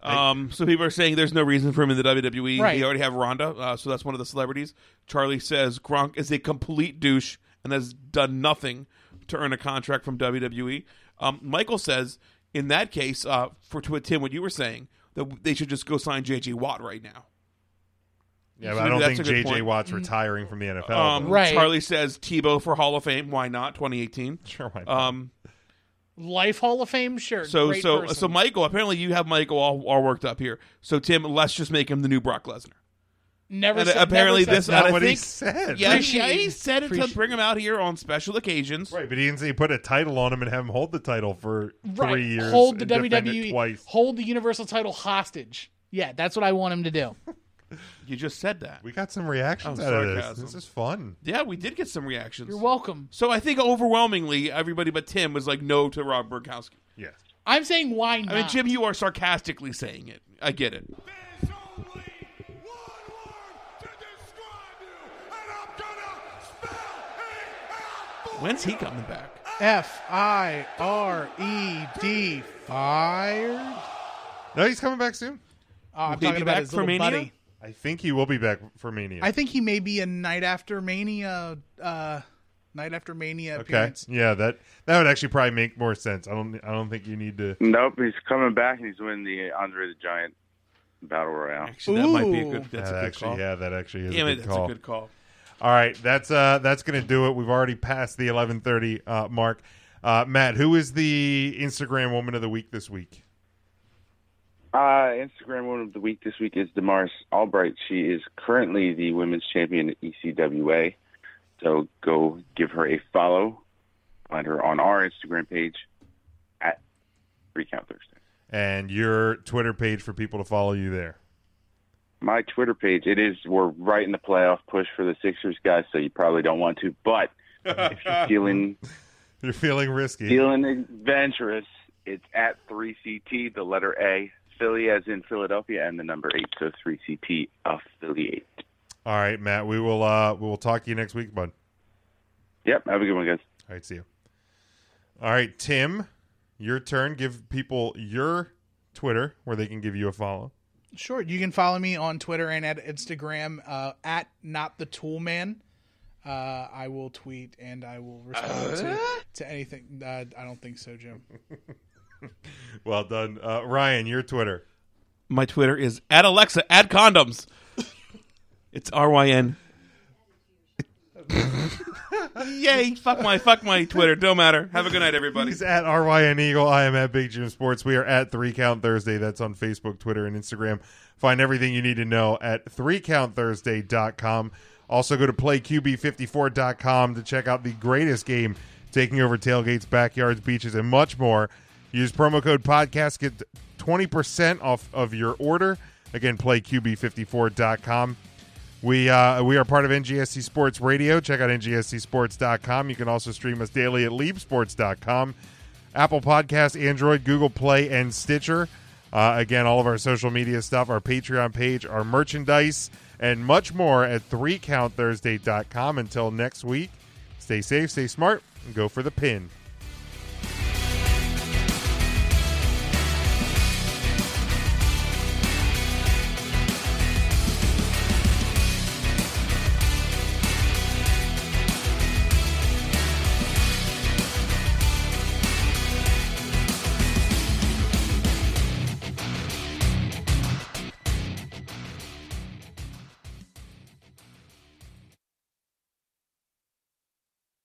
H: Um, so people are saying there's no reason for him in the WWE.
G: Right.
H: They already have Ronda, uh, so that's one of the celebrities. Charlie says Gronk is a complete douche and has done nothing to earn a contract from WWE. Um, Michael says, in that case, uh, for to Tim, what you were saying, that they should just go sign JJ Watt right now.
F: yeah,
H: So
F: but I don't
H: that's
F: think
H: a good
F: JJ
H: point.
F: Watt's retiring from the NFL.
H: Um,
F: though.
G: Right.
H: Charlie says Tebow for Hall of Fame. Why not? 2018.
F: Sure, why not?
H: Um,
G: Life Hall of Fame, sure.
H: so
G: great
H: so
G: person.
H: so Michael. Apparently, you have Michael all, all worked up here. So Tim, let's just make him the new Brock Lesnar.
G: never
H: And
G: said,
H: apparently
G: never said-
H: this-
F: Not
H: and I
F: what he
H: think-
F: said.
H: Yeah,
G: Appreciate
H: yeah, he
G: it.
H: said it to
G: Appreciate
H: bring him out here on special occasions.
F: Right, but he didn't say put a title on him and have him hold the title for
G: right,
F: three years.
G: Hold the
F: and defend it
G: WWE.
F: twice.
G: Hold the Universal title hostage. Yeah, that's what I want him to do.
H: You just said that.
F: We got some reactions
H: Oh,
F: out of
H: sarcasm.
F: this. This is fun.
H: yeah, we did get some reactions.
G: You're welcome.
H: so I think overwhelmingly everybody but Tim was like no to Rob Gronkowski.
F: Yeah.
G: I'm saying why
H: I
G: not?
H: mean, Jim, you are sarcastically saying it. I get it.
D: There's only one word to describe you, and I'm gonna spell it out for
H: When's he
D: you.
H: coming back?
G: F I R E D fired.
F: No, he's coming back soon.
G: Oh, I'm
H: Will he
G: talking
H: be
G: about
H: back
G: his
H: for
G: little
H: Mania?
G: buddy.
F: I think he will be back for Mania.
G: I think he may be a night after Mania, uh, night after Mania
F: okay.
G: appearance.
F: Yeah, that that would actually probably make more sense. I don't I don't think you need to
I: Nope, he's coming back and he's winning the Andre the Giant Battle Royale.
H: Actually, that might be a
G: Ooh.
H: good. That's
F: that
H: a good
F: actually
H: call.
F: yeah, that actually is
H: Damn
F: a
H: it,
F: good
H: that's
F: call.
H: a good call.
F: All right, that's uh that's going to do it. We've already passed the 11:30 uh mark. Uh Matt, who is the Instagram woman of the week this week?
I: Uh, Instagram woman of the week this week is Damaris Albright. She is currently the women's champion at E ECWA. So go give her a follow. Find her on our Instagram page at Recount Thursday.
F: And your Twitter page for people to follow you there.
I: My Twitter page, it is, we're right in the playoff push for the Sixers, guys, so you probably don't want to. But if you're feeling,
F: You're feeling risky.
I: feeling adventurous, it's at 3CT, the letter A, Philly as in Philadelphia, and the number 8, so 3CT affiliate.
F: All right, Matt, we will uh we will talk to you next week, bud.
I: Yep, have a good one, guys.
F: All right, see you. All right, Tim, your turn. Give people your Twitter where they can give you a follow.
G: Sure. You can follow me on Twitter and at Instagram uh, at not the tool man. Uh, I will tweet and I will respond to, to anything. Uh, I don't think so, Jim.
F: Well done, uh, Ryan. Your Twitter.
H: My Twitter is at Alexa. Add condoms. it's R Y N. Yay! Fuck my fuck my Twitter. Don't matter. Have a good night, everybody.
F: He's at RYN Eagle. I am at Big Jim Sports. We are at Three Count Thursday. That's on Facebook, Twitter, and Instagram. Find everything you need to know at 3countthursday.com. Also go to playqb54.com to check out the greatest game taking over tailgates, backyards, beaches, and much more. Use promo code podcast. Get 20% off of your order. Again, playqb54.com. We uh, we are part of NGSC Sports Radio. Check out ngscsports.com. You can also stream us daily at leapsports.com, Apple Podcast, Android, Google Play, and Stitcher. Uh, again, all of our social media stuff, our Patreon page, our merchandise, and much more at 3countthursday.com. Until next week, stay safe, stay smart, and go for the pin.